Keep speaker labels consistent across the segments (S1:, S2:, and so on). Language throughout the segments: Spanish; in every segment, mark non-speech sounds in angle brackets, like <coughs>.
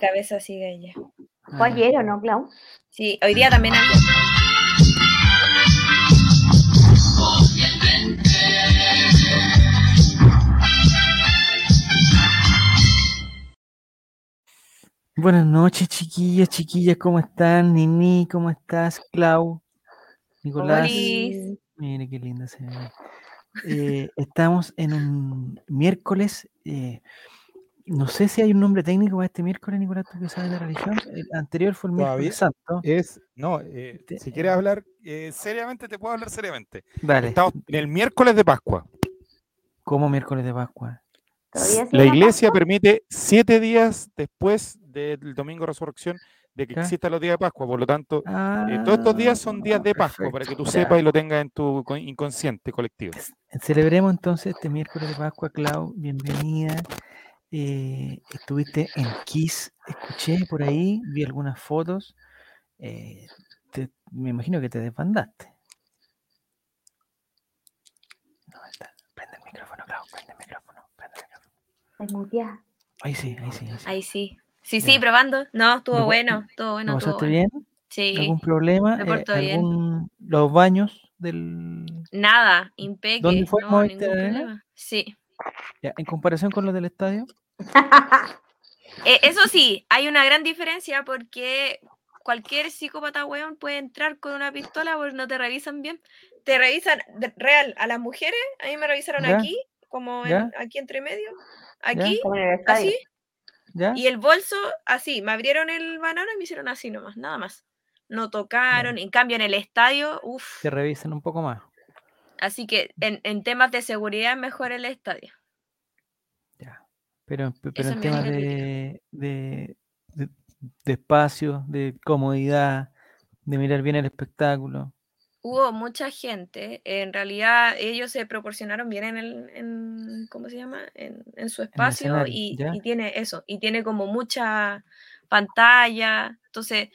S1: Cabeza sigue ella.
S2: Fue
S3: Ah,
S2: ayer, ¿o no, Clau?
S1: Sí, hoy día también había.
S3: Buenas noches, chiquillas, chiquillas, ¿cómo están? Nini, ¿cómo estás? Clau, Nicolás.
S1: Olis.
S3: Mire qué linda se ve. Eh, estamos en un miércoles. eh, no sé si hay un nombre técnico para este miércoles, Nicolás, tú que sabes de religión. El anterior fue el
S4: Todavía.
S3: miércoles santo.
S4: Es, <laughs> no, eh,
S3: Te-
S4: si quieres hablar eh, seriamente, te puedo hablar seriamente.
S3: Dale,
S4: Estamos en el miércoles de Pascua.
S3: como miércoles de Pascua.
S2: Todavía sigue
S4: La
S2: la
S4: iglesia permite siete días después del domingo de resurrección de que
S3: Ya.
S4: existan los días de Pascua. Por lo tanto, eh,
S3: Ah,
S4: todos estos días son días de Pascua para que
S3: perfecto,
S4: tú
S3: ya.
S4: sepas y lo tengas en tu co- inconsciente colectivo.
S3: Celebremos entonces este miércoles de Pascua, Clau, bienvenida. Eh, estuviste en Kiss, escuché por ahí, vi algunas fotos. eh, te- me imagino que te desbandaste. No, ahí está. Prende el micrófono, Clau, prende el micrófono, prende el micrófono.
S2: Te muteas.
S3: Ahí sí, ahí sí, ahí sí.
S1: Ahí sí. Sí,
S3: Ya.
S1: sí, probando. No, estuvo
S3: ¿Lo-
S1: bueno, estuvo
S3: ¿Lo
S1: bueno, estuvo
S3: pasaste
S1: bueno.
S3: bien?
S1: Sí.
S3: ¿Algún problema?
S1: me
S3: Eh,
S1: porto bien.
S3: algún- ¿Los baños del...
S1: Nada, impeque.
S3: ¿Dónde fue este
S1: no,
S3: el Movistar
S1: ningún
S3: Arena?
S1: problema. Sí.
S3: ya, en comparación con los del estadio?
S1: Eh, eso sí, hay una gran diferencia porque cualquier psicópata weón puede entrar con una pistola porque no te revisan bien. Te revisan de- real a las mujeres. A mí me revisaron
S3: Ya,
S1: aquí, como en-
S3: ya.
S1: aquí entre medio. Aquí,
S2: Como en el estadio.
S1: así.
S3: ¿Ya?
S1: Y el bolso, así. Me abrieron el banano y me hicieron así nomás, nada más. No tocaron. En cambio, en el estadio, uff.
S3: Te revisan un poco más.
S1: Así que en, en temas de seguridad es mejor el estadio.
S3: Ya. Pero, pe-
S1: Esa
S3: pero en
S1: es mi
S3: temas
S1: única crítica.
S3: de, de, de- de espacio, de comodidad, de mirar bien el espectáculo.
S1: Hubo mucha gente, en realidad ellos se proporcionaron bien en el, en, ¿cómo se llama? En, en su espacio
S3: escenario,
S1: y,
S3: ya.
S1: y tiene eso, y tiene como mucha pantalla, entonces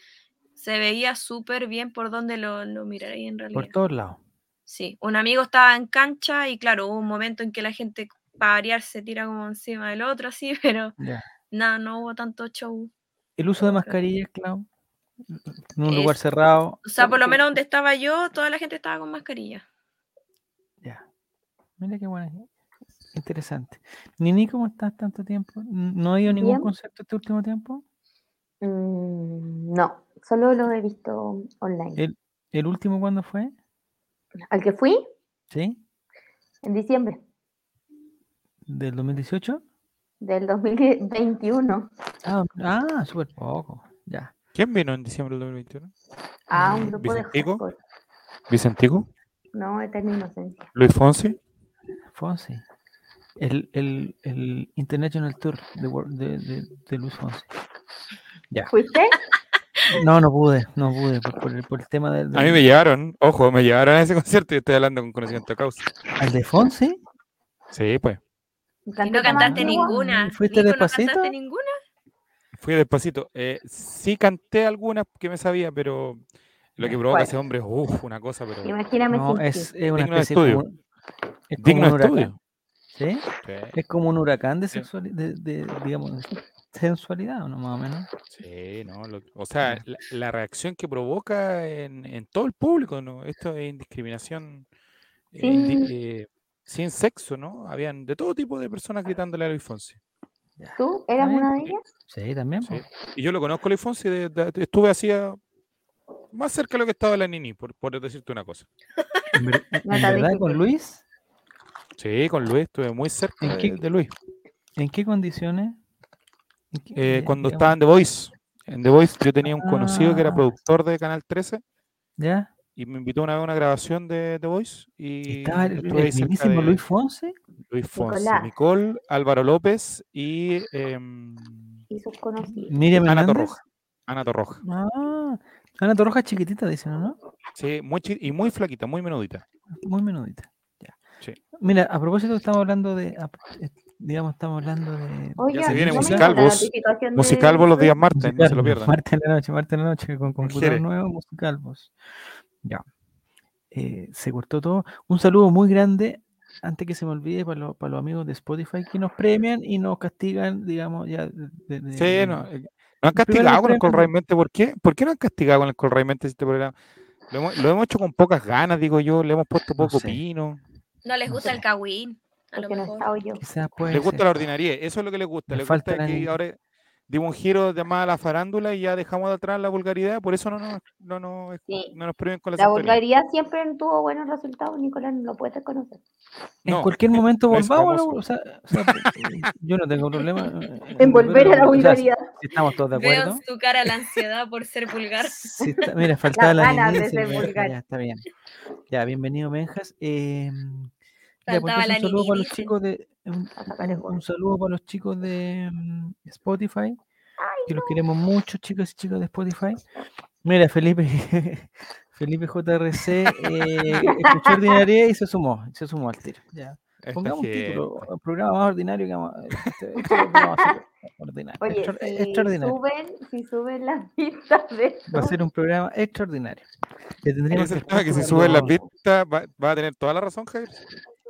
S1: se veía súper bien por donde lo, lo mirarais en
S3: Por
S1: realidad.
S3: todos lados.
S1: Sí, un amigo estaba en cancha y claro, hubo un momento en que la gente para variar se tira como encima del otro así, <laughs> pero
S3: Ya.
S1: nada, no hubo tanto show.
S3: El uso de
S1: Todo acá.
S3: mascarillas, Clau, en un
S1: Es-
S3: lugar cerrado.
S1: O sea, por lo
S3: eh,
S1: menos donde estaba yo, toda la gente estaba con mascarilla.
S3: Ya. Mira qué buena. Interesante. Nini, ¿cómo estás tanto tiempo? N- ¿No ha ido a ningún
S2: Bien.
S3: concierto este último tiempo?
S2: Mm, no, solo lo he visto online.
S3: Eh, ¿El último cuándo fue?
S2: Al que fui,
S3: ¿Sí?
S2: en diciembre
S3: ¿Del 2018?
S2: del 2021,
S3: Ah, ah súper poco. Ya.
S4: ¿Quién vino en diciembre del 2021?
S2: a
S3: Eh,
S2: un grupo de
S4: ¿Vicentico?
S2: hardcore.
S4: ¿Vicentico?
S2: No, eterna inocencia.
S4: ¿Luis Fonsi?
S3: Fonsi. El, el, el International Tour de, Wor- de, de, de Luis Fonsi.
S2: ¿Fuiste?
S3: No, no pude, no pude, por, por el, por el tema del,
S4: A mí me llevaron, ojo, me llevaron a ese <laughs> concierto y estoy hablando con conocimiento de causa.
S3: ¿Al de Fonsi.
S4: Sí, pues.
S1: Y no
S2: Cantó
S1: cantaste
S2: Tamara.
S1: ninguna.
S3: ¿Fuiste
S1: Nico, ¿No
S3: despacito?
S1: cantaste ninguna?
S4: Fui despacito. Eh, sí canté algunas que me sabía, pero lo que
S3: Ya,
S4: provoca
S2: ¿cuál?
S4: ese hombre es uf, una cosa, pero
S2: Imagíname
S3: No,
S2: sin
S3: es,
S2: ti.
S3: es una
S4: Digno de
S3: especie como
S4: estudio.
S3: un- es como
S4: digno
S3: un
S4: de
S3: huracán,
S4: estudio.
S3: ¿sí?
S4: Sí,
S3: Es como un huracán de
S4: Sí.
S3: sexualidad, de, de, digamos, de sensualidad, ¿o ¿no? Más o menos.
S4: sí, no, lo- o sea, la, la reacción que provoca en, en todo el público, ¿no? Esto es indiscriminación eh, indi-
S2: Sí.
S4: eh, sin sexo, ¿no? Habían de todo tipo de personas gritándole a Luis Fonsi.
S3: Ya.
S2: ¿Tú eras
S3: Bueno,
S2: una de ellas?
S3: Sí, también.
S4: Sí.
S3: pues.
S4: Y yo lo conozco a Luis Fonsi, de- de- estuve hacía más cerca de lo que estaba la Nini, por, por decirte una cosa.
S3: En, ver- en-
S2: No
S3: en
S2: tan
S3: verdad, con
S2: difícil.
S3: Luis,
S4: Sí, con Luis, estuve muy cerca
S3: ¿En qué-
S4: de, de Luis.
S3: ¿en qué condiciones? ¿En qué-
S4: Eh,
S3: ya,
S4: cuando
S3: digamos,
S4: estaba en The Voice, en The Voice yo tenía un conocido que era
S3: Ah.
S4: productor de Canal 13
S3: ¿Ya?
S4: y me invitó una vez a una grabación de The Voice y
S3: ¿Estaba el,
S4: estuve
S3: el
S4: ahí cerca
S3: mismísimo
S4: de
S3: Luis Fonsi?
S4: Luis Fonsi,
S2: Nicolás.
S4: Nicole, Álvaro López y em,
S2: Y sus conocidos.
S3: Miriam
S4: Ana
S3: Hernández.
S4: Torroja. Ana Torroja.
S3: Ah, Ana Torroja es chiquitita, dicen, ¿o ¿no?
S4: Sí, muy chi- y muy flaquita, muy menudita.
S3: Muy menudita. Ya.
S4: Sí.
S3: Mira, a propósito, estamos hablando de. a- eh, digamos, estamos hablando de.
S2: Oigan,
S3: se viene
S2: ¿no me
S3: musical,
S2: llegó la
S4: vos.
S2: notificación de
S4: Musical vos los días
S2: YouTube?
S4: martes, no se lo
S3: musical,
S4: pierdan.
S3: Martes en la noche, martes en la noche, con computador
S4: Jerez.
S3: nuevo, musical, pues. Ya. Eh, se cortó todo. Un saludo muy grande, antes que se me olvide, para, los- para los amigos de Spotify que nos premian y nos castigan, digamos, ya. de- de-
S4: Sí,
S3: de-
S4: no, eh, ¿No han
S3: Pero igual
S4: castigado con el
S3: esperan-
S4: Colraimente? ¿Por qué? ¿Por qué no han castigado con el Colraimente este programa? Lo hemos, lo hemos hecho con pocas ganas, digo yo. Le hemos puesto poco
S3: sé.
S4: pino.
S1: No les
S3: No
S1: gusta
S3: sé.
S1: el cagüín. A lo
S2: Porque no he
S1: mejor.
S2: estado yo.
S3: Quizás puede
S4: Le gusta
S3: ser.
S4: la ordinaria. Eso es lo que le gusta.
S3: Le
S4: Le gusta
S3: falta la
S4: que
S3: niña.
S4: ahora dimos un giro llamada a la farándula y ya dejamos de atrás la vulgaridad. Por eso no nos, no nos,
S2: Sí.
S4: no nos prueben con la,
S2: La
S4: sintonía.
S2: vulgaridad siempre tuvo buenos resultados, Nicolás, no lo puedes desconocer.
S3: En
S4: No, eh,
S3: cualquier momento
S4: no es
S3: volvamos a la-
S4: famoso.
S3: o sea, o sea, eh, <laughs> yo no tengo problema eh,
S2: En volver a la
S3: o sea, si-
S2: vulgaridad.
S3: si estamos todos de
S1: Veo
S3: acuerdo.
S1: en su cara la ansiedad por ser vulgar.
S3: si está-
S1: <laughs>
S3: mira, faltaba la,
S2: ganas de
S3: niñez y
S2: ser
S3: me- ya,
S2: vulgar.
S3: Ya, está bien. Ya, bienvenido, Menjas. Eh, <laughs> ya, pues,
S1: Faltaba
S3: entonces,
S1: la
S3: un saludo para los
S1: niñez.
S3: chicos de un,
S2: sacar
S3: un-
S2: el
S3: un
S2: huevo.
S3: saludo para los chicos de mm, Spotify, que los queremos mucho, chicos y chicas de Spotify. Mira, Felipe, <laughs> Felipe JRC eh, escuchó ordinaria y se sumó, se sumó al tiro. Ya.
S4: esta
S3: Pongamos un
S4: gente.
S3: título, el programa más ordinario que vamos a- este- este programa va a ser <laughs> ordinario,
S2: Oye,
S3: extra-
S2: si
S3: extraordinario.
S2: suben, si suben las <laughs> vistas de
S3: Va a
S2: esto,
S3: ser un programa extraordinario. Le
S4: En
S3: tendríamos
S4: ese
S3: que
S4: tema que si
S3: hacer
S4: suben las
S3: cuando-
S4: vistas, va, va a tener toda la razón, Javier.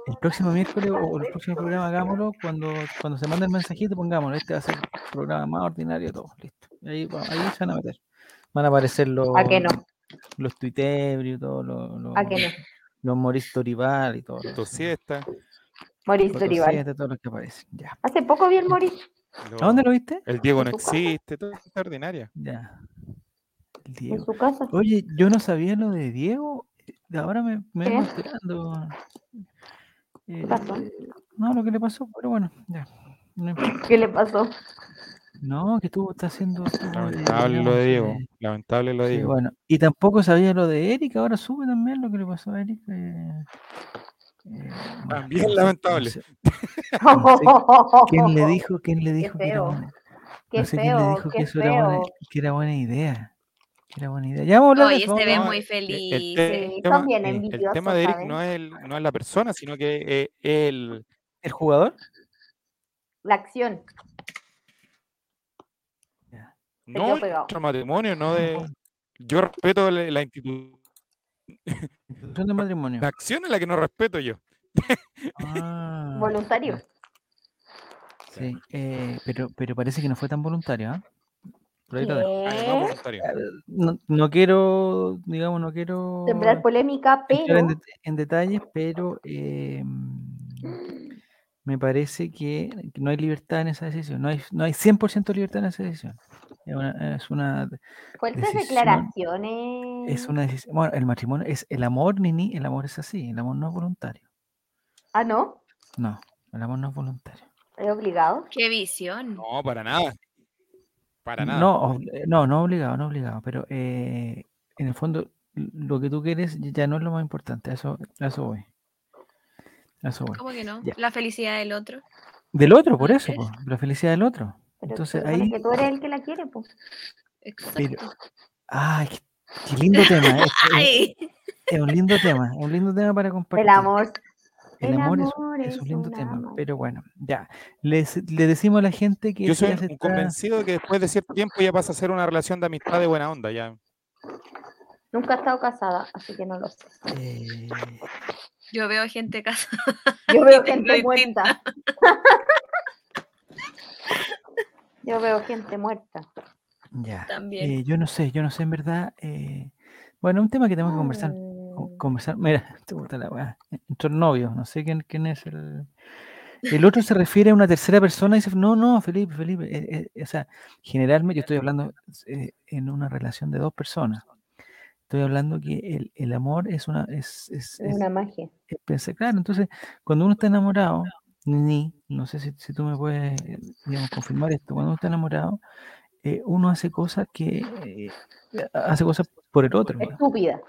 S3: El próximo miércoles o- o el próximo programa hagámoslo. Cuando, cuando se mande el mensajito, pongámoslo. Este va a ser el programa más ordinario de todos. Listo. Y Ahí, va- ahí se van a meter. Van a aparecer los,
S2: ¿a que no?
S3: los tuitebrios, todos los, los,
S2: ¿A que no?
S3: los Mauricio Toribal y todos los,
S4: Tu siesta.
S2: Moris
S3: los
S2: Dorival.
S3: Tosieta, todos los que aparecen. Ya.
S2: Hace poco vi el Moris.
S3: ¿A dónde lo viste?
S4: El Diego
S2: en
S4: no
S2: tu casa?
S4: existe, todo es ordinaria.
S3: Ya. El
S2: en
S3: Diego.
S2: su casa.
S3: Oye, yo no sabía lo de Diego. eh, de Ahora me, me
S2: ¿Qué?
S3: vengo enterando. Eh,
S2: pasó?
S3: no, lo que le pasó, pero bueno, ya. No importa.
S2: ¿Qué
S3: <laughs>
S2: le pasó? <laughs>
S3: No, que tú estás haciendo. estuvo de,
S4: Lamentable lo de Diego.
S3: digamos, eh,
S4: Lamentable lo de
S3: Ah, sí,
S4: Diego.
S3: bueno, y tampoco sabía lo de Eric, ahora sube también lo que le pasó a Eric. eh, eh, bueno,
S4: También
S3: no sé- no
S4: lamentable.
S3: sé ¿Quién le dijo, quién le dijo que era
S2: feo,
S3: buena,
S2: Qué
S3: no sé quién le
S2: feo,
S3: dijo que
S2: qué
S3: eso era buena,
S2: feo.
S3: que era buena idea? Que era buena idea. Ya vamos a hablar de
S1: Oye,
S3: eso,
S1: se
S3: vamos a
S1: ve
S3: hablar-
S4: no,
S1: muy
S4: el-
S1: feliz.
S4: el
S1: eh.
S2: Sí,
S4: tema-
S2: son
S3: el
S2: bien
S4: El
S2: envidiosos,
S4: tema de Eric
S2: ¿saben?
S4: no es, el, no es la persona, sino que es el,
S3: ¿El jugador?
S2: La acción. quedó
S4: no el
S2: pegado.
S4: matrimonio, no de. Yo respeto la, la institución,
S3: Son de matrimonio.
S4: la acción es la que no respeto yo.
S3: Ah,
S2: Voluntario.
S3: sí, eh, pero, pero parece que no fue tan voluntario, ¿ah? Por ahí lo dejo.
S2: ¿Eh?
S4: Además,
S2: ¿Qué?
S4: voluntario.
S3: No, no quiero, digamos, no quiero.
S2: Sembrar polémica,
S3: entrar en,
S2: pero
S3: det- en detalles, pero eh, mm, me parece que no hay libertad en esa decisión. No hay, no hay 100% libertad en esa decisión. Es una, es una,
S2: fuertes
S3: decisión-
S2: declaraciones.
S3: es una decisión. Bueno, el matrimonio es el amor, Nini. El amor es así. El amor no es voluntario.
S2: Ah, no,
S3: No, el amor no es voluntario.
S2: es obligado.
S1: Qué visión.
S4: No, para nada. Para nada.
S3: No, ob- eh, no, no obligado, no obligado. Pero eh, en el fondo, lo que tú quieres ya no es lo más importante. a Eso, a eso voy. A eso voy.
S1: ¿Cómo que no?
S3: Ya.
S1: La felicidad del otro.
S3: Del otro, por
S1: Así
S3: eso,
S1: es.
S3: po, la felicidad del otro.
S2: Pero
S3: Entonces
S2: se supone
S3: ahí.
S2: que tú eres el que la quiere, pues.
S1: Exacto.
S3: Ay, qué, qué lindo tema. eh,
S4: <laughs>
S3: es-
S1: Ay,
S3: Es un lindo tema, un lindo tema para compartir.
S2: El amor.
S3: El amor es, es un lindo tema,
S2: amor.
S3: pero bueno, ya. Les- Le decimos a la gente que
S4: Yo
S3: eso
S4: soy
S3: ya
S4: un
S3: se está-
S4: convencido de que después de cierto tiempo ya pasa a ser una relación de amistad de buena onda. Ya.
S2: Nunca he estado casada, así que no lo sé.
S3: eh,
S1: yo veo gente casada.
S2: Yo veo
S1: tengo
S2: gente
S1: distinta.
S2: muerta. <laughs> Yo veo gente muerta.
S3: ya.
S1: También.
S3: eh, yo no sé, yo no sé en verdad. eh, bueno, un tema que tenemos que conversar. con-
S2: Mm,
S3: Conversar, mira, <laughs> te gusta la weá. eh, Entró el novio, no sé quién, quién es el. El otro se refiere a una tercera persona y dice, no, no, Felipe, Felipe. eh, eh, o sea, generalmente yo estoy hablando eh, en una relación de dos personas. Estoy hablando que el, el amor es una, es, es-
S2: es
S3: es-
S2: una magia.
S3: es pensar, claro, entonces, cuando uno está enamorado, ni, no sé si, si tú me puedes, eh, digamos, confirmar esto, cuando uno está enamorado, eh, uno hace cosas que, eh, hace cosas por el otro, ¿no?
S2: Estúpida.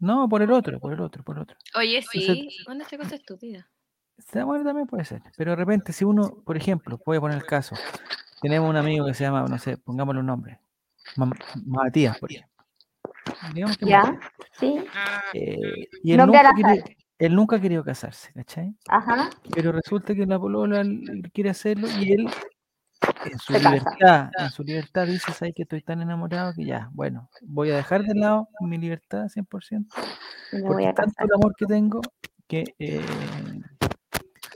S3: no, por el otro, por el otro, por el otro.
S1: Oye,
S3: sea,
S1: sí. Bueno, esta cosa estúpida.
S3: Está bueno, también puede ser. Pero de repente,
S2: Pues
S3: si uno, por ejemplo, voy a poner el caso, tenemos un amigo que se llama, no sé, pongámosle un nombre, Ma- Matías, por ejemplo. Digamos que
S2: ¿Ya?
S3: Matías,
S2: Sí.
S3: eh, y él
S2: Nombre al
S3: nunca, ha querido-
S2: azar.
S3: él nunca ha querido casarse, ¿cachai?
S2: Ajá.
S3: pero resulta que la polola l- quiere hacerlo y él en su
S2: Se casa.
S3: libertad, en su libertad dice, ¿sabes que estoy tan enamorado que ya, bueno, voy a dejar de lado mi libertad 100%
S2: y Me voy
S3: porque
S2: a
S3: tanto
S2: casar.
S3: el amor que tengo que eh,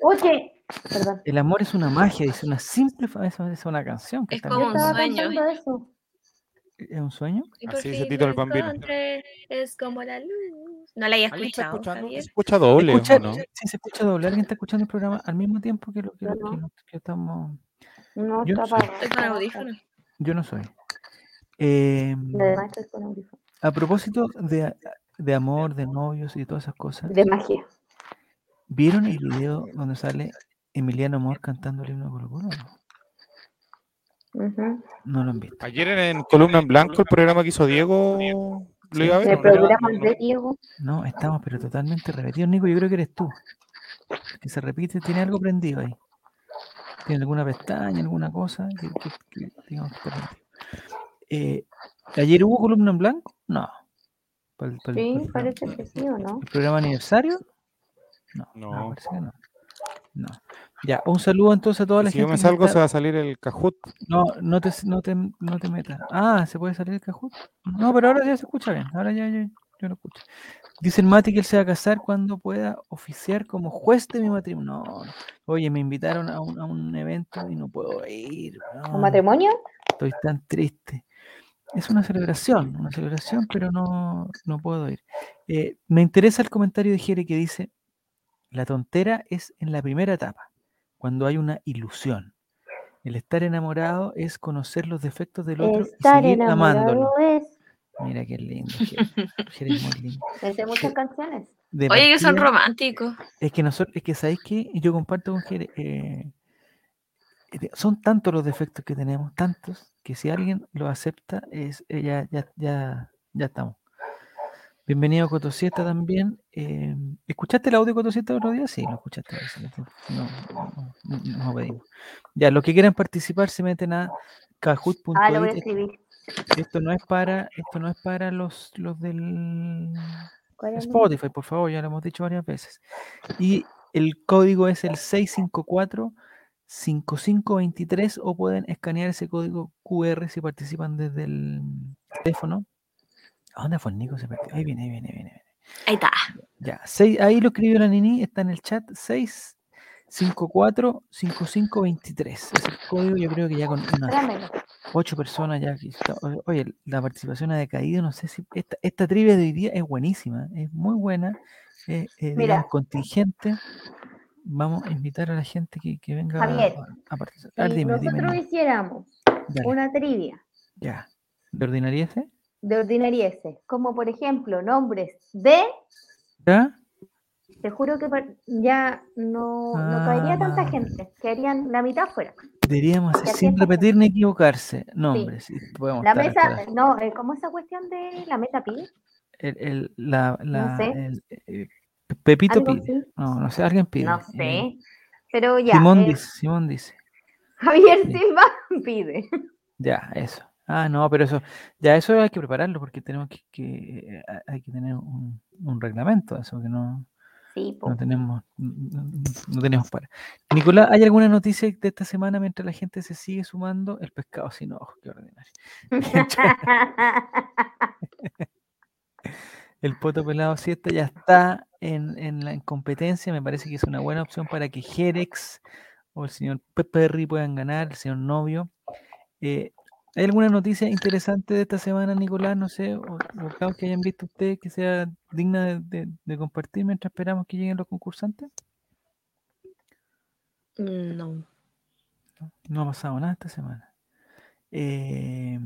S2: Oye, Perdón.
S3: El amor es una magia, dice una simple fa- eso es una canción. Que
S1: Es
S3: también
S1: como un
S2: Estaba
S1: sueño.
S2: cantando eso.
S3: ¿Es un sueño?
S1: Y por
S4: Así dice
S1: fin
S4: Tito
S1: la
S4: el Bambino.
S1: encontré, Es como la luz. No la había
S4: ¿Alguien está
S1: escuchado.
S4: escuchando?
S1: Javier.
S4: ¿Se escucha doble o
S3: Escucha-
S4: no?
S3: Sí, se escucha doble. Alguien está escuchando el programa al mismo tiempo que lo que,
S2: Yo
S3: lo- que
S2: no.
S3: lo- que estamos.
S2: No
S3: Yo no
S2: está
S3: soy-
S2: apagado.
S1: Estoy con audífonos.
S3: Yo no soy. Eh,
S2: Además estoy con audífono.
S3: a propósito de, a- de amor, de novios y de todas esas cosas,
S2: De magia.
S3: ¿vieron el video donde sale Emiliano Amor cantando el himno de Colo Colo o no?
S2: Ujú.
S3: No lo han visto.
S4: Ayer en, en Columna en Blanco, el programa que hizo Diego, ¿lo iba a ver?
S2: El
S4: o no?
S2: programa
S4: No, no.
S2: de Diego.
S3: No, estamos pero totalmente repetidos. Nico, yo creo que eres tú. Que se repite, tiene algo prendido ahí. Tiene alguna pestaña, alguna cosa. que- que- que, digamos que está prendido. Eh, ¿Ayer hubo columna en blanco? No. Pa'l- pa'l-
S2: Sí,
S3: pa'l-
S2: parece que sí o no.
S3: ¿El programa aniversario? No, no,
S4: No.
S3: parece que no. No. Ya, un saludo entonces a toda la
S4: Si yo
S3: gente.
S4: me
S3: que
S4: salgo,
S3: está-
S4: se va a salir el cajut.
S3: No, no te, no te, no te metas. Ah, ¿se puede salir el cajón? No, pero ahora ya se escucha bien. Ahora ya, ya- yo lo escucho. Dice el Mati que él se va a casar cuando pueda oficiar como juez de mi matrimonio. No, no. Oye, me invitaron a un, a un evento y no puedo ir.
S2: ¿Un
S3: weón.
S2: matrimonio?
S3: Estoy tan triste. Es una celebración, una celebración, pero no, no puedo ir. Eh, me interesa el comentario de Jere que dice, la tontera es en la primera etapa, cuando hay una ilusión. El estar enamorado es conocer los defectos del otro
S2: Estar
S3: y seguir amándolo.
S2: enamorado es.
S3: Mira qué lindo. Jere. Jere es muy lindo.
S2: Me sé muchas canciones.
S3: De
S1: Oye, que son
S3: partida-
S1: románticos.
S3: es que nosotros, es que sabéis que yo comparto con Jere, eh, este, son tantos los defectos que tenemos, tantos, que si alguien los acepta, es, eh, ya, ya, ya, ya estamos. Bienvenido a Cotosieta también. eh, ¿Escuchaste el audio de Cotosieta el otro día? Sí, lo escuchaste. sí, No, no, no, no pedimos. Ya, los que quieran participar se meten a cajut.it.
S2: Ah, lo voy a
S3: Esto-
S2: escribir.
S3: Esto no es para, esto no es para los, los del
S2: ¿Cuál es el nombre?
S3: Spotify, por favor, ya lo hemos dicho varias veces. Y el código es el 654-5523 o pueden escanear ese código QR si participan desde el teléfono. ¿A dónde fue el Nico? Se perdió. Ahí viene, ahí viene, ahí viene.
S1: Ahí está.
S3: Ya, seis- ahí lo escribió la Nini, está en el chat 654-5523. Es el código, yo creo que ya con unas
S2: Espérame.
S3: ocho personas ya. que está- o- Oye, la participación ha decaído. No sé si esta, esta trivia de hoy día es buenísima, es muy buena. Es, es,
S2: Mira.
S3: digamos, contingente. Vamos a invitar a la gente que, que venga a-
S2: Javier,
S3: a, a participar. Ah,
S2: Si
S3: dime, dime,
S2: nosotros
S3: dime.
S2: hiciéramos
S3: Dale,
S2: una trivia
S3: ya. ¿De eh? ordinaria ese?
S2: de ordinarieces, como por ejemplo nombres de,
S3: ¿Ya?
S2: te juro que par- ya no, no caería
S3: Ah.
S2: tanta gente, quedarían la mitad fuera.
S3: Deberíamos
S2: Ya
S3: hacer sin
S2: siento que-
S3: repetir ni equivocarse. Nombres. y podemos
S2: La
S3: estar hasta
S2: mesa, no, eh, ¿cómo esa cuestión de la mesa pide?
S3: el- el- la- la-
S2: sé.
S3: el- eh, Pepito
S2: Algo
S3: pide.
S2: así.
S3: No, no sé, alguien pide.
S2: No
S3: eh,
S2: sé, pero ya.
S3: Simón
S2: eh,
S3: dice, Simón dice.
S2: Javier
S3: Sí.
S2: Silva <laughs> pide.
S3: Ya, eso. Ah, no, pero eso, ya eso hay que prepararlo porque tenemos que, que, eh, ha- hay que tener un, un reglamento, eso que no,
S2: Sí, po.
S3: no
S2: <laughs>
S3: tenemos, no, no- no tenemos para. Nicolás, ¿hay alguna noticia de esta semana mientras la gente se sigue sumando? El pescado sin ojos, qué ordinario. El poto pelado siete ya está en, en la en competencia, me parece que es una buena opción para que Jerex o el señor Perry puedan ganar, el señor novio. Eh, ¿Hay alguna noticia interesante de esta semana, Nicolás? No sé, o, o caos que hayan visto ustedes que sea digna de, de- de compartir mientras esperamos que lleguen los concursantes.
S1: No.
S3: No ha pasado nada esta semana. Eh,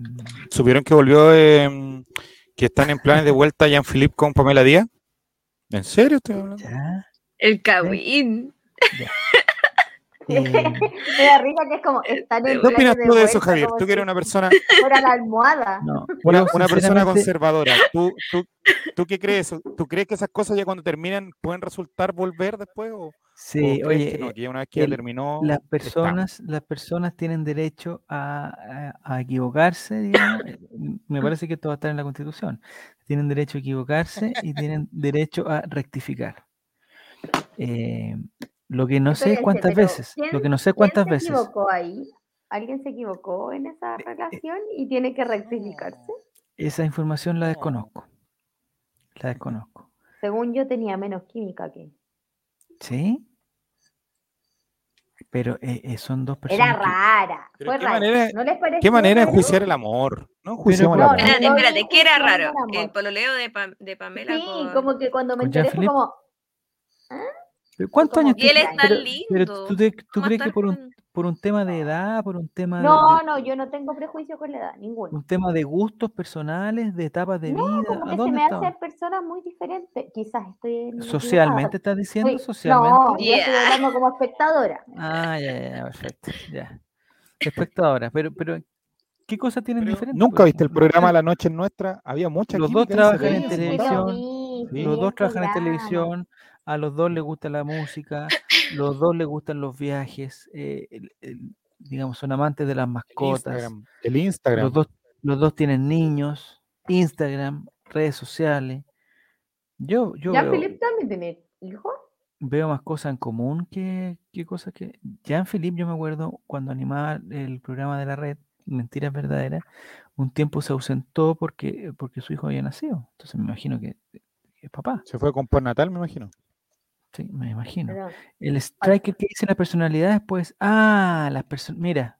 S4: ¿Supieron que volvió, em, que están en planes de vuelta Jean-Philippe con Pamela Díaz? ¿En serio estoy hablando?
S3: ya,
S1: El Kawin.
S3: eh,
S2: Me da risa que es como estar en
S4: Eh, ¿Qué
S2: clase
S4: opinas
S2: de
S4: tú de eso,
S2: vuelta,
S4: Javier?
S2: como
S4: Tú que eres
S2: si
S4: una persona,
S2: fuera la almohada.
S3: no,
S4: una,
S3: yo
S4: una persona
S3: sinceramente-
S4: conservadora. ¿Tú, tú, tú qué crees? ¿Tú crees que esas cosas ya cuando terminan pueden resultar volver después? ¿O, o
S3: Sí,
S4: crees
S3: oye,
S4: que no, que ya una vez que
S3: el-
S4: ya terminó,
S3: Las
S4: está.
S3: personas, las personas tienen derecho a, a- a equivocarse, digamos, eh, m-
S4: <laughs>
S3: Me parece que esto va a estar en la Constitución. Tienen derecho a equivocarse y tienen derecho a rectificar. Eh, lo que no sé es
S2: Espérense,
S3: cuántas
S2: pero
S3: veces. Lo
S2: ¿quién-
S3: que no sé
S2: ¿Quién
S3: cuántas
S2: se
S3: veces. Eh,
S2: equivocó ahí? ¿Alguien se equivocó en esa relación y tiene que rectificarse?
S3: Esa información la
S4: No.
S3: desconozco. La desconozco.
S2: Según yo tenía menos química que.
S3: ¿Sí? pero eh, eh, son dos
S2: Era
S3: personas. que-
S2: rara.
S4: Pero
S2: Fue
S4: qué
S2: rara.
S4: manera-
S2: ¿No les parece
S4: ¿Qué manera de
S2: raro?
S4: enjuiciar el amor? No enjuiciamos el
S3: no,
S4: amor.
S3: no,
S1: Espérate,
S2: no,
S1: espérate,
S2: no,
S1: que era
S2: no,
S1: raro.
S2: no, no.
S1: El pololeo de, Pam- de Pamela.
S2: Sí,
S1: con-
S2: como que cuando me
S3: con
S2: enteré fue
S3: Jean-Philippe.
S2: como,
S3: ¿Pero ¿Cuántos
S2: como
S3: años
S2: que
S3: tiene?
S2: él es
S1: tan
S3: Pero- pero
S1: lindo,
S3: ¿Tú, te- tú
S1: ¿cómo
S3: crees
S1: estar
S3: que por un,
S1: con-
S3: por un tema de edad, por un tema de-
S2: no,
S3: de,
S2: no, yo no tengo prejuicio con la edad, ninguno.
S3: un tema de gustos personales, de etapas de
S2: No,
S3: vida?
S2: Como
S3: ¿A
S2: que se
S3: dónde
S2: me hacen
S3: estaban?
S2: personas muy diferentes. Quizás estoy en
S3: ¿Socialmente estás diciendo? ¿Socialmente?
S2: No, yo estoy
S1: Yeah.
S2: hablando como espectadora.
S3: Ah, ya, ya, ya, perfecto. Ya. Respecto ahora, pero, pero ¿qué cosas tienen
S4: Pero
S3: diferente?
S4: Nunca
S3: Pues,
S4: viste el
S3: los dos
S4: programa La Noche es Nuestra, había mucha
S3: Los dos
S4: química ahí, se
S3: trabajan en
S4: veía, se
S2: Sí,
S4: notaba.
S3: televisión.
S2: lo vi,
S4: Sí.
S2: vi
S3: Los dos
S2: el
S3: trabajan en
S2: programa.
S3: televisión, a los dos les gusta la música, los dos les gustan los viajes, eh, el- el- digamos, son amantes de las
S4: El
S3: mascotas,
S4: Instagram, el Instagram.
S3: los dos, los dos tienen niños, Instagram, redes sociales. Yo, yo
S2: Ya
S3: veo,
S2: Philip también tiene hijos.
S3: veo más cosas en común que, que cosas que... Jean-Philippe, yo me acuerdo, cuando animaba el programa de la red, Mentiras Verdaderas, un tiempo se ausentó porque, porque su hijo había nacido. Entonces me imagino que que es papá,
S4: Se fue con Natal, me imagino.
S3: sí, me imagino.
S2: Perdón.
S3: El striker que dice las personalidades, pues, ah, las personas, mira,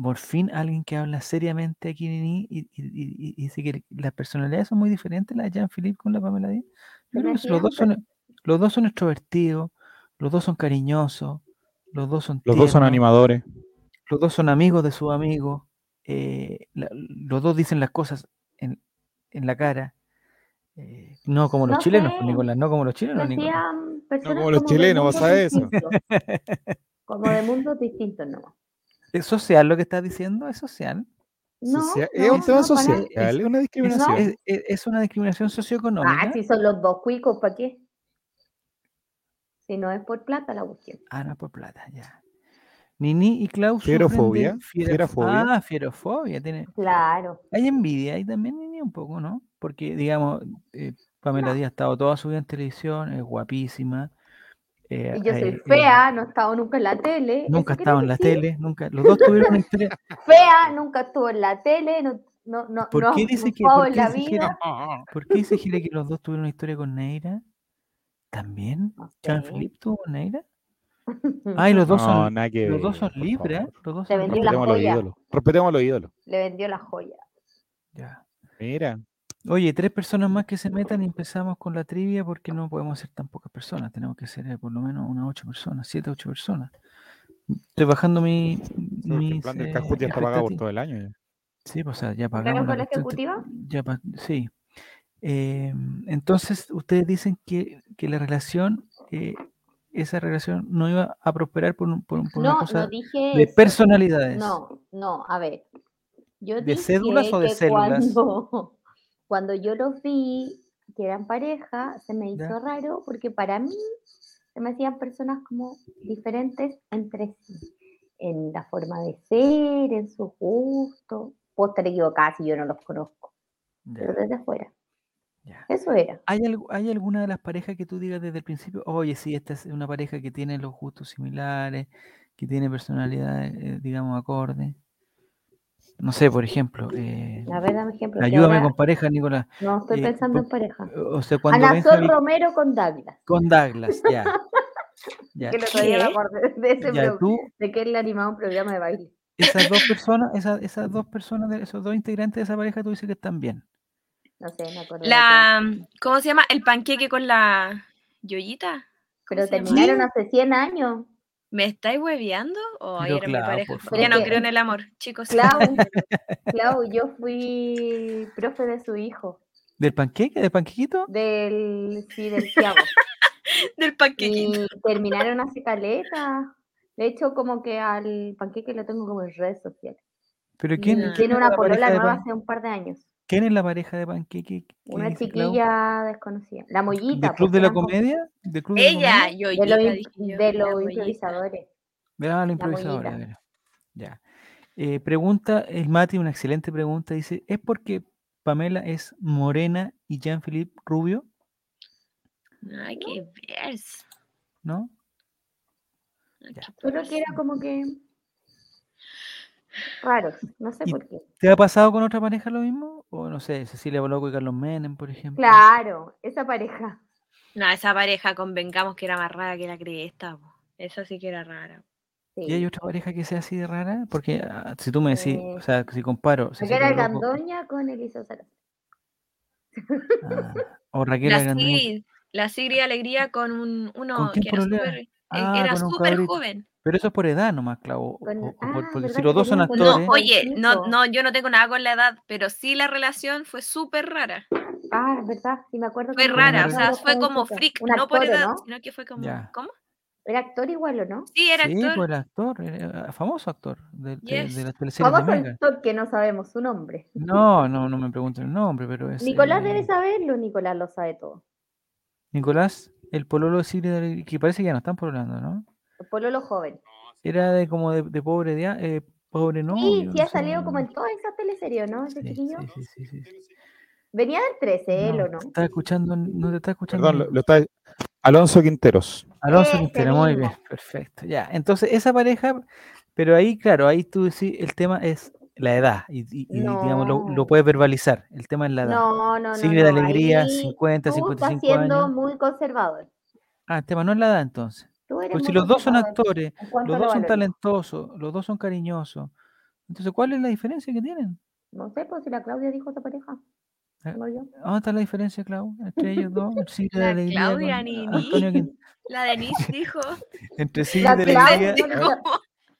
S3: por fin alguien que habla seriamente aquí Nini, y, y- y- y dice que le- las personalidades son muy diferentes, la de Jean-Philippe con la Pamela Díaz. Yo creo que los dos, son, los dos son extrovertidos, los dos son cariñosos, los dos son
S4: Los dos son
S3: tiernos,
S4: animadores.
S3: los dos son amigos de sus amigos, eh, la- los dos dicen las cosas en, en la cara. eh, no como los
S2: No
S3: chilenos,
S2: sé.
S3: pues, Nicolás, no como los chilenos, Nicolás.
S2: Decían mm, personas
S4: como los
S2: de
S4: chilenos, vos
S2: mundos
S4: sabés eso. <laughs>
S2: distintos. Como de mundos distintos nomás.
S3: ¿Es social lo que estás diciendo? ¿Es social?
S2: No,
S4: Socia-
S2: no,
S4: es un tema
S2: no, para
S4: social,
S2: nada.
S3: Es-
S4: es una
S3: Es,
S4: discriminación.
S3: es- es- es una discriminación socioeconómica.
S2: Ah, si son los dos cuicos, ¿para qué? Si no es por plata la cuestión.
S3: Ah, no, por plata, ya. Nini y Klaus. sufren de
S4: Fierofobia,
S3: fiero-
S4: fierofobia.
S3: Ah, fierofobia. Tiene...
S2: Claro.
S3: Hay envidia ahí también, Nini, un poco, ¿no? Porque, digamos, eh, Pamela Díaz ha estado toda su vida en televisión, es guapísima. eh,
S2: Y yo soy
S3: eh,
S2: fea, no he estado nunca en la tele.
S3: eh, nunca ha
S2: ¿eso
S3: estado
S2: quiere
S3: en la
S2: decir?
S3: tele, nunca. Los dos tuvieron una
S2: <laughs>
S3: historia.
S2: Fea, nunca estuvo en la tele, no, no, no,
S3: ¿Por
S2: no
S3: qué dice que,
S2: actuado
S3: por
S2: en
S3: qué
S2: la
S3: dice Jere-
S2: vida.
S3: por qué dice Jere que los dos tuvieron una historia con Neira? ¿También?
S2: No sé.
S3: ¿Jean-Philippe tuvo con Neira? Ay, los dos son
S4: No, nada que
S3: Los dos
S4: ver,
S3: son
S4: Eh, por
S3: libres,
S4: favor.
S3: los dos
S2: Te
S3: son
S2: vendió
S3: libres.
S2: la
S4: Respetemos a los
S2: joya.
S4: ídolos. Respetemos a los ídolos.
S2: Le vendió la joya.
S3: Ya.
S4: Mira,
S3: Oye, tres personas más que se metan y empezamos con la trivia porque no podemos ser tan pocas personas. Tenemos que ser eh, por lo menos unas ocho personas, siete, ocho personas. Estoy bajando mi.
S4: porque el
S3: mis,
S4: plan
S3: eh,
S4: del Cajut ya está pagado por
S3: expectativas.
S4: todo el año. ya.
S3: Sí, pues, o sea, ya
S2: ¿Sacaron
S3: pagamos.
S2: pues. con la
S3: cuestión, te-
S2: ejecutiva?
S3: ya pa- sí. Eh, entonces, ustedes dicen que, que la relación, eh, esa relación no iba a prosperar por, un- por un- por una
S2: No,
S3: cosa
S2: no dije
S3: de
S2: eso.
S3: personalidades.
S2: No, no, a ver. Yo
S3: ¿De
S2: dije
S3: cédulas o de
S2: que
S3: células?
S2: Cuando, <laughs> cuando yo los vi, que eran pareja, se me hizo
S3: Ya.
S2: raro porque para mí se me hacían personas como diferentes entre sí, en la forma de ser, en sus gustos. Puedo estar equivocada si yo no los conozco,
S3: Ya,
S2: pero desde afuera.
S3: ya.
S2: Eso era.
S3: ¿Hay, algu- ¿Hay alguna de las parejas que tú digas desde el principio, oye, sí, esta es una pareja que tiene los gustos similares, que tiene personalidades, eh, digamos, acorde? No sé, por ejemplo, eh,
S2: La verdad, por ejemplo, que
S3: ayúdame
S2: ahora
S3: con pareja, Nicolás.
S2: no estoy
S3: eh,
S2: pensando en
S3: por-
S2: pareja.
S3: O sea, cuando
S2: Ana Sol
S3: Benjamin
S2: Romero con Douglas.
S3: con Douglas,
S2: <laughs>
S3: ya. ya.
S2: Que el otro día me
S1: ¿Qué?
S2: acordé de ese
S3: ya,
S2: pro-
S3: tú,
S2: de que él animaba un programa de baile.
S3: esas
S2: <laughs>
S3: dos personas, esas, esas dos personas, de- esos dos integrantes de esa pareja, tú dices que están bien.
S2: No sé, me acordé. de todo.
S1: La, ¿Cómo se llama? El panqueque con la yoyita. ¿Cómo
S2: Pero
S1: se llama?
S2: terminaron hace 100 años.
S1: ¿Me estáis hueveando? O
S3: Pero
S1: ayer era
S3: claro,
S1: mi pareja.
S3: por
S1: Yo ya no
S2: favor.
S1: creo en el amor, chicos.
S2: Clau, Clau, yo fui profe de su hijo,
S3: ¿Del panqueque? ¿Del panquequito?
S2: del, sí, del
S1: <laughs>
S2: Tiago.
S1: <laughs> Del panquequito.
S2: Y terminaron hace caleta. De hecho, como que al panqueque lo tengo como en redes sociales.
S3: ¿Pero quién,
S1: No.
S3: quién
S2: Tiene
S3: era
S2: una
S3: la pareja
S2: polola
S3: de
S2: nueva
S3: pan-
S2: hace un par de años.
S3: ¿Quién es la pareja de Panqueque? que
S2: Una
S3: dice Clau?
S2: chiquilla desconocida. La mollita.
S3: ¿Del Club
S2: pues,
S3: de la
S2: eran como-
S3: Comedia? ¿Del Club de la
S1: Ella,
S3: Comedia?
S2: De
S1: yoyita,
S2: los,
S1: dije
S2: im-
S1: yo,
S2: de
S1: la
S2: los
S1: yoyita.
S2: improvisadores.
S3: Ah, la improvisadora,
S2: mollita.
S3: mira. Ya. Eh, pregunta, el Mati, una excelente pregunta. Dice, ¿es porque Pamela es morena y Jean-Philippe rubio?
S1: Ay, qué vers.
S3: ¿No?
S1: ay,
S3: Ya.
S1: qué
S2: Solo
S1: vers.
S2: que era como que. Raros, no sé
S3: Y-
S2: por qué.
S3: ¿Te ha pasado con otra pareja lo mismo? O no sé, Cecilia Boloco y Carlos Menem, por ejemplo.
S2: Claro, esa pareja.
S1: No, esa pareja, convengamos que era más rara que la cresta. po. Esa sí que era rara.
S2: Sí.
S3: ¿Y hay otra pareja que sea así de rara? Porque ah, si tú me decís, o sea, si comparo.
S2: Raquel
S3: Cecilia Loco-
S2: Argandoña con Elisa Sara.
S3: ah, o Raquel
S1: La
S3: Argandoña.
S1: Sigrid, la Sigrid Alegría con un, uno
S3: Ah. ¿Con quién
S1: que era
S3: pololeaba?
S1: súper eh,
S3: Ah,
S1: era
S3: con un
S1: súper
S3: cabrito.
S1: joven.
S3: Pero eso es por edad nomás, Clavo.
S2: Con-
S3: o- o por-
S2: ah,
S3: porque si
S2: ¿verdad
S3: los
S2: que
S3: dos son
S2: tenía un
S1: No,
S3: actores.
S2: color?
S1: oye, no,
S2: Jovencito.
S1: no, yo no tengo nada con la edad, pero sí la relación fue súper rara.
S2: Ah, verdad, sí me acuerdo.
S1: Fue
S2: que-
S1: rara, o
S3: una
S1: sea,
S2: Claro,
S1: fue como
S2: jovencito.
S1: freak,
S2: Un
S1: no por
S2: actor, ¿o
S1: edad,
S2: no?
S1: sino que fue como,
S3: Ya.
S1: ¿cómo?
S2: Era actor igual, ¿o no?
S1: Sí, era
S3: sí, pues.
S1: actor.
S3: por el actor, era eh, famoso actor de, de- de
S1: Yes.
S3: la teleserie de
S2: Vamos
S3: Mega.
S2: al top que no sabemos su nombre.
S3: No, no, no me pregunten el nombre, pero es.
S2: Nicolás
S3: eh,
S2: debe saberlo, Nicolás lo sabe todo.
S3: Nicolás, el pololo de Sigrid Alegría, que parece que ya no están pololando, ¿no?
S2: El Pololo joven.
S3: Era de como de, de pobre, de, eh, pobre no.
S2: sí, sí ha salido como en todas esas teleseries, ¿no? Ese chiquillo. Venía del 13, él, ¿o no?
S3: te está escuchando, no te está escuchando.
S5: Perdón, lo, lo está... Alonso
S3: <laughs>
S5: Quinteros.
S3: Alonso
S2: Ese
S3: Quintero, muy bien,
S2: mismo.
S3: perfecto. Ya, entonces esa pareja, pero ahí, claro, ahí tú sí, el tema es la edad, y, y- y, digamos, lo, lo
S2: No.
S3: puedes verbalizar, el tema es la edad.
S2: No, no, no.
S3: Sigrid
S2: no,
S3: Alegría,
S2: ahí
S3: 50,
S2: tú estás
S3: 55
S2: siendo
S3: años.
S2: muy conservador.
S3: Ah, el tema no es la edad entonces.
S2: Tú eres
S3: Pues si
S2: muy
S3: los dos son
S2: conservador
S3: actores,
S2: en cuanto
S3: los
S2: a lo
S3: dos son
S2: valores.
S3: talentosos, los dos son cariñosos, entonces, ¿cuál es la diferencia que tienen?
S2: No sé, pues si la Claudia dijo esa pareja.
S3: Ah.
S2: No yo.
S3: ¿Dónde está la diferencia, Clau? Entre ellos dos,
S2: <laughs>
S3: Sigrid
S1: La
S3: Alegría con
S1: Claudia Nini.
S3: Antonio Quin-
S1: La
S3: <laughs>
S1: Denise dijo.
S3: Entre Sigrid
S2: Clau,
S3: Alegría
S2: no,
S1: <laughs>
S2: no, no.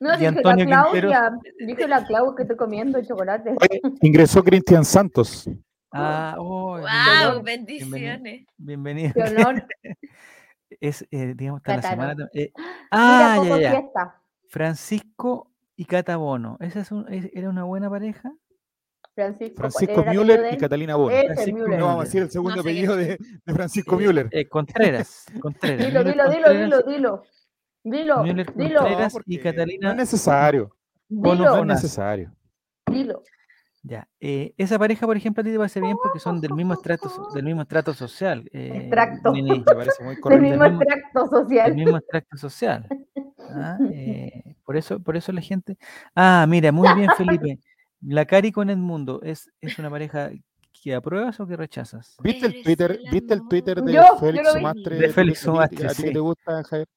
S2: No,
S3: Y
S2: dije la
S3: Antonio Quintero.
S2: Claudia. Dije la Clau que estoy comiendo chocolate.
S5: Oye, ingresó Cristian Santos.
S3: Ah, oh,
S1: ¡Wow!
S3: bienvenido,
S1: Bendiciones.
S3: bienvenido.
S2: Qué honor.
S3: Es, eh, digamos, está la semana. tam-
S2: Cátaro.
S3: eh,
S2: <gasps> Mira,
S3: ah,
S2: Coco
S3: ya, ya, ya.
S2: Fiesta.
S3: Francisco y Catabono. ¿Esa es un- es- era una buena pareja?
S2: Francisco, ¿cuál
S5: Francisco
S2: era el
S5: Müller
S2: apellido de
S5: y
S2: él?
S5: Catalina Bono.
S2: Ese,
S3: Francisco
S2: Müller.
S5: No vamos a
S3: Müller.
S5: decir el segundo
S1: No sé
S5: apellido de, de Francisco Müller.
S3: Eh, Contreras. Contreras.
S2: Dilo,
S3: Müller
S2: dilo, dilo,
S3: Contreras,
S2: dilo, dilo. Dilo,
S3: Müller
S2: dilo,
S3: Contreras
S5: No,
S3: y
S5: porque No
S3: Catalina.
S5: es necesario.
S3: Bono
S2: dilo,
S5: No es
S3: Bonas.
S5: necesario.
S2: dilo.
S3: Ya. eh, esa pareja, por ejemplo, a ti te parece bien porque son del mismo estrato, so- del mismo estrato social. eh,
S2: Extracto.
S3: Nini,
S5: Me parece muy
S2: Del
S5: correcto.
S2: mismo
S3: mismo-
S2: extracto
S3: del
S2: <laughs> social.
S3: mismo extracto social. Ah, eh, por eso, por eso la gente. Ah, mira, muy bien, Felipe. La Cari con Edmundo es, es una pareja que apruebas o que rechazas.
S5: ¿Viste el
S1: Eres
S5: Twitter,
S1: el
S5: ¿viste el Twitter de
S2: Yo, yo
S5: Félix
S2: lo vi.
S5: Sumastre?
S3: De
S5: ¿A
S3: Félix
S5: ti- a ti-
S3: Sumastre,
S5: ¿A ti que
S3: sí.
S5: te gusta, Javier?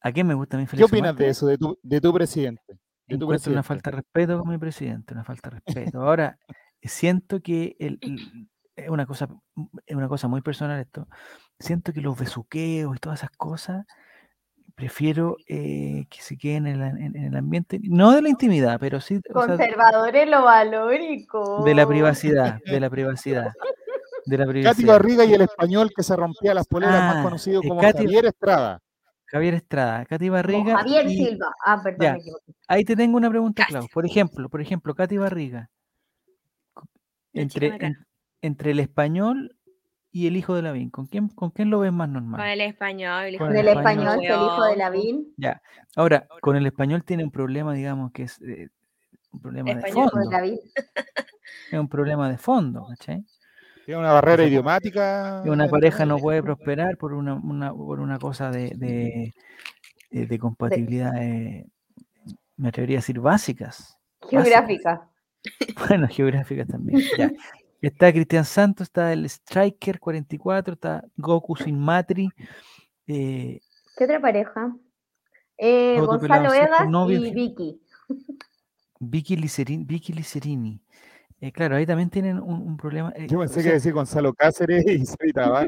S3: ¿A quién me gusta mi
S5: ¿Qué
S3: Félix
S5: opinas
S3: Sumate?
S5: de eso, de tu, de tu presidente? De tu
S3: Encuentro una
S5: presidente.
S3: falta de respeto con mi presidente, una falta de respeto. Ahora, siento que el- el- es una cosa, mm, es una cosa muy personal esto. Siento que los besuqueos y todas esas cosas, prefiero eh, que se queden en, la- en- en el ambiente, no de la intimidad, pero sí o sea,
S2: Conservadores lo valórico.
S3: de la privacidad, de la privacidad, de la
S5: Katy
S3: privacidad.
S5: Barriga y el español que se rompía las poleras,
S3: Ah,
S5: más conocido
S3: eh,
S5: como
S3: Katy-
S5: Javier Estrada.
S3: Javier Estrada, Katy
S2: Como
S3: Barriga.
S2: Javier
S3: y-
S2: Silva. Ah, perdón,
S3: Ya.
S2: me equivoqué.
S3: Ahí te tengo una pregunta,
S1: Casi.
S3: Klaus. Por ejemplo, por ejemplo, Katy Barriga. co-
S1: La chica
S3: Entre,
S1: bacana.
S3: en- entre el español y el hijo de Lavín, ¿con quién, ¿con quién lo ves más normal?
S1: Con el español. hijo
S3: Con
S2: Del
S1: de la
S2: español,
S1: gran
S2: el hijo de
S1: weón.
S2: Lavín.
S3: Ahora, con el español tiene un problema, digamos, que es eh, un problema de
S1: Español
S2: hijo de
S3: fondo.
S2: Lavín.
S3: Es un problema de fondo, ¿cachai?
S5: Tiene una barrera
S3: Entonces,
S5: idiomática.
S3: Que una pareja no
S5: entre-
S3: puede prosperar por una, una- por una cosa de, de, eh, de compatibilidad, eh, me atrevería a decir, básicas.
S2: Geográfica.
S3: Bueno, geográficas también. ya. Está Cristian Santos, está el Striker 44, está Goku sin Matri. eh,
S2: ¿Qué otra pareja? Eh,
S3: Otro pelado,
S2: Gonzalo
S3: sí,
S2: Vegas
S3: novio,
S2: y
S3: sí.
S2: Vicky.
S3: Vicky Licerini. Vicky Licerini. Eh, claro, ahí también tienen un, un problema. eh,
S5: Yo
S3: o
S5: pensé que
S3: sea,
S5: decir Gonzalo Cáceres y Sarita <laughs> Abad.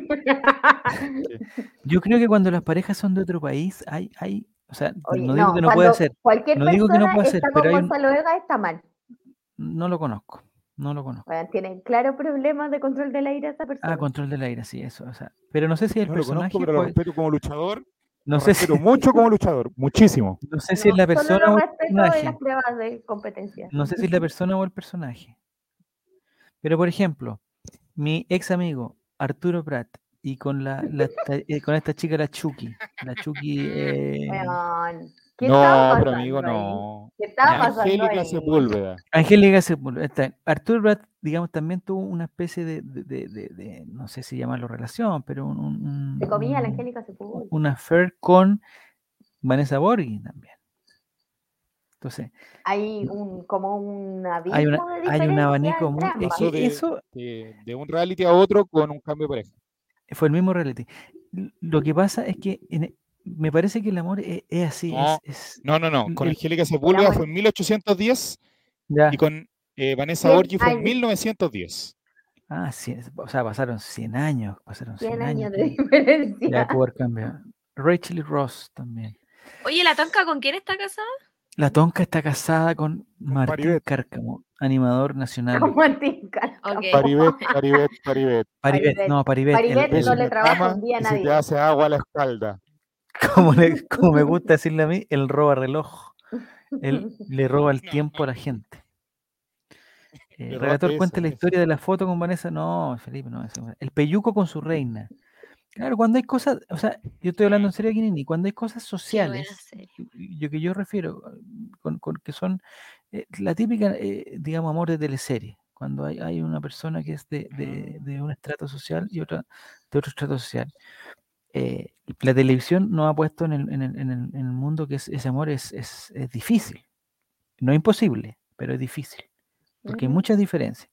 S3: yo creo que cuando las parejas son de otro país, hay, hay o sea,
S2: Oye,
S3: no digo que no
S2: cuando
S3: puede ser,
S2: Cualquier
S3: No digo que no
S2: persona
S3: puede ser,
S2: está
S3: pero
S2: con
S3: hay un-
S2: Gonzalo Vegas está mal.
S3: no lo conozco, no lo conozco.
S2: Bueno, tienen claro problemas de control del aire esta persona.
S3: Ah, control del aire, sí, eso, o sea, pero no sé si el
S5: No lo
S3: personaje,
S5: conozco, pero lo
S3: pues,
S5: respeto como luchador.
S3: no
S5: Lo
S3: sé si,
S5: respeto mucho como luchador. Muchísimo.
S3: no sé si es
S2: No,
S3: la
S2: solo
S3: persona
S2: lo
S3: o el
S2: respeto en
S3: personaje.
S2: las pruebas de competencia.
S3: No sé si es
S2: <laughs>
S3: la persona o el personaje. Pero, por ejemplo, mi ex amigo Arturo Prat y con, la, la esta- eh, con esta chica, la Chucky. La Chucky. eh,
S2: Weón, ¿qué
S5: No,
S2: estaba
S5: pero
S2: pasando
S5: amigo,
S2: ahí?
S5: no.
S2: ¿Qué estaba
S3: Ya,
S2: pasando
S5: Angélica
S2: ahí?
S5: Sepúlveda.
S3: Angélica Sepúlveda, está. Arturo Prat, digamos, también tuvo una especie de. de- de- de- de- no sé si llamarlo relación, pero un. un- un-
S2: Se comía la
S3: un-
S2: Angélica
S3: u-
S2: Sepúlveda.
S3: un affair con Vanessa Borghi también. Entonces,
S2: Hay un, como un abismo
S3: hay, una,
S2: de
S3: hay un
S2: diferencia
S3: abanico muy.
S2: entre
S3: Es
S2: ambas.
S5: Pasó
S3: que
S5: de-
S3: eso,
S5: De, de un reality a otro con un cambio de pareja.
S3: Fue el mismo reality. L- Lo que pasa es que en e- me parece que el amor e- es, así.
S5: No,
S3: es- es-
S5: No, no, no. Con
S3: El-
S5: Angélica Sepúlveda
S2: amor.
S5: fue en 1810
S3: ya.
S5: y con eh, Vanessa
S2: Bien,
S5: Borgi fue en
S2: ay.
S5: 1910.
S3: Ah, sí, o sea, pasaron 100 años. Pasaron 100,
S2: 100
S3: años.
S2: años de <laughs>
S3: que- Ya
S2: diferencia.
S3: pudo haber cambiado. Rachel Ross también.
S1: Oye, ¿la Tonka con quién está casada?
S3: La Tonka está casada con Martín
S5: Paribet.
S3: Cárcamo, animador nacional.
S2: <laughs> Como a ti, Carlos.
S1: Ok.
S5: Paribet, Paribet, Paribet.
S2: <laughs>
S3: Paribet,
S2: Paribet.
S3: no, Paribet. el-
S2: Paribet
S3: el-
S2: no le
S5: Se
S2: trabaja
S5: llama
S2: un día a
S5: y se te
S2: nadie.
S5: hace agua a la espalda.
S3: <laughs> como, le- como me gusta decirle a mí, el roba reloj. Él le roba el
S5: No.
S3: tiempo a
S5: <laughs>
S3: la gente. Eh,
S5: Le roba
S3: relator
S5: peso,
S3: cuenta la
S5: peso.
S3: historia de la foto con Vanessa. No, Felipe, no. eso- El peyuco con
S5: <laughs>
S3: su reina. Claro, cuando hay cosas, o sea, yo estoy hablando en serio aquí, Nini, cuando hay cosas
S1: Qué buena
S3: sociales,
S1: serie.
S3: y- yo que yo refiero, mm, con, con que son eh, la típica, eh, digamos, amor de teleserie, cuando hay, hay una persona que es de,
S2: Ah.
S3: de- de un estrato social y otra de otro estrato social. eh, la televisión nos ha puesto en el, en el- en el- en el mundo que es- ese amor es, es- es difícil, no imposible, pero es difícil, porque hay
S2: Ujú.
S3: muchas diferencias.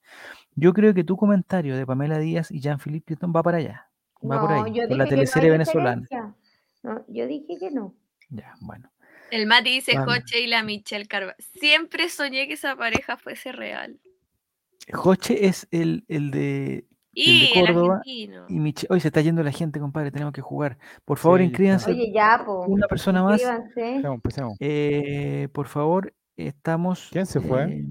S3: Yo creo que tu comentario de Pamela Díaz y Jean-Philippe Piton va para allá, va por ahí, por la
S2: dije que no
S3: teleserie
S2: hay
S3: venezolana.
S2: diferencia. No, yo dije que no.
S3: Ya,
S2: <laughs>
S3: bueno.
S1: El Mati dice
S3: Vale.
S1: Joche y la Michelle Carva. Siempre soñé que esa pareja fuese real.
S3: Joche es el, el de.
S1: Y el,
S3: Córdoba
S1: argentino.
S3: Y Miche- Hoy se está yendo la gente, compadre. Tenemos que jugar. Por favor,
S5: Sí, ya.
S3: inscríbanse.
S2: Oye, ya, po.
S3: Una persona más.
S2: Suscríbanse.
S5: Empecemos, empecemos.
S3: Eh, por favor, estamos.
S5: ¿Quién se fue?
S3: eh,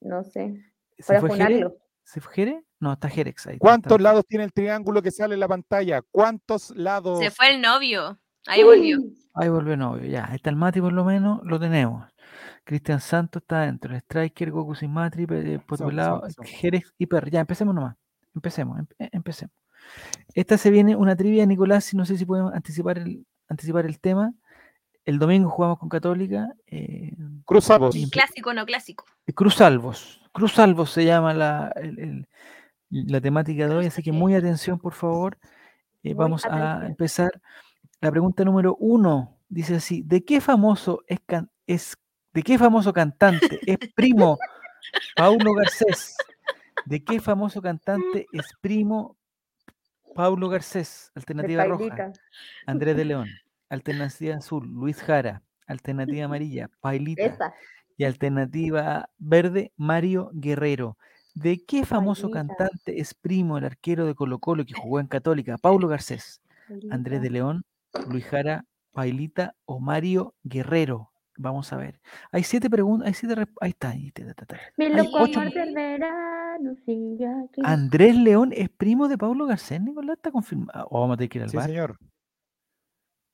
S2: No sé.
S3: ¿Se
S2: Para
S3: fue Jere?
S2: funarlo.
S3: ¿Se fue Jere? No, está Jerex ahí.
S5: ¿Cuántos
S3: está-
S5: lados tiene el triángulo que sale en la pantalla? ¿Cuántos lados?
S1: Se fue el novio. Ahí volvió.
S3: Ahí volvió novio. Ya, ahí está el Mati por lo menos. Lo tenemos. Cristian Santos está dentro. el Striker, Goku sin Matri, Pe- eh,
S5: Somos,
S3: Potopelado,
S5: somos, somos.
S3: Jerex y Per. Ya, empecemos nomás. Empecemos, em- em- empecemos. Esta se viene una trivia, Nicolás. y No sé si podemos anticipar el, anticipar el tema. El domingo jugamos con Católica. eh,
S5: Cruzamos.
S3: Sí.
S1: Clásico, no clásico.
S3: Cruzalvos. Cruzalvos se llama la, el- el- la temática de hoy, así que muy atención, por favor. Eh,
S2: Muy
S3: vamos a
S2: atención.
S3: empezar. La pregunta número uno dice así: ¿De qué famoso es, can- es de qué famoso cantante es primo Paulo Garcés? ¿De qué famoso cantante es primo Paulo Garcés? Alternativa roja, Andrés
S2: <laughs>
S3: de León. Alternativa azul, Luis Jara. Alternativa amarilla, Pailita.
S2: Esa.
S3: Y alternativa verde, Mario Guerrero. ¿De qué famoso
S2: Pailita.
S3: cantante es primo el arquero de Colo Colo que jugó en Católica?
S5: <laughs>
S3: Paulo Garcés, Andrés de León, Luis Jara, Pailita o Mario Guerrero. Vamos a ver. Hay siete preguntas, hay siete resp- Ahí está. ahí está, ta, ta, ta.
S2: Mi
S1: Ay,
S2: loco
S1: ocho-
S2: amor del verano sigue aquí.
S3: Andrés León es primo de Paulo Garcés, Nicolás, está confirmado. O vamos a tener que ir al
S5: Sí,
S3: bar.
S5: señor.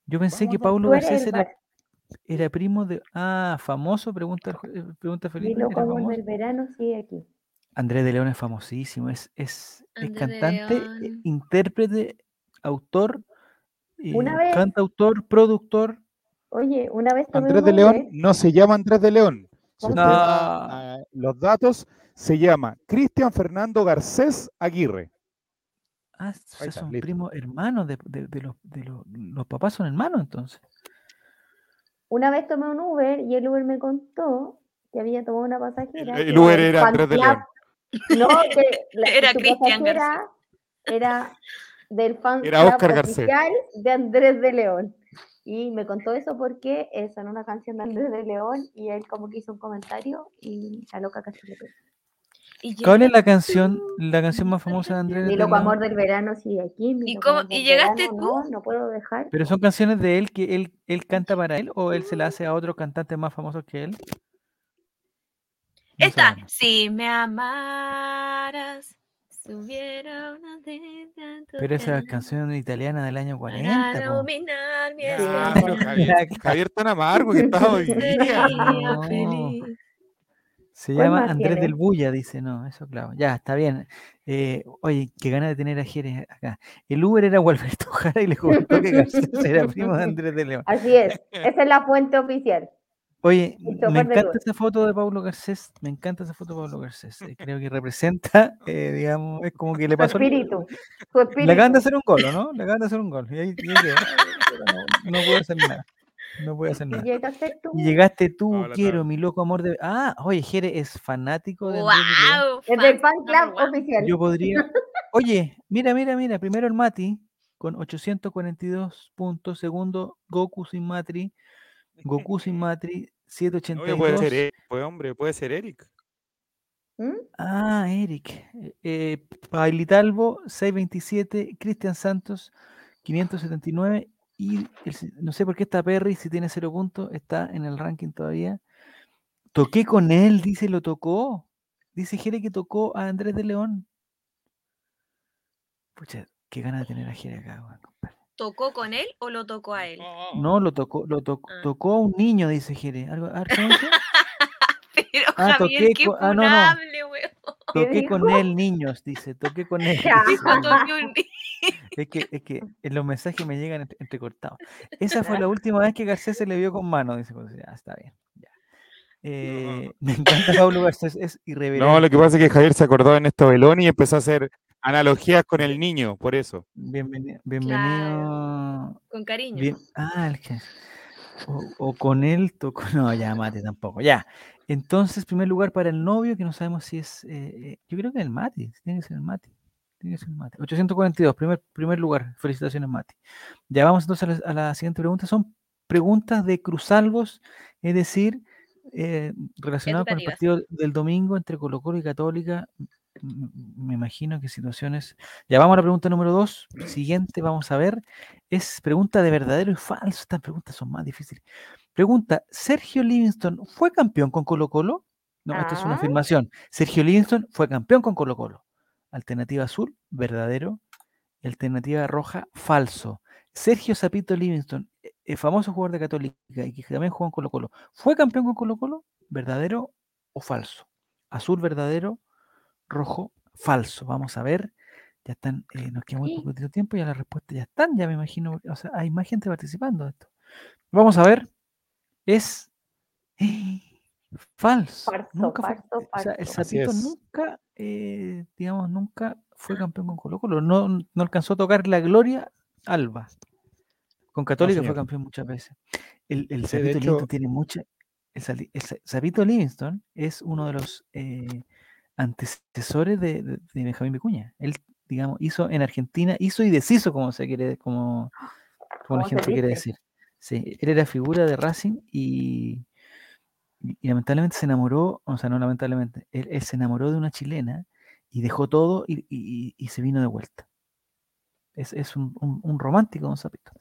S3: Yo pensé que
S5: Vamos, vamos.
S3: Paulo
S2: Tú eres
S3: Garcés
S2: el
S3: era,
S2: bar-
S3: era primo de. Ah, famoso, pregunta, el ju- eh, pregunta
S2: Mi
S3: Felipe.
S2: loco
S3: ¿era
S2: amor
S3: famoso?
S2: del verano sigue aquí.
S3: Andrés de León es famosísimo, es, es, es
S1: Andrés de
S3: cantante, eh,
S1: León.
S3: intérprete, autor,
S2: Una
S3: eh,
S2: vez.
S3: cantautor, productor.
S2: Oye, una vez tomé
S5: Andrés
S2: un
S5: de León
S2: Uber,
S5: no se llama Andrés de León. Si usted
S3: No.
S5: va a los datos se llama Cristian Fernando Garcés Aguirre.
S3: Ah, o sea,
S5: está,
S3: son
S5: listo.
S3: primos hermanos de, de- de los, de los, los papás son hermanos entonces.
S2: una vez tomé un Uber y el Uber me contó que había tomado una pasajera.
S5: El- el
S2: que
S5: Uber era
S2: fan
S5: Andrés de
S2: club-
S1: <laughs>
S2: No, que la,
S1: Era
S2: su
S1: Cristian Garcés.
S2: pasajera Era del fan
S5: Era
S2: club
S5: Oscar Garcés.
S2: oficial de Andrés de León. Y me contó eso porque eh, sonó una canción de Andrés de León y él como que hizo un comentario y la loca casi le pega.
S1: Y
S3: ¿Cuál
S1: llega-
S3: es la canción, la canción más famosa de Andrés
S2: Mi
S3: de
S2: loco
S3: León?
S2: amor del verano sigue aquí. mi
S1: ¿Y
S2: loco amor
S1: cómo- y
S2: del
S1: llegaste
S2: verano,
S1: tú?
S2: No, no puedo dejar.
S3: Pero son canciones de él que él, él canta para él o él se la hace a otro cantante más famoso que él. No
S1: Esta.
S3: sabemos.
S1: Si me amaras, si hubiera una de tanto
S3: Pero esa
S1: que
S3: canción italiana del año
S1: amar
S3: 40.
S1: para
S3: po.
S1: dominar mi
S5: Ah,
S1: esencia,
S5: pero Javier, Javier tan amargo que estaba hoy día.
S1: sería
S3: no.
S1: feliz.
S3: Se
S2: ¿Cuál
S3: llama
S2: más
S3: Andrés del
S2: tiene?
S3: Bulla, dice, no, eso claro. Ya, está bien. Eh, oye, qué gana de tener a Jerez acá. El Uber era Gualberto <laughs> Jara y le comentó que Garcés era primo de Andrés de León.
S2: Así es. Esa es la
S3: <laughs>
S2: fuente oficial. <laughs>
S3: Oye,
S2: El
S3: me
S2: chofer del
S3: encanta
S2: Uber.
S3: esa foto de Pablo Garcés, me encanta esa foto de Pablo Garcés. eh, Creo que representa, eh, digamos, es como que le
S2: Su
S3: pasó... el-
S2: espíritu. Su
S3: Le acaban de
S2: espíritu.
S3: hacer un gol, ¿o ¿no? Le acaban de hacer un gol. Y ahí, y ahí quedó, pero no, no puede hacer nada. No puede
S2: <laughs>
S3: hacer nada.
S2: Llegaste tú.
S3: Y llegaste tú,
S5: Hola,
S3: quiero,
S5: Tab.
S3: mi loco amor de... Ah, oye, Jere es fanático de... Andrés de León.
S1: ¡Wow!
S2: Desde el fan club
S1: number one.
S2: oficial.
S3: Yo podría. Oye, mira, mira, mira. Primero el Mati con 842 puntos. Segundo, Goku sin Matri. Goku sin Matri,
S4: Oye, puede ser
S3: 782.
S4: Eric, pues, hombre, puede ser Eric.
S2: ¿Mm?
S3: Ah, Eric. Eh, Pailitalbo, 627. Cristian Santos, 579. Y el se- no sé por qué está Perry, si tiene cero puntos, está en el ranking todavía. Toqué con él, dice, lo tocó. Dice Jere que tocó a Andrés de León. Pucha, qué gana de tener a Jere acá, weón, compadre.
S1: ¿Tocó con él o lo tocó a él?
S4: Oh.
S3: No, lo tocó, lo tocó,
S1: Ah.
S3: tocó a un niño, dice Jere. Algo, a ver, ¿cómo dice?
S1: <laughs> Pero
S3: Ah,
S1: Javier,
S3: toqué
S1: qué
S3: con- ah, no, no.
S1: funable, weón.
S3: Toqué con
S2: dijo?
S3: él, niños, dice, toqué con él.
S2: Ya.
S3: dice,
S1: Dijo, toqué un niño.
S3: Es que, es que los mensajes me llegan entre- entrecortados. Esa fue la última vez que Garcés se le vio con mano, dice José. Ah, está bien. ya. Eh, me encanta Pablo Garcés, es irreverente.
S4: No, lo que pasa es que Javier se acordó en esto Belón y empezó a hacer analogías con el niño, por eso.
S3: Bienveni- Bienvenido.
S1: Con cariño.
S3: bien- ah, el que- o, o con él tocó. No, ya mate tampoco. Ya. Entonces, primer lugar para el novio, que no sabemos si es. eh, eh, yo creo que el Mati. Tiene que ser el Mati. Tiene que ser el Mati. 842, primer, primer lugar. Felicitaciones, Mati. Ya vamos entonces a la, a la siguiente pregunta. Son preguntas de cruzalvos, es decir, eh, relacionadas con el
S1: Educativas.
S3: partido del domingo entre Colo Colo y Católica. M- Me imagino que situaciones. Ya vamos a la pregunta número dos. Siguiente, vamos a ver. Es pregunta de verdadero y falso. Estas preguntas son más difíciles. Pregunta: ¿Sergio Livingston fue campeón con Colo Colo? No, esta es una
S2: Ah.
S3: afirmación. Sergio Livingston fue campeón con Colo Colo. Alternativa azul, verdadero. Alternativa roja, falso. Sergio Zapito Livingston, eh, eh, famoso jugador de Católica y que también jugó en Colo Colo, ¿fue campeón con Colo Colo? ¿Verdadero o falso? Azul verdadero, rojo falso. Vamos a ver. Ya están, eh, nos queda muy
S2: Sí.
S3: poquito tiempo, ya las respuestas ya están, ya me imagino. porque, O sea, hay más gente participando de esto. Vamos a ver. Es <gasps> falso.
S2: Falso,
S3: nunca fue-
S2: falso,
S3: Eh, o sea, el
S2: <laughs> falso.
S4: Así
S3: Zapito
S4: es.
S3: nunca, eh, digamos, nunca fue campeón con Colo Colo. No, no alcanzó a tocar la gloria Alba. Con Católica fue
S4: señor.
S3: campeón muchas veces. El, el
S5: Sí,
S3: Zapito
S5: de hecho-
S3: Livingston tiene mucha. El, Sali- el Sa- Zapito Livingston es uno de los eh, antecesores de, de- de Benjamín Vicuña. Él, digamos, hizo en Argentina, hizo y deshizo, como se quiere, como, como la
S2: Como se
S3: gente quiere
S2: dice.
S3: decir. Sí, él era figura de Racing y, y- y lamentablemente se enamoró, o sea, no lamentablemente, él, él se enamoró de una chilena y dejó todo y, y- y- y se vino de vuelta. Es, es un, un- un romántico, don Zapito.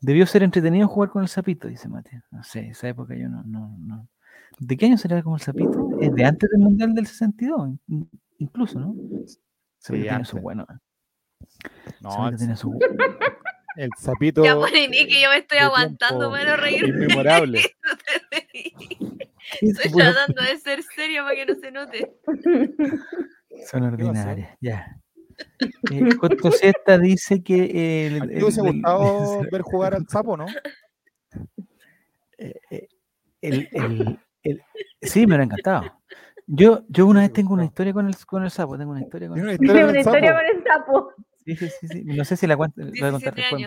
S3: Debió ser entretenido jugar con el Zapito, dice Mate. No sé, esa época yo no. no, no. ¿De qué año será como el Zapito? Es de antes del Mundial del 62, in- in- incluso, ¿no? Zapito tiene su
S4: antes.
S3: bueno.
S4: No,
S3: Zapito tiene su
S5: El sapito
S1: Ya ponen y
S4: eh,
S1: que yo me estoy
S5: de
S1: aguantando
S5: tiempo
S1: para no reírme. <laughs>
S5: inmemorable.
S3: <laughs>
S1: Estoy tratando de ser seria para que no se note.
S3: Son
S5: pasó?
S3: ordinarias, ya. Eh, Coto Zeta dice que el,
S5: ¿A ti
S3: el-
S5: te hubiese
S3: del-
S5: <laughs> gustado
S3: <laughs>
S5: ver jugar al sapo, <laughs> no?
S3: eh, eh, el- el- el- sí, me lo ha encantado. Yo, yo una vez
S5: hubiese
S3: tengo una
S5: gustado.
S3: historia con el, con el sapo, tengo una historia con
S5: Tiene una
S2: Tiene
S5: historia
S2: una
S5: del
S2: historia
S5: sapo.
S2: con el sapo.
S3: sí, sí, sí, sí, No sé si la cuento, la voy a contar
S1: 17
S3: después.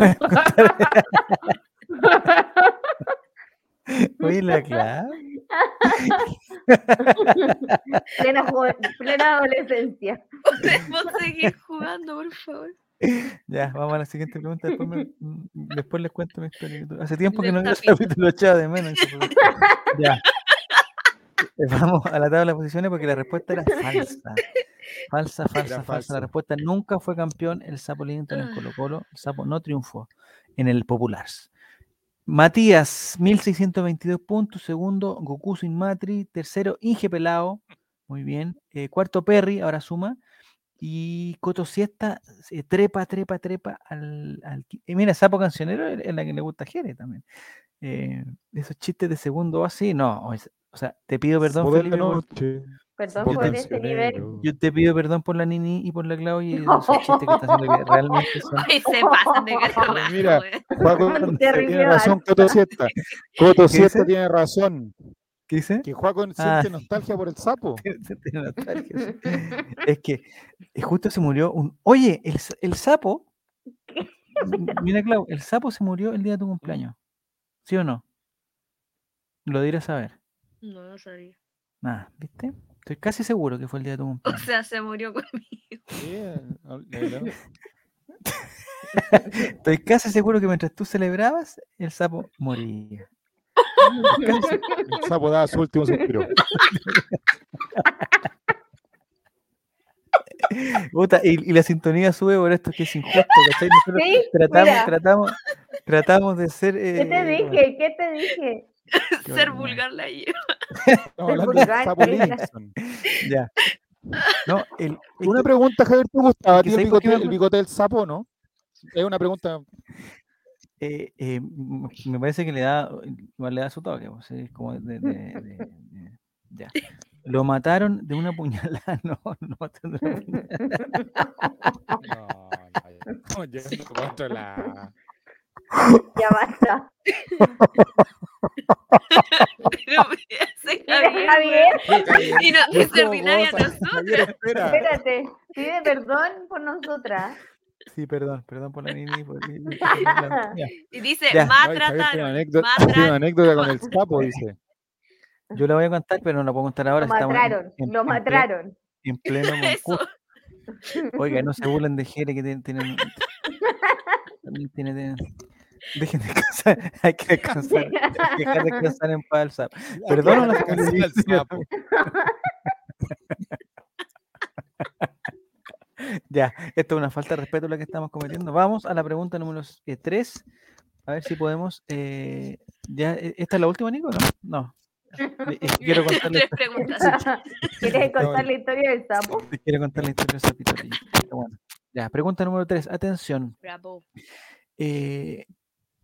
S1: años. <laughs>
S3: <laughs> Oye, la clave.
S2: Plena, joven- plena adolescencia.
S1: Podemos seguir jugando, por favor.
S3: Ya, vamos a la siguiente pregunta. Después, me- mm, después les cuento mi historia. que tuve. Hace tiempo que
S1: Del
S3: no veo el <laughs>
S1: tapito.
S3: capítulo echado de menos. ese fue- Ya. Eh, Vamos a la tabla de posiciones porque la respuesta era falsa. Falsa, falsa, falsa. La
S5: falso.
S3: respuesta nunca fue campeón el Sapo Livingston en
S1: Ah.
S3: Colo Colo. El Sapo no triunfó en el Populars. Matías, 1622 puntos. Segundo, Goku sin Matri. Tercero, Inge Pelao. Muy bien. Eh, cuarto, Perry, ahora suma. Y Coto Siesta se trepa, trepa, trepa al. al qui- eh, mira, Sapo Cancionero es es la que le gusta a Jere también. Eh, esos chistes de segundo así, no. o es- O sea, te pido perdón,
S5: Modelo
S3: Felipe, por-
S5: noche,
S2: Perdón
S3: Yo
S2: por
S3: también.
S2: ese nivel.
S3: yo te pido perdón por la Nini y por la Claudia y esos chistes que está haciendo que realmente son.
S1: Ay, se pasan de
S5: Pero
S1: carro.
S5: mira, Juaco
S2: Terrible
S5: tiene
S2: rival.
S5: razón, Coto Siesta. Coto
S3: ¿Qué dice?
S5: Siesta tiene razón.
S3: <laughs> ¿Qué <laughs> dice?
S5: Que Juaco
S3: Ah,
S5: siente nostalgia por el sapo.
S3: Se tiene nostalgia, sí. es que eh, justo se murió un. Oye, el, s- el sapo. <laughs> M- Mira, Clau, el sapo se murió el día de tu cumpleaños. ¿Sí o no? Lo diré a saber.
S1: No, no sabía.
S3: Nada, ¿viste? Estoy <laughs> casi seguro que fue el día de
S1: O
S3: tu
S1: <laughs>
S3: cumpleaños.
S1: sea, se murió conmigo.
S5: Sí, eh, al- de verdad.
S3: Estoy casi seguro que mientras tú celebrabas, el sapo moría.
S2: <laughs>
S5: El sapo daba su último suspiro.
S3: Puta, y, y la sintonía sube por esto que es injusto, ¿cachai? Nosotros
S2: Sí, mira.
S3: tratamos, tratamos, tratamos de ser.
S2: ¿Qué te
S3: eh,
S2: dije? ¿Qué te dije?
S3: Qué
S1: Ser
S3: ordinario.
S1: vulgar la lleva.
S5: Estamos hablando del
S2: vulgar,
S5: sapo
S2: Javier.
S5: Livingston.
S3: Ya. No, el,
S5: Una pregunta, Javier, ¿te gustaba a ti
S3: ¿Sabes
S5: el
S3: por
S5: bigote,
S3: qué me
S5: el
S3: gusta?
S5: bigote del sapo, no? Es una pregunta.
S3: eh, eh, m- me parece que le da, igual le da su toque, pues, es como de, de- de- de- ya. Lo mataron de una puñalada, <laughs> no, no mataron
S2: <laughs>
S3: de una puñalada.
S4: No, no, ya- no, ya no encuentro la-
S2: Ya basta.
S1: <laughs> Pero me hace
S2: Mira,
S1: Javier,
S2: Javier,
S1: weón. Y no, es ordinaria nosotros.
S2: espérate. Pide perdón por nosotras.
S3: Sí, perdón, perdón
S2: <laughs>
S3: por la nini. por- por- por- por la- ya.
S1: Y dice,
S3: Ya.
S5: Ay, Javier tiene una
S1: maltrataron.
S5: anécdota- tiene una
S1: maltrataron.
S5: anécdota con el sapo, dice.
S3: Yo la voy a contar, pero no la puedo contar ahora.
S2: Lo
S3: estamos en-
S2: mataron,
S3: en-
S2: lo
S3: en ple-
S2: mataron.
S3: <laughs>
S2: <laughs>
S3: En pleno
S1: Eso.
S3: concurso. Oiga, no se burlen de Jere que tienen.
S2: <laughs>
S3: tienen- también tiene, tiene- Dejen <laughs> descansar, hay que descansar. hay que
S2: <laughs>
S3: Dejar descansar en paz al sapo. Perdón a la
S4: Alcanzó al
S3: familia.
S4: sapo.
S3: <laughs> Ya, esto es una falta de respeto la que estamos cometiendo. Vamos a la pregunta número 3. A ver si podemos. eh, ya, eh, ¿Esta es la última, Nico? No. no. Eh, eh, Quiero contarles
S1: <laughs> Tres
S2: <laughs>
S1: preguntas.
S2: ¿Quieres contar la historia del sapo?
S3: Te quiero contar la historia del sapito Pillo, pero bueno. Ya, pregunta número 3. Atención.
S1: Bravo.
S3: Eh,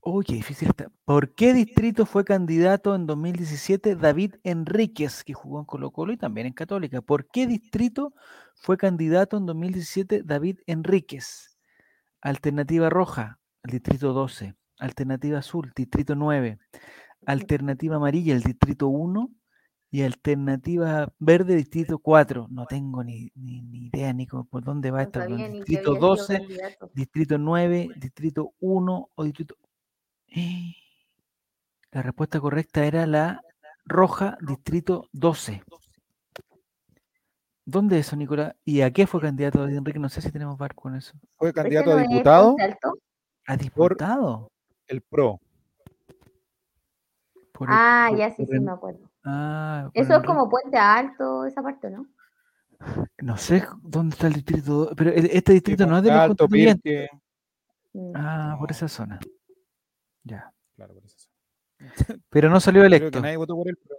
S3: uy, qué difícil está. ¿Por qué distrito fue candidato en 2017 David Enríquez, que jugó en Colo Colo y también en Católica? ¿Por qué distrito fue candidato en 2017 David Enríquez? Alternativa roja, el distrito 12. Alternativa azul, distrito 9. Alternativa amarilla, el distrito 1. Y alternativa verde, distrito 4. No tengo ni, ni, ni idea, Nico, por dónde va
S2: No
S3: esta. weón.
S2: sabía ni que
S3: Distrito
S2: había sido
S3: 12,
S2: candidato.
S3: distrito 9, distrito 1 o distrito... <gasps> ¡Eh! La respuesta correcta era la roja, distrito 12. ¿Dónde es eso, Nicolás? ¿Y a qué fue candidato David Enrique? No sé si tenemos barco con eso.
S5: Fue
S2: ¿Ese
S5: candidato
S2: no
S5: a
S2: es
S5: diputado,
S2: Consalto?
S3: ¿A
S5: Por-
S3: diputado?
S5: el PRO.
S3: Por el-
S2: Ah,
S3: por-
S2: ya sí,
S3: por
S2: sí,
S3: en-
S2: me acuerdo.
S3: ah, por
S2: Eso es
S3: Enrique.
S2: como Puente Alto, esa parte, ¿no?
S3: No sé dónde está el distrito 2, pero e- este distrito no es de los
S5: Alto,
S3: constituyentes.
S5: Pirque.
S2: Mm.
S3: Ah, por
S4: No.
S3: esa zona. Ya.
S4: Claro, por eso.
S3: Pero no salió
S5: Creo que
S3: electo.
S5: nadie votó por el PRO.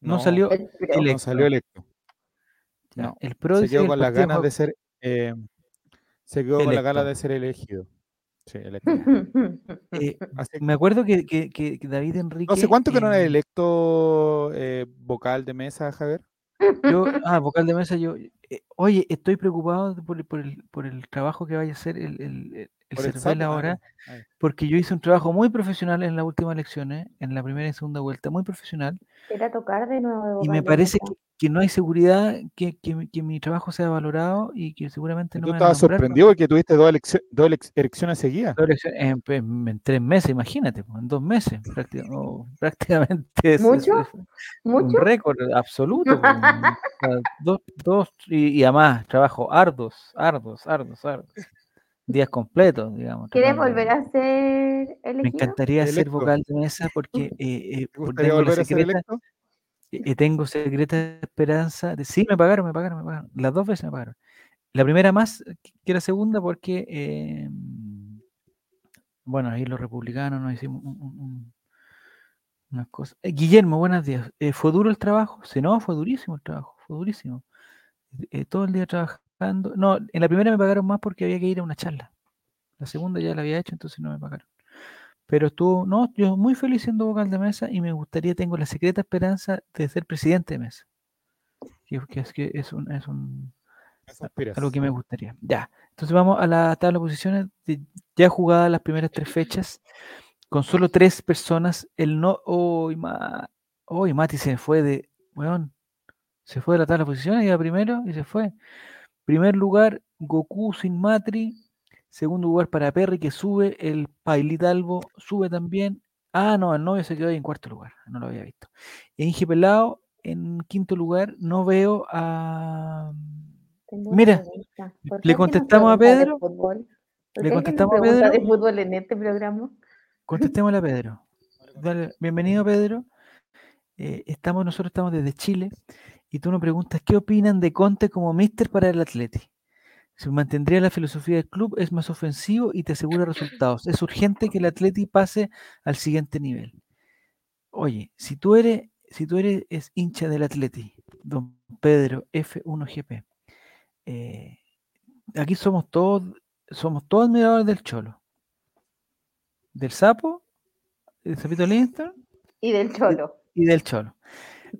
S3: No salió
S2: El pro.
S5: No
S3: electo.
S5: salió electo.
S3: Ya,
S5: no,
S3: El PRO
S5: se
S3: dice
S5: quedó
S3: que el
S5: con las
S3: partido
S5: ganas
S3: fue-
S5: de ser. eh, se quedó con las ganas
S3: Electo.
S5: de ser elegido. Sí, electo.
S3: <laughs> eh,
S5: Hace-
S3: me acuerdo que, que- que- que David Enrique.
S5: no sé cuánto que no era
S3: eh,
S5: electo eh, vocal de mesa, Javier. <laughs>
S3: yo- ah, vocal de mesa, yo. eh, oye, estoy preocupado por, el- por el, por el trabajo que vaya a hacer el, el, el- el
S5: Por el
S3: Cervel
S5: sapo, ah,
S3: ahora, este
S5: ya, ah, ya.
S3: porque yo hice un trabajo muy profesional en las últimas elecciones, en la primera y segunda vuelta, muy profesional,
S2: Era tocar de nuevo.
S3: y
S2: Boca
S3: me
S2: en
S3: parece
S2: Boca.
S3: que, que no hay seguridad que, que mi- que mi trabajo sea valorado y que seguramente no
S5: Tú
S3: me van a
S5: estabas
S3: nombrar, ¿no?
S5: sorprendido porque tuviste dos, eleccio- dos elec- elecciones seguidas.
S3: Dos elecciones En, en- en tres meses, imagínate, pues, en dos meses, prácti- o prácticamente. <laughs> es- es-
S2: ¿Mucho?
S3: es-
S2: Mucho.
S3: Un récord absoluto. pues, o
S2: <laughs>
S3: sea, dos, dos y, y además, trabajo ardos, ardos, ardos, ardos. Días completos, digamos.
S2: ¿Quieres
S3: tratando de-
S2: volver a ser
S3: Me
S2: elegido?
S3: encantaría ser
S5: Electo.
S3: vocal de mesa porque eh,
S5: <laughs>
S3: eh,
S5: ¿Te
S3: por-
S5: gustaría
S3: tengo, la
S5: volver a ser
S3: secreta,
S5: electo?
S3: eh, tengo secreta esperanza de... Sí, me pagaron, me pagaron, me pagaron. Las dos veces me pagaron. La primera más que- que la segunda porque, eh, bueno, ahí los republicanos nos hicimos un- un- un- unas cosas. Eh, Guillermo, buenos días. Eh, ¿Fue duro el trabajo? Sí, no, fue durísimo el trabajo, fue durísimo. Eh, todo el día trabajando. No, en la primera me pagaron más porque había que ir a una charla. La segunda ya la había hecho, entonces no me pagaron. Pero estuvo, no, yo muy feliz siendo vocal de mesa y me gustaría, tengo la secreta esperanza de ser presidente de mesa. Que, que es, que es un- es un,
S5: Eso aspiras.
S3: algo que me gustaría. Ya. Entonces vamos a la tabla de posiciones. de- ya jugadas las primeras tres fechas, con solo tres personas, el no. hoy Mati se fue de. Weón. Se fue de la tabla de posiciones, iba primero y se fue. Primer lugar, Goku sin Matri. Segundo lugar para Perry, que sube. El Pailitalbo sube también. Ah, no, el novio se quedó ahí en cuarto lugar. No lo había visto. Inge Pelado, en quinto lugar, no veo a.
S2: Tengo una
S3: Mira,
S2: pregunta. ¿Por
S3: le
S2: qué es que no
S3: contestamos a
S2: preguntas de
S3: Pedro?
S2: fútbol?
S3: Le
S2: ¿Por qué hay
S3: contestamos a
S2: preguntas
S3: Pedro.
S2: de fútbol en este programa?
S3: Contestémosle a Pedro. Dale, bienvenido, Pedro. Eh, estamos, nosotros estamos desde Chile y tú nos preguntas qué opinan de Conte como mister para el Atleti. Se mantendría la filosofía del club, es más ofensivo y te asegura resultados. Es urgente que el Atleti pase al siguiente nivel. Oye, si tú eres, si tú eres es hincha del Atleti, don Pedro F1GP, eh, aquí somos todos, somos todos admiradores del Cholo, del Sapo, del Sapito Livingston
S2: Y del cholo.
S3: y del Cholo.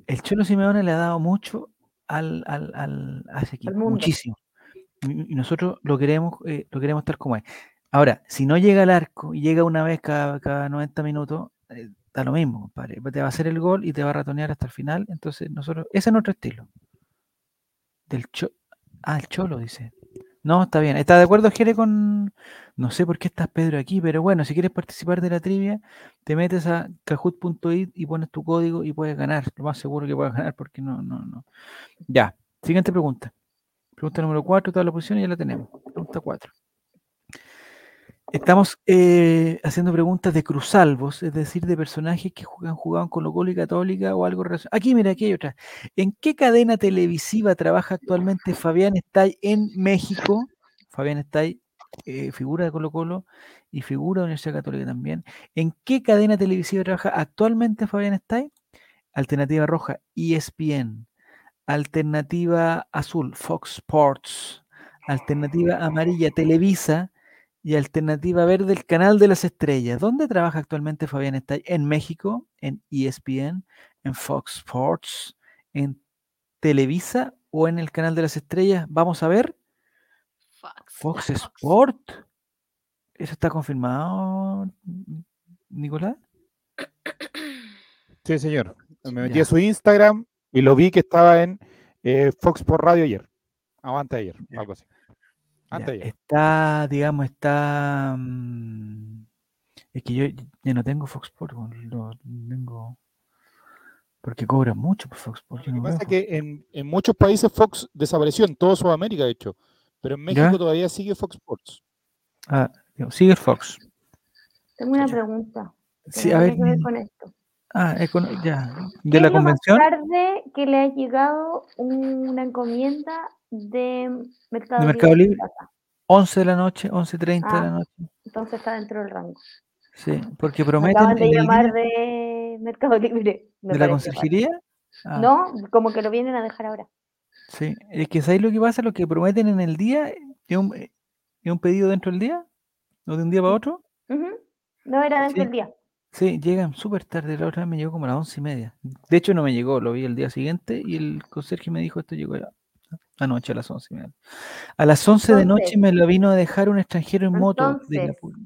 S3: El Cholo Simeone le ha dado mucho al, al, al- a ese equipo,
S2: mundo.
S3: muchísimo. Y y nosotros lo queremos, eh, lo queremos tal como es. Ahora, si no llega al arco y llega una vez cada, cada 90 minutos, eh, da lo mismo, compadre. Te va a hacer el gol y te va a ratonear hasta el final. Entonces, nosotros, ese es nuestro estilo. Del cho ah, el Cholo, dice. No, está bien. ¿Estás de acuerdo, Jere, con... No sé por qué estás, Pedro, aquí, pero bueno, si quieres participar de la trivia, te metes a kahoot.it y pones tu código y puedes ganar. Lo más seguro que puedes ganar porque no, no, no. Ya, siguiente pregunta. Pregunta número 4, toda la posición ya la tenemos. Pregunta 4. Estamos eh, haciendo preguntas de cruzalvos, es decir, de personajes que juegan, jugaban con Colo y Católica o algo relacionado. Aquí, mira, aquí hay otra. ¿En qué cadena televisiva trabaja actualmente Fabián Estay en México? Fabián Estay, eh, figura de Colo Colo y figura de Universidad Católica también. ¿En qué cadena televisiva trabaja actualmente Fabián Stay? Alternativa roja, E ESPN. Alternativa azul, Fox Sports. Alternativa amarilla, Televisa. Y alternativa verde, el Canal de las Estrellas. ¿Dónde trabaja actualmente Fabián Stay? En México, en E ESPN, en Fox Sports, en Televisa o en el Canal de las Estrellas. Vamos a ver.
S1: Fox.
S3: Fox
S1: Fox. <clears throat>
S3: Sport. ¿Eso está confirmado, N- Nicolás?
S5: Sí, señor. Me metí
S3: Ya.
S5: a su Instagram y lo vi que estaba en eh, Fox por Radio ayer. O antes de ayer,
S3: Ya.
S5: algo así.
S3: Ya,
S5: Antes de
S4: este
S5: ayer.
S3: Está, digamos, está. mm, Es que yo ya no tengo Fox Sports, weón, lo tengo. Porque cobran mucho por Fox Sports. yo
S5: Lo que
S3: no
S5: pasa
S3: veo
S5: es que en, en muchos países Fox desapareció, en todo Sudamérica, de hecho. Pero en México todavía sigue Fox Sports.
S3: Fox. Ah, digo, sigue el Fox.
S2: Tengo una pregunta. que
S3: Sí,
S2: no
S3: a ver.
S2: tiene que ver
S3: mm,
S2: con esto.
S3: Ah, econo- ya.
S2: ¿Qué
S3: De la
S2: es lo más
S3: convención.
S2: tarde que le ha llegado una encomienda de Mercado,
S3: De Mercado Libre.
S2: Plaza?
S3: 11 de la noche, 11.30 de
S2: Ah.
S3: la noche.
S2: Entonces está dentro del rango.
S3: Sí, porque
S2: Me
S3: prometen.
S2: acaban de
S3: en el día
S2: llamar de Mercado Libre. me
S3: de la
S2: pareció raro.
S3: conserjería. Ah,
S2: No, como que lo vienen a dejar ahora.
S3: Sí, es que ¿sabes lo que pasa? Lo que prometen en el día es un, es un pedido dentro del día, no de un día
S2: Mm.
S3: para otro.
S2: Ujú. No era dentro
S3: Sí.
S2: del día.
S3: Sí, llegan súper tarde. La otra vez me llegó como a las once y media. De hecho, no me llegó, lo vi el día siguiente y el conserje me dijo esto llegó a- anoche a las once y media. A las once de noche
S2: Entonces-
S3: me lo vino a dejar un extranjero en moto. de la
S2: Entonces.
S3: pu-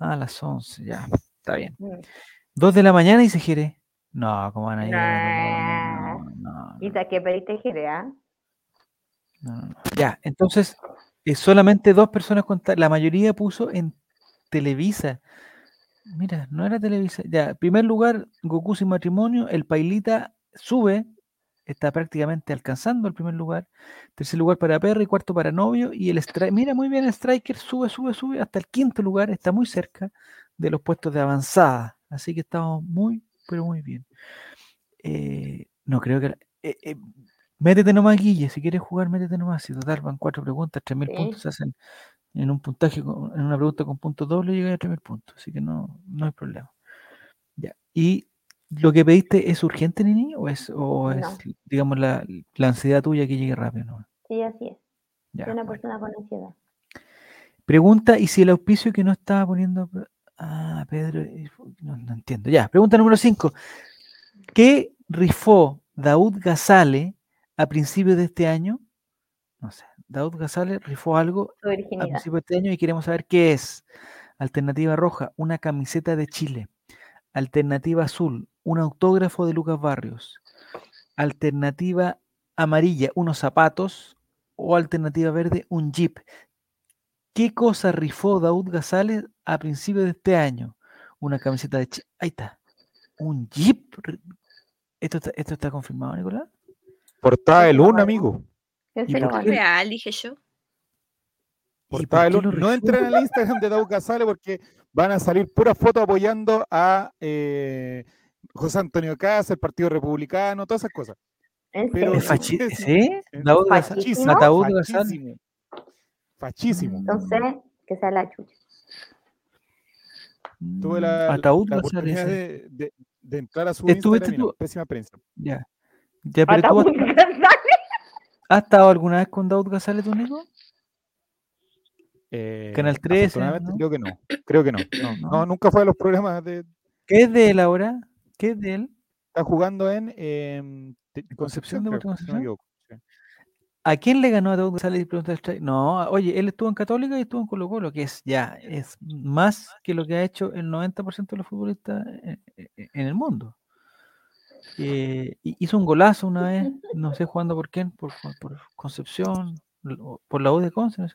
S3: Ah, a las once, ya, está bien.
S2: Mm.
S3: Dos de la mañana y se gire. No, ¿cómo van a ir? a-
S2: Nah.
S3: no, no, no.
S2: Y saqué pediste GRA.
S3: No, no, no. Ya, entonces, eh, solamente dos personas contaron, la mayoría puso en Televisa. Mira, no era Televisa. Ya, primer lugar, Goku sin matrimonio, el Pailita sube, está prácticamente alcanzando el primer lugar. Tercer lugar para Perry, cuarto para Novio y el Striker, mira muy bien el Striker, sube, sube, sube hasta el quinto lugar, está muy cerca de los puestos de avanzada. Así que estamos muy, pero muy bien. Eh, no creo que... la- eh, eh, Métete nomás, Guille. Si quieres jugar, métete nomás. Si total van cuatro preguntas, tres mil
S2: Sí.
S3: puntos se hacen en un puntaje, con- en una pregunta con punto doble, llegas a tres mil puntos. Así que no, no hay problema. Ya. ¿Y lo que pediste es urgente, Nini? ¿O es, o es
S2: No.
S3: digamos, la, la ansiedad tuya que llegue rápido? nomás?
S2: Sí, así es.
S3: Ya,
S2: Soy una
S3: bueno.
S2: persona con ansiedad.
S3: Pregunta, ¿y si el auspicio que no estaba poniendo... pe- Ah, Pedro, eh, fu- no, no entiendo. Ya, pregunta número 5. ¿Qué rifó Daud Gazale a principios de este año? No sé, Daud Gazale rifó algo
S2: Su
S3: a
S2: virginidad.
S3: principios de este año y queremos saber qué es. Alternativa roja, una camiseta de Chile. Alternativa azul, un autógrafo de Lucas Barrios. Alternativa amarilla, unos zapatos. O alternativa verde, un jeep. ¿Qué cosa rifó Daud Gazales a principios de este año? Una camiseta de Chile. Ahí está. Un jeep. ri- ¿Esto está, esto está confirmado, Nicolás?
S5: Portada del
S2: Vamos
S5: 1,
S2: a ver.
S5: amigo.
S2: ¿En
S3: ¿Y
S2: serio,
S3: por
S1: Es
S3: qué?
S2: Juan?
S1: real, dije yo.
S4: Portada
S3: qué
S4: del
S3: lo
S4: lunes. No entren al Instagram de Dau Casale porque van a salir puras fotos apoyando a eh, José Antonio Casa, el Partido Republicano, todas esas cosas.
S2: En serio.
S4: Pero-
S3: ¿Es fachi- ¿Sí? Daud Gazal-
S4: Fachísimo,
S3: Ataúd Gazal.
S4: fachísimo, Fachísimo.
S2: Entonces, que sea la chucha.
S4: Tuve la,
S3: Ataúd
S4: la
S3: Gazal
S4: oportunidad
S3: ese.
S4: de, de- de entrar a su
S3: Estuviste
S4: Instagram y no,
S3: tú-
S4: pésima prensa.
S3: Ya. Ya, pero tú has,
S2: Ataúd <laughs> González.
S3: has estado alguna vez con Daud González, tu amigo? Canal 13,
S4: Eh, afortunadamente,
S3: ¿no?
S4: Creo que no.
S3: <clears throat>
S4: Creo que no. No, no, nunca fue a los programas de.
S3: ¿Qué es de él ahora? ¿Qué es de él?
S4: Está jugando en em, Te-
S3: Concepción
S4: Concepción,
S3: de
S4: creo,
S3: Puerto
S4: si no me
S3: Concepción?
S4: equivoco.
S3: ¿A quién le ganó a Daud González? Pregunta el Stray. No, oye, él estuvo en Católica y estuvo en Colo Colo, que es ya, es más que lo que ha hecho el 90% de los futbolistas en, en- en el mundo. Eh, hi- hizo un golazo una vez, no sé jugando por quién, por, Juan- por Concepción, lo- por la U de Conce. no sé.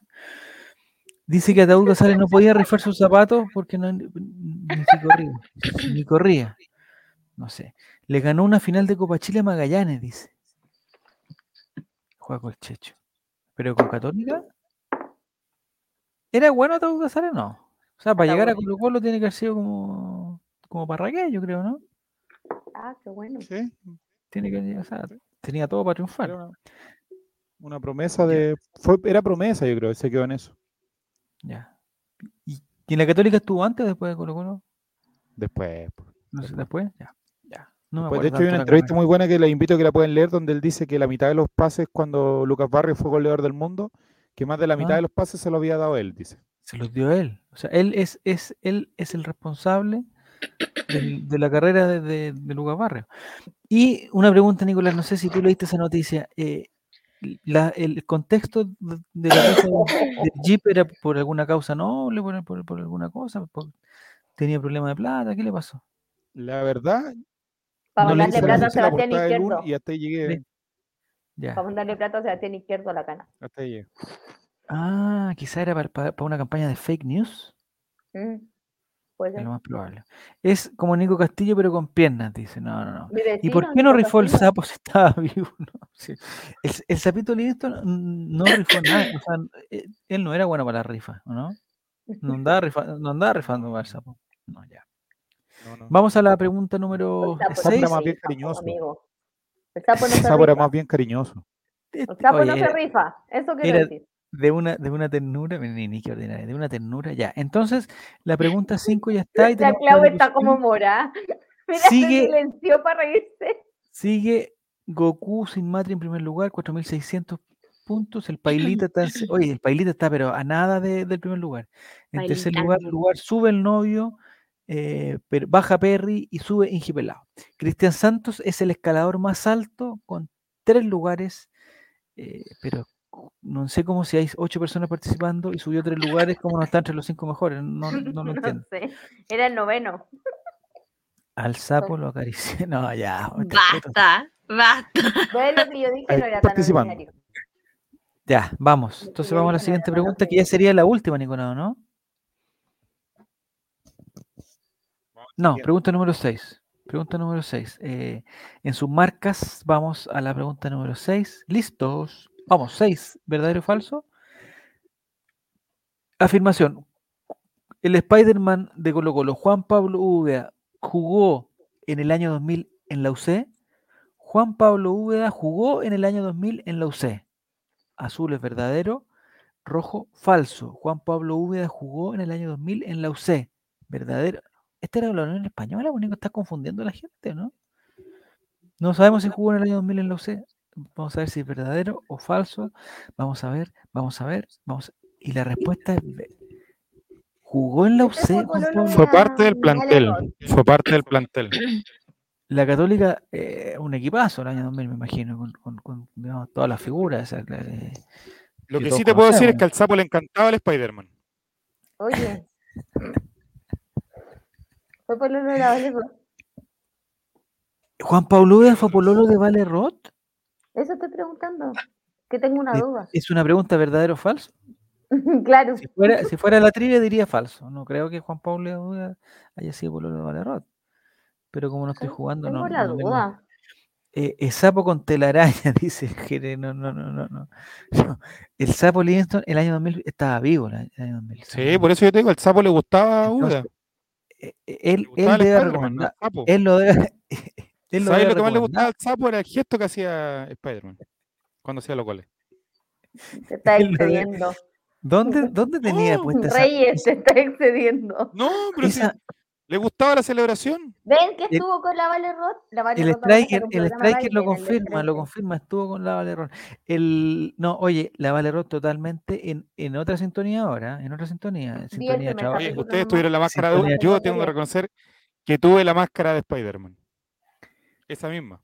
S3: Dice que a Daud González no podía rifar sus zapatos porque no, ni, si corría, ni corría. No sé. Le ganó una final de Copa Chile a Magallanes, dice. Juega con el Checho. ¿Pero con Católica? ¿Era bueno Ataúd González? No. O sea, para
S2: Era
S3: llegar a
S2: bueno.
S3: Colo Colo tiene que haber sido como, como Parragués, yo creo, ¿no?
S2: Ah, qué bueno.
S4: Sí,
S3: Tiene que, o sea, tenía todo para
S4: era
S3: triunfar.
S4: una, una promesa de. Fue, era promesa, yo creo, se quedó en eso.
S3: Ya. ¿Y, y en la Católica estuvo antes o después de Colo Colo?
S4: Después. po.
S3: No sé, después, ya. ya. No me
S4: Después,
S3: acuerdo
S4: de hecho, hay
S3: tanto
S4: una
S3: la
S4: entrevista
S3: carrera.
S4: muy buena que les invito a que la puedan leer, donde él dice que la mitad de los pases, cuando Lucas Barrio fue goleador del mundo, que más de la mitad
S3: Ah.
S4: de los pases se lo había dado él, dice.
S3: Se los dio él. O sea, él es, es, él es el responsable del- de la carrera de, de, de Lucas Barrio. Y una pregunta, Nicolás, no sé si tú leíste esa noticia. eh, la- el contexto de de la mesa del del Jeep era por alguna causa noble, por, por- por alguna cosa, por- tenía problema de plata, ¿qué le pasó?
S4: La verdad,
S2: <laughs> Para
S3: No le
S2: mandarle
S4: hice
S3: hizo
S2: plata a
S4: noticia en la
S2: Sebastián
S4: portada del
S2: Izquierdo.
S4: Lun y hasta ahí llegué.
S3: Sí. Ya.
S2: Para mandarle plata a Sebastián Izquierdo a la cana.
S4: Hasta ahí llegué.
S3: Ah, quizá era para, para- para una campaña de fake news,
S2: Mm. Puede
S3: es
S2: ser.
S3: lo más probable. Es como Nico Castillo, pero con piernas, dice. No, no, no.
S2: Mi
S3: ¿Y
S2: vecino,
S3: por qué no
S2: Nico
S3: rifó el
S2: <laughs> Castillo.
S3: sapo si estaba <laughs> vivo? No, sí. el, s- el sapito Livingston mm, no rifó nada. o sea, n- eh, él no era bueno para la rifa, ¿o ¿no? No andaba, rifa- no andaba rifando para el sapo. No, ya.
S4: No, no.
S3: Vamos a la pregunta número
S2: El sapo no
S3: 6.
S4: Era más
S2: se
S4: bien
S2: rifa,
S4: cariñoso.
S2: amigo. El sapo no
S4: El
S2: se
S4: sapo era
S2: rifa.
S4: más bien cariñoso.
S2: El sapo
S3: Este, Oye,
S2: no se
S3: era
S2: rifa. Eso quiero
S3: era-
S2: decir.
S3: de una, de una ternura, ni, ni qué ordinaria, de una ternura, ya. Entonces,
S2: <laughs>
S3: la pregunta 5 ya está. y
S2: La
S3: tenemos
S2: clave
S3: la
S2: está como
S3: discusión.
S2: morada. <laughs> Mira,
S3: Sigue-
S2: se silenció para reírse.
S3: Sigue Goku sin Matri en primer lugar, 4600 puntos. El Pailita está, en se- oye, el Pailita está pero a nada de- del primer lugar. En tercer lugar,
S1: Pailitando.
S3: lugar sube el novio, eh, per- baja Perry y sube Ingi Pelao. Cristian Santos es el escalador más alto con tres lugares, eh, pero cu- no sé cómo si hay ocho personas participando y subió tres lugares, cómo no está entre los cinco mejores, no,
S2: <laughs>
S3: no lo entiendo.
S2: sé. Era el noveno.
S3: Al sapo lo acaricié, <laughs> no, ya. este- esto-
S1: Basta, basta.
S2: ¿Ves lo que yo dije?
S4: Ahí
S2: No era tan
S4: participando.
S2: ordinario.
S3: Ya, vamos.
S2: Lo
S3: Entonces
S2: que yo
S3: vamos a la
S2: dije no era
S3: siguiente
S2: malo,
S3: pregunta, que
S2: pero-
S3: ya sería la última, Nicolás, ¿no? No,
S4: siguiente.
S3: pregunta número 6. Pregunta número 6. en sus marcas, vamos a la pregunta número 6. Listos. Vamos, 6. ¿Verdadero o falso? Afirmación. El Spider-Man de Colo Colo, Juan Pablo Úbeda, jugó en el año 2000 en la UC. Juan Pablo Úbeda jugó en el año 2000 en la UC. Azul es verdadero, rojo falso. Juan Pablo Úbeda jugó en el año 2000 en la UC. Verdadero. Esta era la Unión Española, único está confundiendo a la gente, ¿no? No sabemos si jugó en el año 2000 en la UC. Vamos a ver si es verdadero o falso. Vamos a ver, vamos a ver, vamos. Y la respuesta es ve- jugó en la
S2: Este fue
S3: UC. Juan
S2: Colo
S3: Pablo-
S2: Colo
S4: Fue
S2: Ah,
S4: parte del
S2: mira
S4: plantel.
S2: los
S4: Fue parte del plantel.
S3: La Católica, eh, un equipazo el año 2000, me imagino, con, con- con, digamos, todas las figuras. esa cla- eh,
S4: Lo
S3: que
S4: que
S3: todos
S4: sí te puedo decir es
S3: conocemos.
S4: que al sapo le encantaba el Spider-Man.
S2: Oye. Fue por lo de la Vale Roth.
S3: Juan Pablo Úbeda fue pololo de Vale Roth.
S2: Eso estoy preguntando. Que tengo una
S3: Eh,
S2: duda. <laughs>
S3: Es una pregunta verdadero o falso.
S2: claro.
S3: Si fuera, si fuera la trivia diría falso. No creo que Juan Pablo Úbeda haya sido pololo de Vale Roth. Pero como no estoy jugando, no,
S2: Tengo la
S3: no tengo-
S2: duda.
S3: Eh, el sapo con telaraña, <laughs> dice Jere, no, no, no, no, no. No, El sapo Livingston el año 2000 estaba vivo. el año 2000.
S4: Sí, pues, por eso yo te digo, el sapo le gustaba a
S3: Entonces,
S4: Uda.
S3: Eh, eh,
S5: Le
S3: Él, él
S5: gustaba el
S3: debe
S5: Spider-Man, no el
S3: recomendar.
S5: sapo.
S3: Él lo debe. <laughs> Él lo
S4: ¿Sabes
S3: debe
S4: lo que más le
S3: recomendar.
S4: gustaba al sapo? Era el gesto que hacía Spider-Man cuando hacía los goles.
S2: Te está
S3: Él <laughs> lo ve.
S2: excediendo.
S3: ¿Dónde, dónde
S2: <laughs>
S3: tenía
S4: Oh,
S3: puesta esa-
S2: Reyes, te está excediendo.
S4: No, pero sí,
S3: esa-
S4: le gustaba la celebración.
S2: ¿Ven que
S3: El-
S2: estuvo con la Vale Roth? La Vale
S3: Eh, El
S2: Roth ahora
S3: striker,
S2: saca un
S3: el
S2: programa
S3: striker lo
S2: baile en el
S3: confirma, lo
S2: frente.
S3: confirma, estuvo con la Valerón. El, no, oye, la Valerón totalmente en, en otra sintonía ahora, en otra sintonía, en sintonía de
S2: primer
S3: trabajo.
S2: Oye,
S4: Oye,
S2: capítulo
S4: ustedes
S2: nomás.
S4: tuvieron la máscara de Uda.
S3: Sintonía
S4: Yo
S2: Chapo.
S4: tengo que reconocer que tuve la máscara de Spider-Man. Esa misma.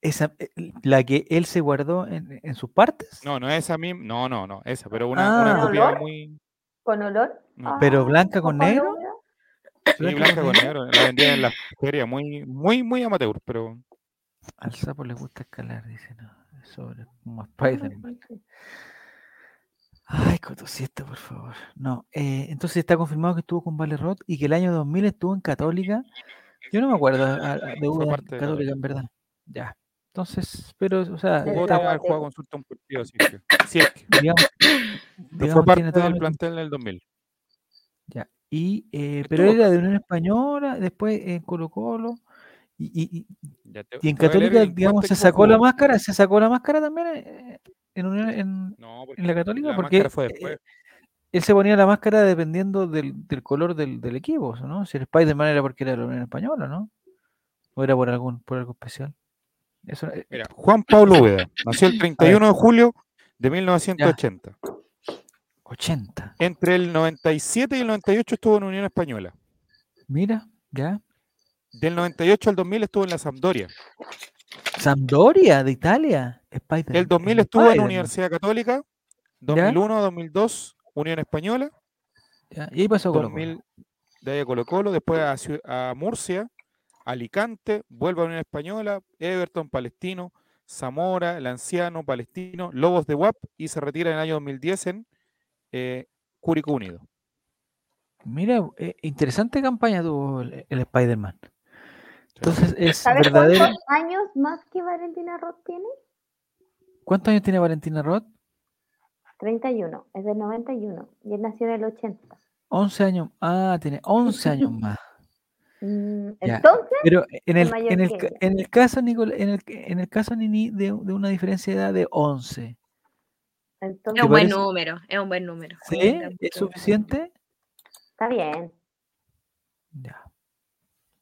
S3: Esa, eh, la que él se guardó en, en sus partes,
S4: No, no esa misma. No, no, no. Esa, pero una, una
S3: Ah.
S4: copia
S2: ¿Color?
S4: muy.
S2: ¿Con olor?
S4: No.
S3: pero
S2: Ah,
S3: blanca con
S2: Juan Pablo
S3: negro.
S2: Ueda.
S4: Sí,
S3: blanca
S4: blanca
S3: con
S4: con
S3: negro.
S4: negro. La vendían en las ferias muy, muy, muy amateur, pero.
S3: Al sapo le gusta escalar, dice, no, es sobre como Spider-Man. Ay, Cotosieto, por favor. No, eh, entonces está confirmado que estuvo con Valerrot y que el año 2000 estuvo en Católica. Yo no me acuerdo a- a- de
S4: Fue
S3: Uda en
S4: parte de la-
S3: Católica, en verdad. Ya. Entonces, pero, o sea,
S2: Del
S4: Puedo
S2: la
S4: tener al
S2: UAT.
S4: juego consulta un partido, si es que. Si es que. <coughs>
S3: digamos,
S4: No
S3: digamos,
S4: fue
S3: tiene
S4: parte
S3: todo
S4: del
S3: mi-
S4: plantel del 2000.
S3: ya. Y, eh, pero
S4: Estuvo
S3: era de Unión Española, después en Colo Colo. Y, y- y-
S4: Ya te-
S3: y en
S4: te voy a leer
S3: Católica,
S4: el
S3: digamos,
S4: cuánto
S3: se
S4: equipo
S3: sacó la
S4: jugó.
S3: máscara, se sacó la máscara también eh, en, Unión- en-
S4: No, porque
S3: en la Católica,
S4: la
S3: porque
S4: máscara fue
S3: eh,
S4: después.
S3: él se ponía la máscara dependiendo del, del color del, del equipo, ¿no? Si el Spider-Man era porque era de la Unión Española, ¿no? O era por algún por algo especial. Eso, eh,
S4: Mira, Juan Pablo Úbeda nació
S3: <laughs>
S4: el 31 de julio de 1980.
S3: 80.
S4: Entre el 97 y el 98 estuvo en Unión Española.
S3: Mira, ya.
S4: Del 98 al 2000 estuvo en la Sampdoria.
S3: Sampdoria de Italia. Spider
S4: Del 2000 estuvo en la
S3: Spider-Man,
S4: Universidad Católica. 2001, 2002, Unión Española.
S3: ya. Y ahí pasó Colo
S4: 2000 de ahí a Colo Colo. Después a, Ciu- a Murcia, Alicante, vuelve a Unión Española, Everton, Palestino, Zamora, el Anciano, Palestino, Lobos de WAP y se retira en el año 2010 en eh, Curicó Unido.
S3: Mira, eh, interesante campaña tuvo el, el Spider-Man. Entonces es
S2: ¿Sabes
S3: verdadero.
S2: cuántos años más que Valentina Roth tiene?
S3: ¿Cuántos años tiene Valentina Roth?
S2: 31, es del 91 y él nació en el 80.
S3: 11 años. Ah, tiene 11 años más.
S2: Mm,
S3: Ya.
S2: Entonces,
S3: Pero en
S2: Es
S3: el,
S2: mayor
S3: en el,
S2: que
S3: ca-
S2: ella.
S3: en el caso, Nicol- en el, en el caso Nini, de, de una diferencia de edad de 11,
S1: Es
S2: entonces
S1: un buen
S3: parece?
S1: número, es un buen número.
S3: ¿sí?
S1: Me encanta.
S3: ¿Es suficiente?
S2: está bien.
S3: Ya.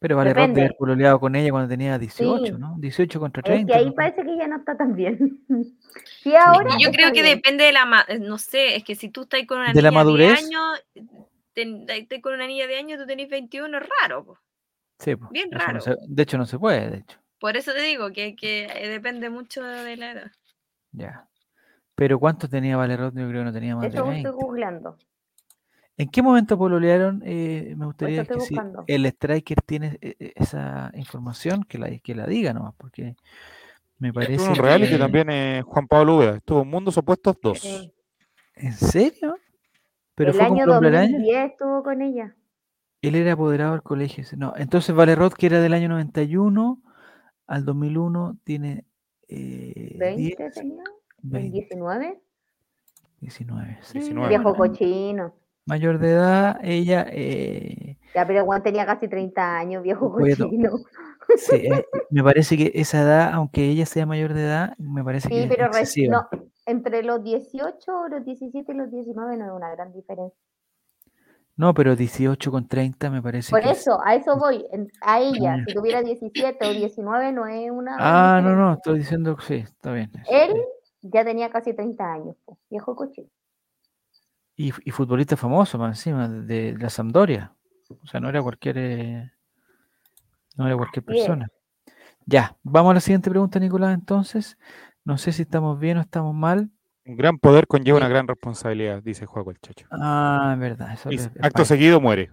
S3: Pero vale, Roth debe haber
S2: Depende.
S3: pololeado con ella cuando tenía 18,
S2: Sí.
S3: ¿no? 18 contra
S2: Es
S3: 30.
S2: que ahí
S3: ¿no?
S2: parece que ya no está tan bien. <laughs> Sí, ahora.
S1: Yo
S2: está
S1: creo que
S2: bien.
S1: depende de la, ma- eh, no sé, es que si tú estás con una
S3: ¿De la
S1: niña
S3: madurez?
S1: de años, ten- estás con una niña de años, tú tenés 21, es raro. po.
S3: Sí, po,
S1: bien
S3: eso no
S1: raro.
S3: se- de hecho, no se puede, de hecho.
S1: Por eso te digo que, que eh, depende mucho de la edad.
S3: Ya. Pero ¿cuántos tenía Valerot? Yo creo que no tenía más de
S2: Eso estoy
S3: 20.
S2: googleando.
S3: ¿En qué momento pololearon? Eh, me gustaría
S2: estoy
S3: que si
S2: buscando.
S3: el striker tiene eh, eh, esa información, que la, que la diga nomás, porque me
S4: Estuvo
S3: parece...
S4: en un reality
S3: que-
S4: también eh, Juan Pablo Úbeda. Estuvo en Mundos Opuestos 2.
S2: Sí.
S3: ¿En serio? Pero
S2: Eh, el
S3: fue como
S2: año
S3: Plombleraña.
S2: 2010 estuvo con ella.
S3: Él era apoderado del colegio. ese- No, entonces Valerot, que era del año 91 al 2001, tiene eh,
S2: 20
S3: 10,
S2: tenía.
S3: 20,
S2: 19.
S3: 19. sí,
S4: 19.
S2: Mm, Viejo
S3: bueno,
S2: cochino.
S3: mayor de edad, ella. eh,
S2: Ya, pero Juan tenía casi 30 años, viejo
S3: Bueno.
S2: cochino.
S3: sí,
S2: <laughs>
S3: eh, me parece que esa edad, aunque ella sea mayor de edad, me parece que
S2: Sí,
S3: es
S2: pero re-
S3: excesiva.
S2: no, entre los 18, los 17 y los 19 no es una gran diferencia.
S3: No, pero 18 con 30 me parece
S2: Por
S3: que es-
S2: eso, a eso voy. en- A ella,
S3: Ya.
S2: si tuviera 17 o 19, no es una. gran
S3: Ah, no,
S2: diferencia.
S3: no, estoy diciendo que sí, está bien. eh, eso,
S2: Él
S3: sí.
S2: ya tenía casi 30 años, po, viejo cochino.
S3: Y, y futbolista famoso más encima, de, de la Sampdoria. O sea, no era cualquier, eh, no era cualquier
S2: Así es.
S3: persona. Ya, vamos a la siguiente pregunta, Nicolás, entonces. No sé si estamos bien o estamos mal.
S4: Un gran poder conlleva
S3: Sí.
S4: una gran responsabilidad, dice Juaco el Chacho.
S3: Ah, es verdad, eso
S4: Y
S3: es
S4: acto
S3: Spider-
S4: seguido muere.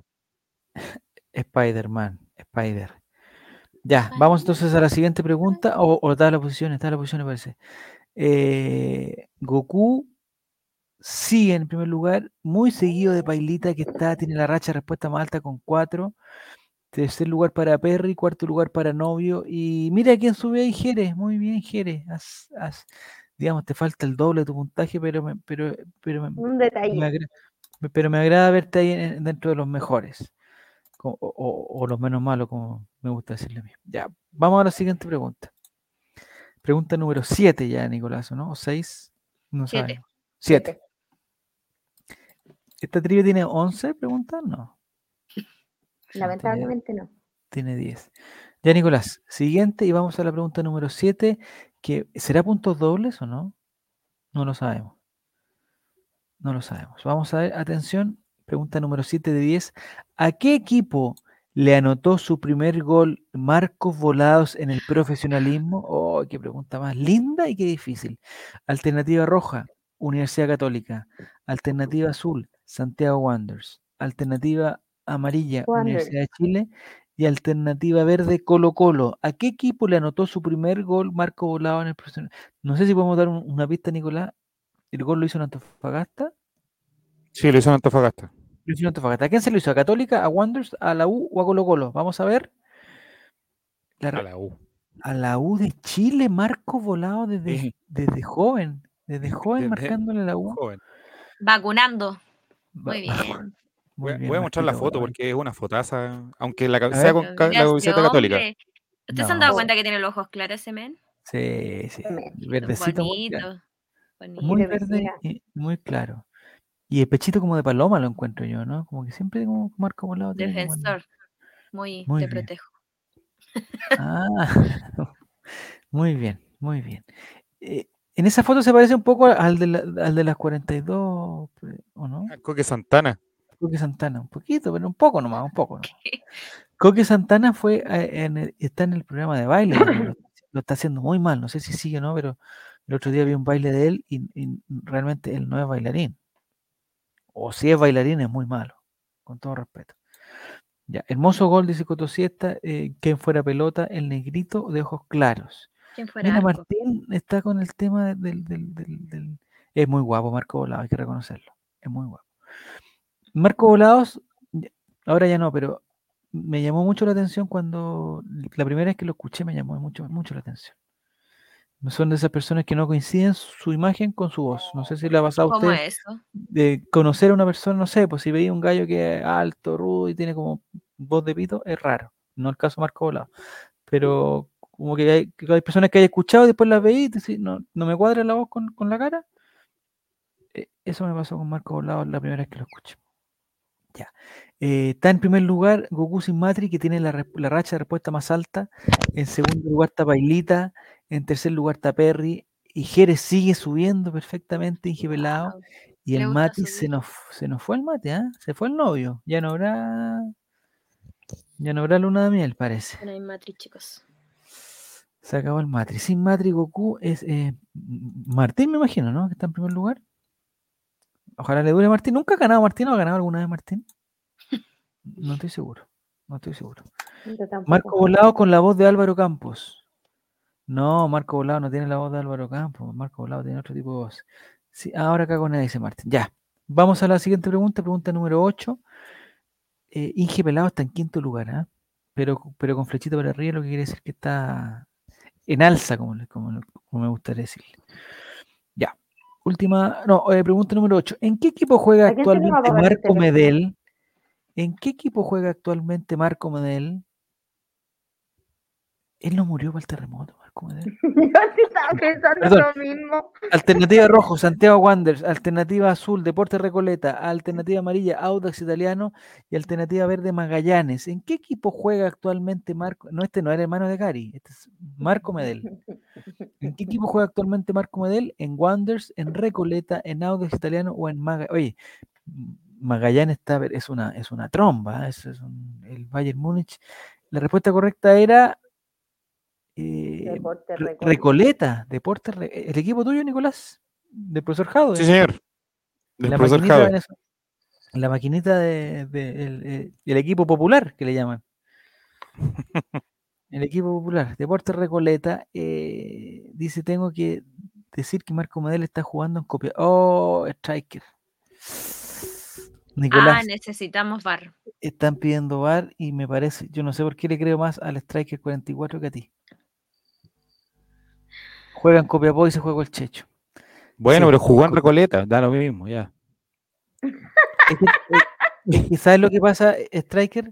S3: Spider-Man, Spider. Ya, vamos entonces a la siguiente pregunta. O, o está la posición, está la posición, me parece. Eh, Goku sigue en primer lugar, muy seguido de Pailita, que está, tiene la racha de respuesta más alta con 4. Tercer lugar para Perry, cuarto lugar para Novio. Y mira quién sube ahí, Jerez. Muy bien, Jerez. Haz- haz- digamos, te falta el doble de tu puntaje, pero me, pero, pero me-
S2: Un
S3: me
S2: detalle.
S3: agra- me- pero me agrada verte ahí en- dentro de los mejores. co- O, o- o los menos malos, como me gusta decirle a mí. Ya, vamos a la siguiente pregunta. Pregunta número 7 ya, Nicolás, ¿no? ¿O 6? No
S1: Siete.
S3: sabemos. 7. ¿Esta trivia tiene 11 preguntas? No,
S2: Lamentablemente no.
S3: tiene 10. Ya, Nicolás, siguiente y vamos a la pregunta número 7, que ¿será puntos dobles o no? No lo sabemos. No lo sabemos. Vamos a ver, atención, pregunta número 7 de 10. ¿A qué equipo le anotó su primer gol Marcos Volados en el profesionalismo? Oh, qué pregunta más linda y qué difícil. Alternativa roja, Universidad Católica. Alternativa azul, Santiago Wanderers. Alternativa amarilla, Universidad de Chile. Y alternativa verde, Colo Colo. ¿A qué equipo le anotó su primer gol Marcos Volados en el profesionalismo? No sé si podemos dar un- una pista, Nicolás. ¿El gol lo hizo en Antofagasta?
S4: Sí, lo hizo en Antofagasta.
S3: Lo hizo en Antofagasta. ¿A quién se lo hizo? ¿A Católica, a Wanderers, a la U o a Colo Colo? Vamos a ver. La
S4: A
S3: re-
S4: la U.
S3: a la U de Chile, Marco Volado desde,
S4: Sí.
S3: desde joven. Desde joven
S4: Desde
S3: marcándole a la U.
S4: Joven.
S1: Vacunando.
S3: Va-
S1: Muy bien.
S3: <laughs> muy
S4: Voy, a-
S3: bien,
S4: voy a mostrar la
S3: Marquito
S4: foto
S3: Volado.
S4: porque es una fotaza, aunque la, ca-
S3: ver.
S4: sea con ca- la
S1: Gracias,
S4: camiseta católica.
S1: hombre. ¿Ustedes se han dado
S3: No.
S1: cuenta que tiene los ojos claros ese men?
S3: Sí, sí.
S2: Tremendo.
S3: Verdecito. muy claro.
S1: Bonito. bonito.
S3: Muy
S2: Mira,
S3: verde
S2: mira.
S3: y muy claro. Y el pechito como de paloma lo encuentro yo, ¿no? Como que siempre como Marco Volado. tiene como el-
S1: Defensor. Muy,
S3: Muy
S1: te
S3: bien.
S1: protejo.
S3: Ah, <laughs> muy bien, muy bien. Eh, en esa foto se parece un poco al de, la- al de las 42, pre- pues, ¿o no?
S4: Ah, Coque Santana.
S3: Coque Santana, un poquito, pero un poco nomás, un poco nomás. Coque Santana fue a- en el- está en el programa de baile, donde lo, lo está haciendo muy mal, no sé si sigue o no, pero el otro día vi un baile de él y, y realmente él no es bailarín. O si es bailarín es muy malo, con todo respeto. Ya, hermoso gol, dice Cotosiesta, eh, quien fuera pelota, el negrito de ojos claros.
S1: ¿Quién fuera?
S3: Mira,
S1: arco.
S3: Martín está con el tema del, del- del- del- Es muy guapo Marco Volados, hay que reconocerlo. Es muy guapo. Marco Volados, ya- ahora ya no, pero me llamó mucho la atención cuando... La primera vez que lo escuché me llamó mucho, mucho la atención. No Son de esas personas que no coinciden su imagen con su voz. No sé si le ha pasado a
S1: ¿Cómo
S3: usted
S1: es eso?
S3: de conocer a una persona, no sé, pues si veía un gallo que es alto, rudo y tiene como voz de pito, es raro. No el caso Marco Volado. Pero como que hay, que hay personas que hay escuchado y después las veí y te decís, no, no me cuadra la voz con, con la cara. Eh, Eso me pasó con Marco Volado la primera vez que lo escuché. Ya. Eh, está en primer lugar Goku sin Matri, que tiene la, res- la racha de respuesta más alta. En segundo lugar está Bailita. En tercer lugar está Perry. Y Jerez sigue subiendo perfectamente, Ingepelado.
S1: Guau.
S3: Y
S1: Le
S3: el
S1: gusta
S3: mate se
S1: subir.
S3: nos, f- se nos fue el mate, ¿ah? Se fue el novio. Ya no habrá. Ya no habrá luna de miel, parece.
S1: No hay matriz, chicos.
S3: Se acabó el Matri. Sin Matri, Goku es eh, M- Martín, me imagino, ¿no? Que está en primer lugar. Ojalá le dure a Martín. ¿Nunca ha ganado Martín o ha ganado alguna vez Martín? No estoy seguro. No estoy seguro.
S2: Yo tampoco.
S3: Marco Volado con la voz de Álvaro Campos. No, Marco Volado no tiene la voz de Álvaro Campos. Marco Volado tiene otro tipo de voz. Sí, ahora acá con dice Martín. Ya. Vamos a la siguiente pregunta, pregunta número 8. Eh, Inge Pelado está en quinto lugar, ¿ah? pero, co- pero con flechita para arriba, lo que quiere decir que está en alza, como, le- como, lo- como me gustaría decirle. Ya. Última, no, eh, pregunta número 8. ¿En qué equipo juega
S2: ¿A quién se le va a este
S3: actualmente
S2: apagar el
S3: Marco
S2: teléfono?
S3: Medel? ¿En qué equipo juega actualmente Marco Medel? Él no murió para el terremoto, Marco Medel.
S2: <laughs> Yo sí
S3: <laughs>
S2: estaba pensando
S3: Perdón.
S2: lo mismo.
S3: Alternativa rojo, Santiago Wanderers. Alternativa azul, Deporte Recoleta. Alternativa amarilla, Audax Italiano. Y alternativa verde, Magallanes. ¿En qué equipo juega actualmente Marco? No, este no era hermano de Gary. Este es Marco
S2: <laughs>
S3: Medel. ¿En qué equipo juega actualmente Marco Medel? ¿En Wanderers, en Recoleta, en Audax Italiano o en Magallanes? Oye, M- Magallanes está, ver- es, una, es una tromba. ¿eh? Es, es un- el Bayern Múnich. La respuesta correcta era... eh,
S2: Deporte
S3: Re-
S2: Recoleta.
S3: Recoleta, Deporte Re- ¿El equipo tuyo, Nicolás? Del profesor Jado.
S4: Sí, señor. Del
S3: la,
S4: profesor
S3: maquinita
S4: Jadwe.
S3: venezo- la maquinita de, de- el, el- el equipo popular, que le
S4: <laughs>
S3: llaman. El equipo popular, Deporte Recoleta, eh, dice, tengo que decir que Marco Medel está jugando en copia. Oh, Striker.
S1: Ah,
S3: Nicolás,
S1: necesitamos bar.
S3: están pidiendo bar y me parece, yo no sé por qué le creo más al Striker 44 que a ti. Juegan Copiapó y se juega el Checho.
S4: Bueno,
S3: Sí.
S4: pero jugó en Recoleta, da lo mismo, ya.
S3: Es que, eh, es que ¿Sabes lo que pasa, eh, Striker?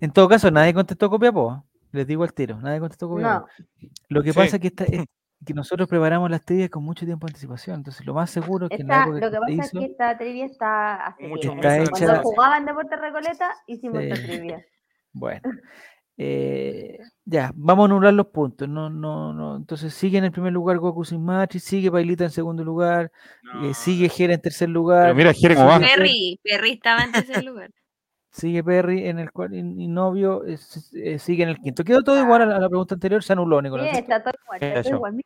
S3: En todo caso, nadie contestó Copiapó. ¿ah? Les digo al tiro, nadie contestó Copiapó.
S2: No,
S3: Lo que
S4: Sí.
S3: pasa es que, esta, es que nosotros preparamos las teorías con mucho tiempo de anticipación. Entonces, lo más seguro es que en la
S2: está-
S3: época
S2: lo que
S3: se
S2: pasa es
S3: hizo-
S2: que esta trivia está hace
S4: Mucho
S2: tiempo.
S3: Está
S2: Cuando
S3: hecha-
S2: jugaban Deportes Recoleta, hicimos
S3: Sí.
S2: esta
S3: <laughs>
S2: trivia.
S3: Bueno, eh, ya, vamos a anular los puntos. No, no, no. Entonces sigue en el primer lugar Goku sin Machi, sigue Bailita en segundo lugar, eh, sigue Jera en tercer
S4: Ah, Pero
S3: lugar,
S4: mira, Jere, cómo va.
S3: Sí.
S1: Perry, Perry estaba en tercer lugar.
S3: sigue Perry en el cuarto y y novio eh, s- eh, sigue en el quinto. Quedó todo igual a la, a la pregunta anterior, se anuló, Nicolás.
S2: Sí,
S3: ¿cierto?
S2: está todo igual, está
S4: Eso.
S2: todo igual.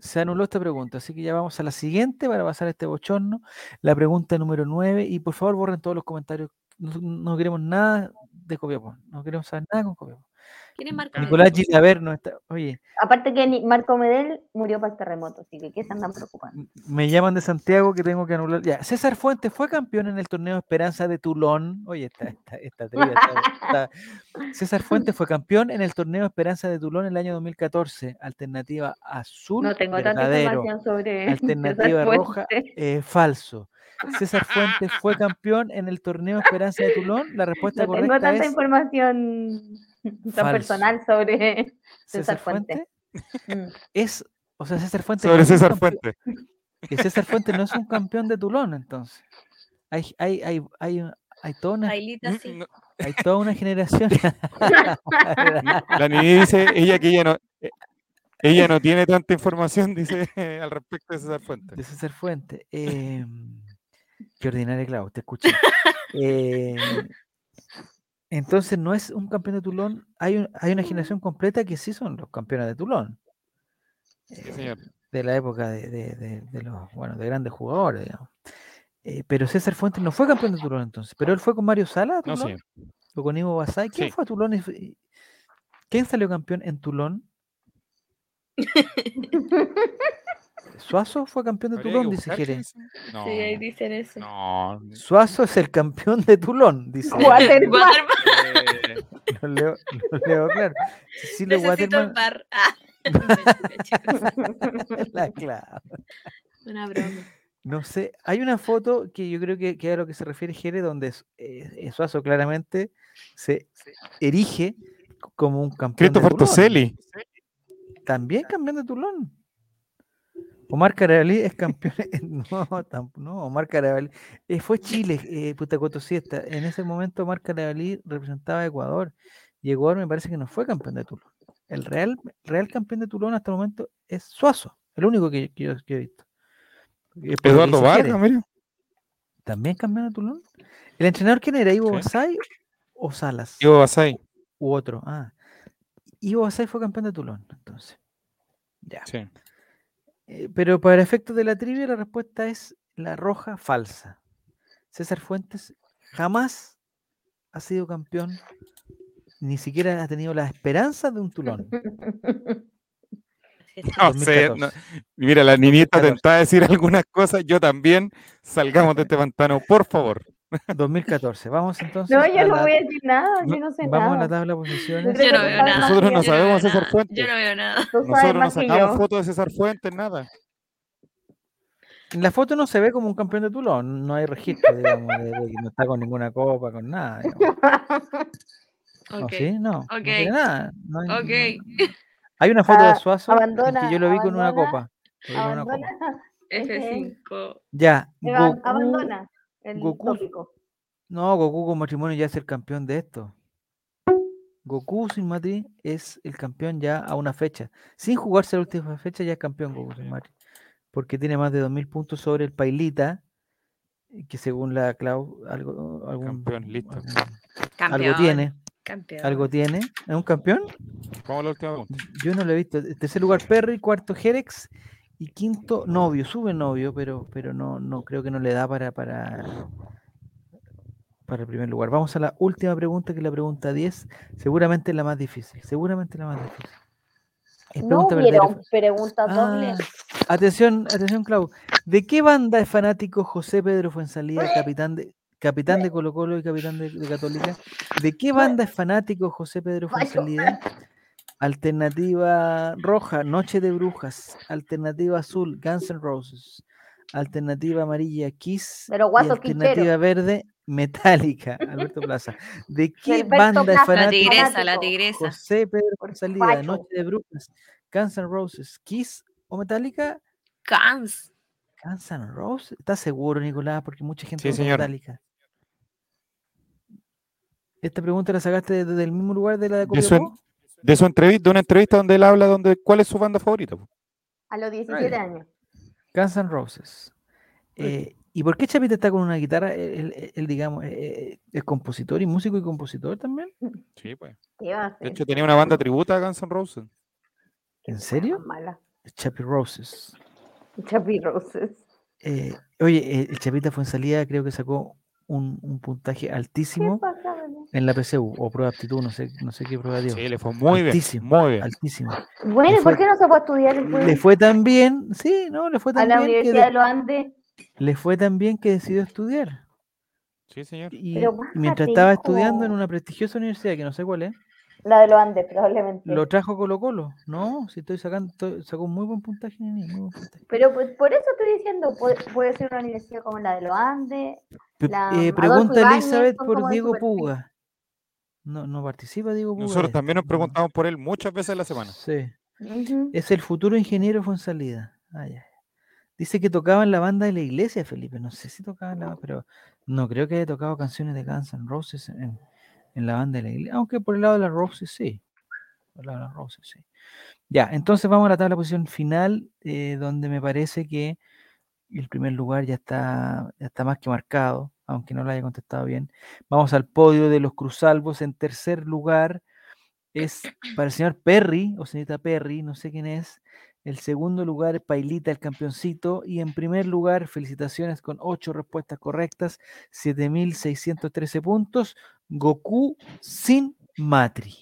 S3: Se anuló esta pregunta, así que ya vamos a la siguiente para pasar a este bochorno. La pregunta número 9, y por favor borren todos los comentarios. No, no queremos nada de Copiapó, no queremos saber nada con Copiapó.
S1: ¿Quién es Marco?
S3: Nicolás Gilaver no está. Oye,
S2: Aparte que ni- Marco Medel murió para el terremoto, así que ¿qué se andan preocupando?
S3: M- Me llaman de Santiago que tengo que anular. Ya, César Fuentes fue campeón en el torneo Esperanza de Tulón. Oye, esta, esta, esta trivia está- está- César Fuentes fue campeón en el torneo Esperanza de Tulón en el año 2014. Alternativa azul,
S2: No tengo tanta
S3: verdadero.
S2: información sobre <laughs>
S3: Alternativa roja, eh, falso. César Fuentes fue campeón en el torneo Esperanza de Tulón. La respuesta
S2: No tengo
S3: correcta
S2: tanta
S3: es <laughs>
S2: información tan
S3: Falso.
S2: personal sobre
S3: César
S2: César
S3: Fuentes.
S2: Fuentes. Mm.
S3: Es, o sea, César Fuentes no
S4: <laughs> Sobre
S3: es un
S4: César
S3: campeón-
S4: Fuentes.
S3: que César Fuentes no es un campeón de Tulón, entonces. Hay, hay, hay, hay, un- hay toda una,
S1: <laughs> Bailita, sí.
S4: Mm, No,
S3: hay toda una generación. <laughs>
S4: La niña dice, ella que ella no, eh, ella no tiene tanta información, <laughs> dice al respecto de César
S3: de
S4: Fuentes.
S3: César Fuentes. Eh, qué ordinaria, Clau, te escuché. Eh, entonces, no es un campeón de Tulón. Hay, un- hay una generación completa que sí son los campeones de Tulón.
S4: Sí,
S3: Eh,
S4: señor.
S3: de la época de, de- de- de los bueno, de grandes jugadores, digamos. Eh, pero César Fuentes no fue campeón de Tulón entonces, pero él fue con Mario Sala. a
S4: No,
S3: Tulón.
S4: señor.
S3: ¿O con Ivo Basay? ¿Quién
S4: Sí.
S3: fue a Tulón? y fue- y- ¿Quién salió campeón en
S4: <laughs>
S3: Tulón? Suazo fue campeón de
S4: Habría que
S3: Tulón, dice
S4: buscar quién
S3: Jerez.
S4: es- No,
S1: Sí, ahí dicen eso.
S4: no.
S1: <laughs>
S4: eh,
S3: Suazo es el campeón de Tulón, dice.
S2: Waterman.
S1: Waterman,
S3: <laughs> Lo leo, lo leo claro. Cecilio
S1: necesito
S3: Waterman,
S1: un bar. <laughs> Ah, mentira, chicos,
S3: <laughs> la clave.
S1: una broma.
S3: No sé, hay una foto que yo creo que, que a lo que se refiere Jere, donde Su- eh, eh, Suazo claramente se erige co- como un campeón. de
S4: Christopher
S3: Tulón.
S4: Toselli.
S3: También campeón de Tulón. Omar Carabalí es campeón. <laughs> No, tam- no Omar Carabalí. eh, fue Chile, eh, Putacotosieta. En ese momento Omar Carabalí representaba a Ecuador. Y Ecuador me parece que no fue campeón de Tulón. El real, real campeón de Tulón hasta el momento es Suazo. El único que, que yo, que he visto. Eh, por lo que
S4: Eduardo
S3: dice
S4: Vargas,
S3: Jerez,
S4: mira.
S3: También campeón de Tulón. ¿El entrenador quién era? ¿Ivo
S4: Sí.
S3: Basay o Salas?
S4: Diego Basay.
S3: U otro. Ah. Ivo Basay fue campeón de Tulón, entonces. Ya.
S4: Sí.
S3: Eh, pero para efectos de la trivia, la respuesta es la roja falsa. César Fuentes jamás ha sido campeón, ni siquiera ha tenido la esperanza
S4: <laughs>
S3: de un
S2: <laughs>
S3: tulón.
S1: Sí, está.
S4: No sé, no-
S3: 2014.
S4: mira, la niñita
S3: 2014.
S4: tentaba decir algunas cosas, yo también. Salgamos de este pantano, por favor.
S3: 2014. Vamos entonces.
S2: No, yo
S3: a
S2: no
S3: la-
S2: voy a decir nada, yo no sé
S3: Vamos a la
S2: nada.
S3: tabla de posiciones.
S1: Yo no veo nada.
S4: Nosotros
S1: Yo
S4: no sabemos
S1: veo
S4: a César
S1: nada,
S4: Fuentes.
S1: Yo no veo nada.
S2: Tú sabes
S4: Nosotros no
S2: más que
S4: sacamos
S2: yo.
S4: fotos de César Fuentes, nada.
S3: En la foto no se ve como un campeón de tulón, no hay registro, digamos, de, de que no está con ninguna copa, con nada.
S2: <laughs>
S3: digamos. ¿O
S1: Ok.
S3: ¿Ah, sí? No, no tiene
S1: ok,
S3: nada, no hay- no-
S1: ok,
S3: Hay una foto de
S2: Ah,
S3: Suazo en que
S2: abandona,
S3: yo lo vi con una
S2: abandona,
S3: copa. lo vi con una copa.
S2: Abandona,
S1: F5.
S3: Ya,
S2: Eva,
S3: Goku-
S2: abandona el
S3: Goku-
S2: tópico.
S3: No, Goku con matrimonio ya es el campeón de esto. Goku sin matriz es el campeón ya a una fecha. Sin jugarse la última fecha ya es campeón Goku sin matriz. Porque tiene más de 2.000 puntos sobre el Pailita, eh, que según la Clau, algo, algún-
S4: Campeón, listo.
S3: algún-
S1: Campeón.
S3: algo tiene,
S1: Campeón.
S3: algo tiene. ¿Es un campeón?
S4: Vamos a la última pregunta.
S3: Yo no lo he visto. En tercer lugar Perry, cuarto Jerex y quinto novio. Sube novio, pero, pero no, no creo que no le da para, para, para el primer lugar. Vamos a la última pregunta, que es la pregunta 10. Seguramente la más difícil. Seguramente la más difícil. Es
S2: No
S3: pregunta verdadera o
S2: hubieron preguntas
S3: Ah,
S2: dobles.
S3: Atención, atención, Clau. ¿De qué banda es fanático José Pedro Fuensalida, capitán de, capitán de Colo Colo y capitán de, de Católica. ¿De qué banda es fanático José Pedro Fonsalida? Alternativa roja, Noche de Brujas. Alternativa azul, Guns N' Roses. Alternativa amarilla, Kiss.
S2: Pero
S3: y
S2: guaso
S3: alternativa
S2: quichero.
S3: verde, Metallica. Alberto Plaza.
S2: <laughs>
S3: ¿De qué
S2: Alberto
S3: banda es
S2: Plaza,
S1: La
S2: fanático.
S1: tigresa, la
S2: Fanático.
S1: tigresa.
S3: José Pedro
S2: Por
S3: Salida,
S2: facho.
S3: Noche de Brujas, Guns N' Roses, Kiss o Metallica?
S1: Cans.
S3: Guns N' Roses. ¿Estás seguro, Nicolás? Porque mucha gente
S4: Sí,
S3: vota
S4: señor.
S3: Metallica. Esta pregunta la sacaste desde el mismo lugar de la de
S4: De su, en-
S3: Copiapó.
S4: de su entrevista, de una entrevista donde él habla donde cuál es su banda favorita. po.
S2: A los 17 años.
S3: Guns N' Roses. Eh, ¿Y por qué Chapita está con una guitarra? Él, él- él, digamos, eh, eh, es compositor y músico y compositor también.
S4: Sí, pues.
S2: ¿Qué va a
S4: De
S2: hacer?
S4: hecho, tenía una banda tributa a Guns N' Roses.
S3: ¿En serio?
S2: Mala.
S3: Chapi Roses.
S2: Chappy Roses.
S3: Eh, oye, eh, el Chapita fue en salida, creo que sacó un, un puntaje
S2: ¿Qué
S3: altísimo
S2: pasa, Belén?
S3: en la PCU o prueba de aptitud, no sé, no sé qué prueba dio.
S4: Sí, le fue muy bien.
S3: Altísimo,
S4: Muy bien.
S3: Altísimo.
S2: Bueno,
S3: Le
S2: ¿y
S3: fue-
S2: por qué no se fue a estudiar el
S3: Le fue tan bien, sí, no, le fue
S2: pues. a
S3: tan
S2: la
S3: bien que
S2: Universidad
S3: de-
S2: de los Andes?
S3: le fue tan bien que decidió estudiar.
S4: Sí, señor.
S3: Y,
S2: Pero
S3: y mientras
S2: bájate,
S3: estaba estudiando en
S2: hijo.
S3: una prestigiosa universidad que no sé cuál es,
S2: La de los Andes, probablemente.
S3: lo trajo Colo Colo. No, si estoy sacando, estoy- sacó un muy buen puntaje, nene, muy buen puntaje.
S2: Pero pues, por eso estoy diciendo, puede, puede ser una universidad como la de los Andes.
S3: Pe-
S2: La
S3: eh,
S2: Adolfo
S3: pregunta
S2: Ibáñez
S3: Elizabeth
S2: son
S3: por
S2: como de
S3: Diego
S2: super-
S3: Puga. No, no participa Diego Puga. de
S4: Nosotros
S3: esto,
S4: también nos
S3: no.
S4: preguntamos por él muchas veces a la semana.
S3: Sí.
S2: Ujú.
S3: Es el futuro ingeniero Fonsalida. Ah, ya. Dice que tocaba en la banda de la iglesia, Felipe. No sé si tocaba en la banda, pero no creo que haya tocado canciones de Guns N' Roses en, en la banda de la iglesia. Aunque por el lado de las Roses sí. Por el lado de las Roses sí. Ya, entonces vamos a la tabla de posición final, eh, donde me parece que el primer lugar ya está, ya está más que marcado, aunque no lo haya contestado bien. Vamos al podio de los Cruzalvos. En tercer lugar es para el señor Perry, o señorita Perry, no sé quién es. El segundo lugar, Pailita, el campeoncito. Y en primer lugar, felicitaciones con ocho respuestas correctas, 7.613 puntos. Goku sin Matri.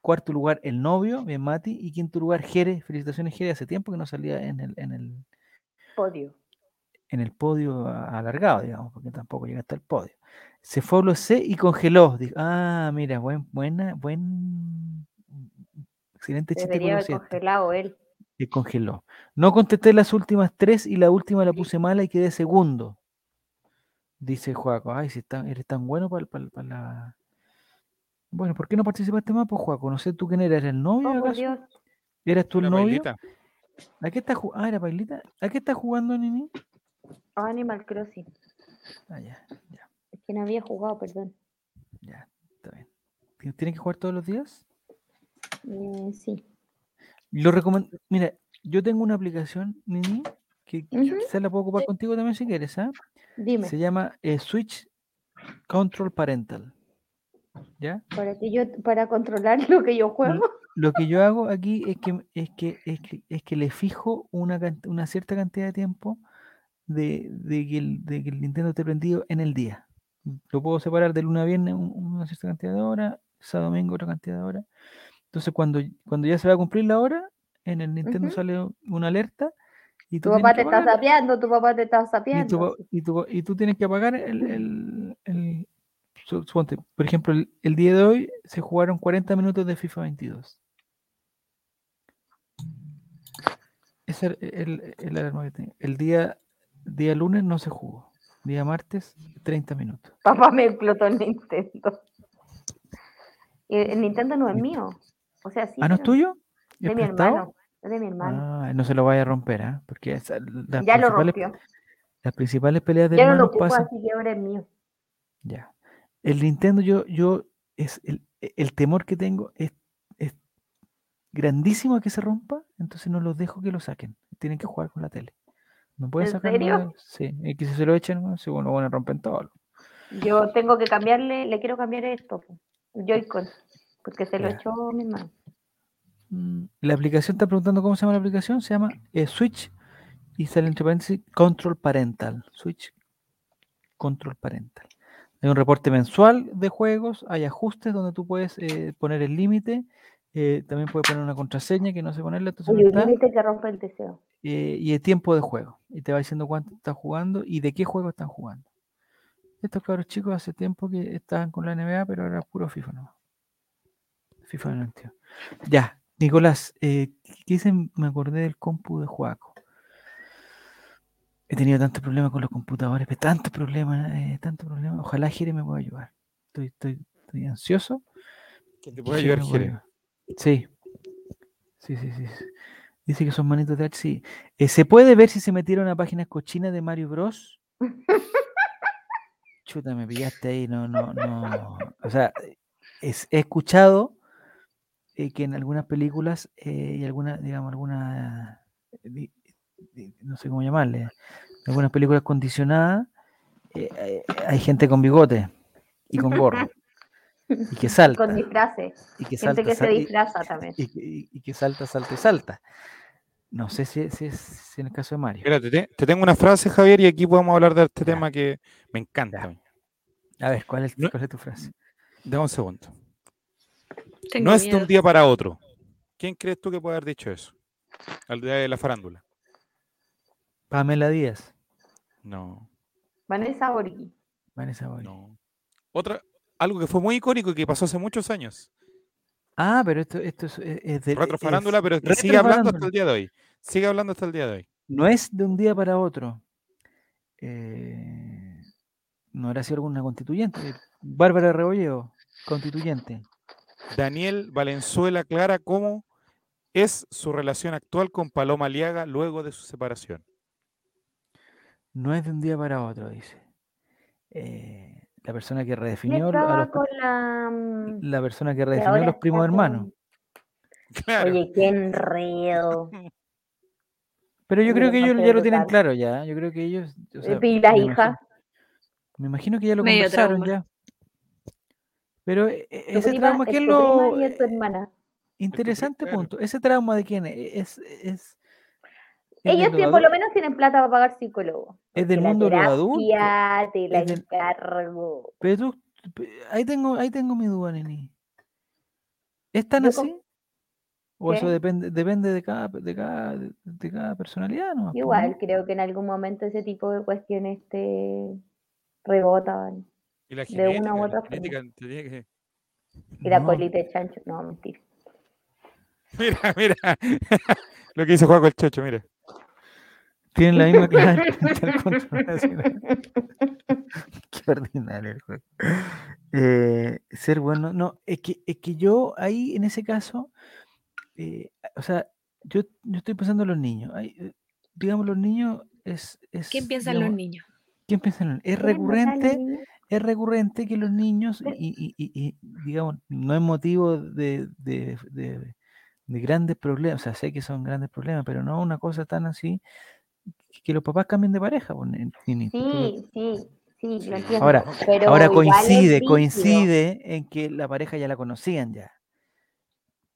S3: Cuarto lugar, el novio, bien Mati. Y quinto lugar, Jere. Felicitaciones, Jere. Hace tiempo que no salía en el, en el,
S2: Podio.
S3: en el podio a- alargado, digamos, porque tampoco llega hasta el podio. Se fue a los C y congeló. Dijo, ah, mira, buen, buena, buen, excelente chiste con
S2: Debería
S3: los
S2: haber
S3: siete
S2: congelado él.
S3: que congeló. No contesté las últimas tres y la última la puse mala y quedé segundo. Dice Juaco, ay, si está- eres tan bueno para la... Bueno, ¿por qué no participaste más, pues, Juaco? No sé tú quién eras, ¿era el novio
S2: Oh, por
S3: acaso?
S2: Dios.
S3: ¿Eras tú el
S4: Una
S3: novio?
S4: bailita.
S3: ¿A qué estás jugando? Ah, era Pailita. ¿A qué estás jugando, Nini?
S2: Oh, Animal Crossing.
S3: Ah, ya, ya,
S2: Es que no había jugado, perdón.
S3: ya, está bien. ¿Ti- ¿Tienes que jugar todos los días?
S2: Eh, sí.
S3: Lo recomiendo. Mira, yo tengo una aplicación, Nini, que que
S2: Ujú.
S3: quizás la puedo ocupar contigo también si quieres, ¿ah?
S2: Dime,
S3: Se llama eh, Switch Control Parental. ¿Ya?
S2: para que yo, para controlar lo que yo juego.
S3: Lo que yo hago aquí es que, es que, es que, es que le fijo una, cant- una cierta cantidad de tiempo de, de que el, de que el Nintendo esté prendido en el día. Mm, Lo puedo separar de luna a viernes un- una cierta cantidad de horas, sábado a domingo otra cantidad de horas. Entonces, cuando, cuando ya se va a cumplir la hora, en el Nintendo
S2: Ujú.
S3: sale u- una alerta y tú
S2: Tu
S3: tienes que
S2: papá te está
S3: apagarla.
S2: sapeando, tu papá te está
S3: Y tú,
S2: sapeando.
S3: va- y tú va- y tú tienes que apagar el, el- el- su- suponte, por ejemplo, el, el día de hoy se jugaron 40 minutos de FIFA 22. Ese era el, el alarma que tenía. El día, día lunes no se jugó. Día martes, 30 minutos.
S2: Papá me explotó el Nintendo. Y El Nintendo no es
S3: Ni-
S2: mío. O sea, sí.
S3: ¿Ah, no es
S2: pero
S3: tuyo? ¿Es
S2: De mi
S3: prestado?
S2: hermano. Es de mi hermano.
S3: Ah, no se lo vaya a romper, ¿ah? pues Porque esa- las,
S2: ya lo
S3: principales,
S2: rompió.
S3: las principales peleas de
S2: Ya no lo
S3: hermanos
S2: ocupo,
S3: pasan,
S2: así que ahora es mío.
S3: Ya. El Nintendo, yo, yo, es el, e- el temor que tengo es, es grandísimo a que se rompa, entonces no los dejo que lo saquen. Tienen que jugar con la tele. No pueden
S2: ¿En
S3: sacarlo
S2: serio?
S3: de- Sí, y que si se lo echan, bueno, según bueno, rompen todo.
S2: Yo tengo que cambiarle, le quiero cambiar esto, po, el Joy-Con, porque se lo
S3: Ya.
S2: echó mi hermano.
S3: Mm, La aplicación, está preguntando cómo se llama la aplicación, se llama eh, Switch y sale entre paréntesis Control Parental. Switch Control Parental. Hay un reporte mensual de juegos, hay ajustes donde tú puedes eh, poner el límite, eh, también puedes poner una contraseña que no sé ponerla, entonces no
S2: Oye, un
S3: está,
S2: límite que rompe el deseo.
S3: eh, y el tiempo de juego. Y te va diciendo cuánto estás jugando y de qué juego están jugando. Estos cabros chicos hace tiempo que estaban con la NBA, pero era puro FIFA, ¿no? FIFA 92. Ya, Nicolás, eh, ¿qué hice? Me acordé del compu de Juaco. He tenido tantos problemas con los computadores, pero tantos problemas, eh, tantos problemas. Ojalá Jere me pueda ayudar. Estoy, estoy, estoy ansioso.
S4: Que te pueda ayudar,
S3: me
S4: Jere.
S3: ayudar. Sí. Sí, sí, sí. sí. Dice que son manitos de H. Sí. Eh, ¿Se puede ver si se metieron a páginas cochinas de Mario
S4: <laughs>
S3: Bros? Chuta, me pillaste ahí. No, no, no. O sea, es- he escuchado eh, que en algunas películas eh, y algunas, digamos, algunas, di- di- no sé cómo llamarle, algunas películas condicionadas, eh, eh, hay gente con bigote y con
S4: <laughs>
S3: gorro. Y que salta.
S2: Con disfraces.
S3: y que salta,
S2: Gente que se
S3: sal- y-
S2: disfraza también.
S3: y, que- y que salta, salta y salta. No sé si, si es si en el caso de Mario.
S4: Mira, te, te- te tengo una frase, Javier, y aquí podemos hablar de este
S3: Ya.
S4: tema que me encanta. a mí.
S3: A ver, ¿cuál es,
S4: No-
S3: cuál es tu frase?
S4: Dame un segundo.
S1: Tengo
S4: No es de
S1: miedo.
S4: un día para otro. ¿Quién crees tú que puede haber dicho eso? Al día de la farándula.
S3: Pamela Díaz.
S4: No,
S2: Vanessa Borghi.
S3: Vanessa Boy.
S4: no. Otra, algo que fue muy icónico y que pasó hace muchos años.
S3: Ah, pero esto, esto es, es- es
S2: Eh,
S3: del-
S4: Retro
S3: es-
S4: farándula, pero que sigue hablando hasta
S3: retrofarándula.
S4: el día de hoy. Sigue hablando hasta el día de hoy.
S3: No es de un día para otro. Eh, no era sido alguna constituyente. Bárbara Rebolledo, constituyente.
S4: Daniel Valenzuela Clara, ¿cómo es su relación actual con Paloma Aliaga luego de su separación? <laughs>
S3: No es de un día para otro, dice. Eh, la persona que
S2: ¿Quién
S3: redefinió lo- a
S2: estaba
S3: los,
S2: con la. mm,
S3: la persona que
S2: que
S3: redefinió
S2: ahora
S3: los primos
S2: está con-
S3: hermanos.
S4: Claro.
S2: Oye, qué enredo.
S3: Pero yo
S2: Uy,
S3: creo
S2: lo
S3: que ellos
S2: encontré
S3: ya lo tienen
S2: brutal.
S3: claro ya. Yo creo que ellos. o sea,
S2: ¿Y la
S3: me imagino-
S2: hija?
S3: Me imagino que ya lo
S1: Medio
S3: conversaron
S1: trauma.
S3: ya. Pero e- e-
S2: Tu
S3: ese
S2: prima
S3: trauma,
S2: es
S3: ¿qué es
S2: tu prima
S3: lo eh,
S2: y es tu hermana.
S3: interesante
S4: claro.
S3: punto? ¿Ese trauma de quién e, es? ¿Es, es, es del
S2: Ellos
S3: lo
S2: sí, por lo
S3: adu-
S2: menos tienen plata para pagar psicólogo.
S3: es del
S2: Que la
S3: mundo de los adultos?
S2: terapia Te la
S3: es del-
S2: encargo.
S3: Pero tú- pe- ahí tengo, ahí tengo mi duda, Nini. ¿Es tan
S2: Yo con-
S3: así? ¿O eso
S2: ¿Qué?
S3: depende, depende de cada, de cada, de, de cada personalidad? nomás, pues, ¿no?
S2: Igual, creo que en algún momento ese tipo de cuestiones te rebotan.
S4: Y la
S2: de una
S4: genética,
S2: u
S4: la
S2: otra forma.
S4: genética te tiene que- <laughs>
S2: Y la
S3: No,
S2: colita de chancho.
S3: <laughs>
S2: No, mentira.
S4: Mira, <laughs> mira. Lo que dice Juan el Chocho, mira.
S3: Tienen la
S2: <laughs>
S3: misma clave <laughs> de intentar controlar a ese güey. <laughs> Qué ordinario el juego. Eh, ser bueno, no, es que, es que yo ahí en ese caso, eh, o sea, yo, yo estoy pensando en los niños. Hay, eh, digamos, los niños es. es
S1: ¿Quién piensa en los
S3: digamos,
S1: niños?
S3: ¿Quién piensa en los niños? Es
S2: Eres mortal,
S3: recurrente
S2: niña.
S3: es recurrente que los niños,
S2: Pero-
S3: y, y- y- y, digamos, no es motivo de, de- de- de grandes problemas, o sea, sé que son grandes problemas, pero no una cosa tan así que- que los papás cambien de pareja. pues, ni- ni- ni- tú lo-
S2: Sí, sí, sí, lo entiendo.
S3: Ahora-
S2: pero
S3: ahora
S2: igual es
S3: coincide,
S2: brígido.
S3: coincide en que la pareja ya la conocían ya.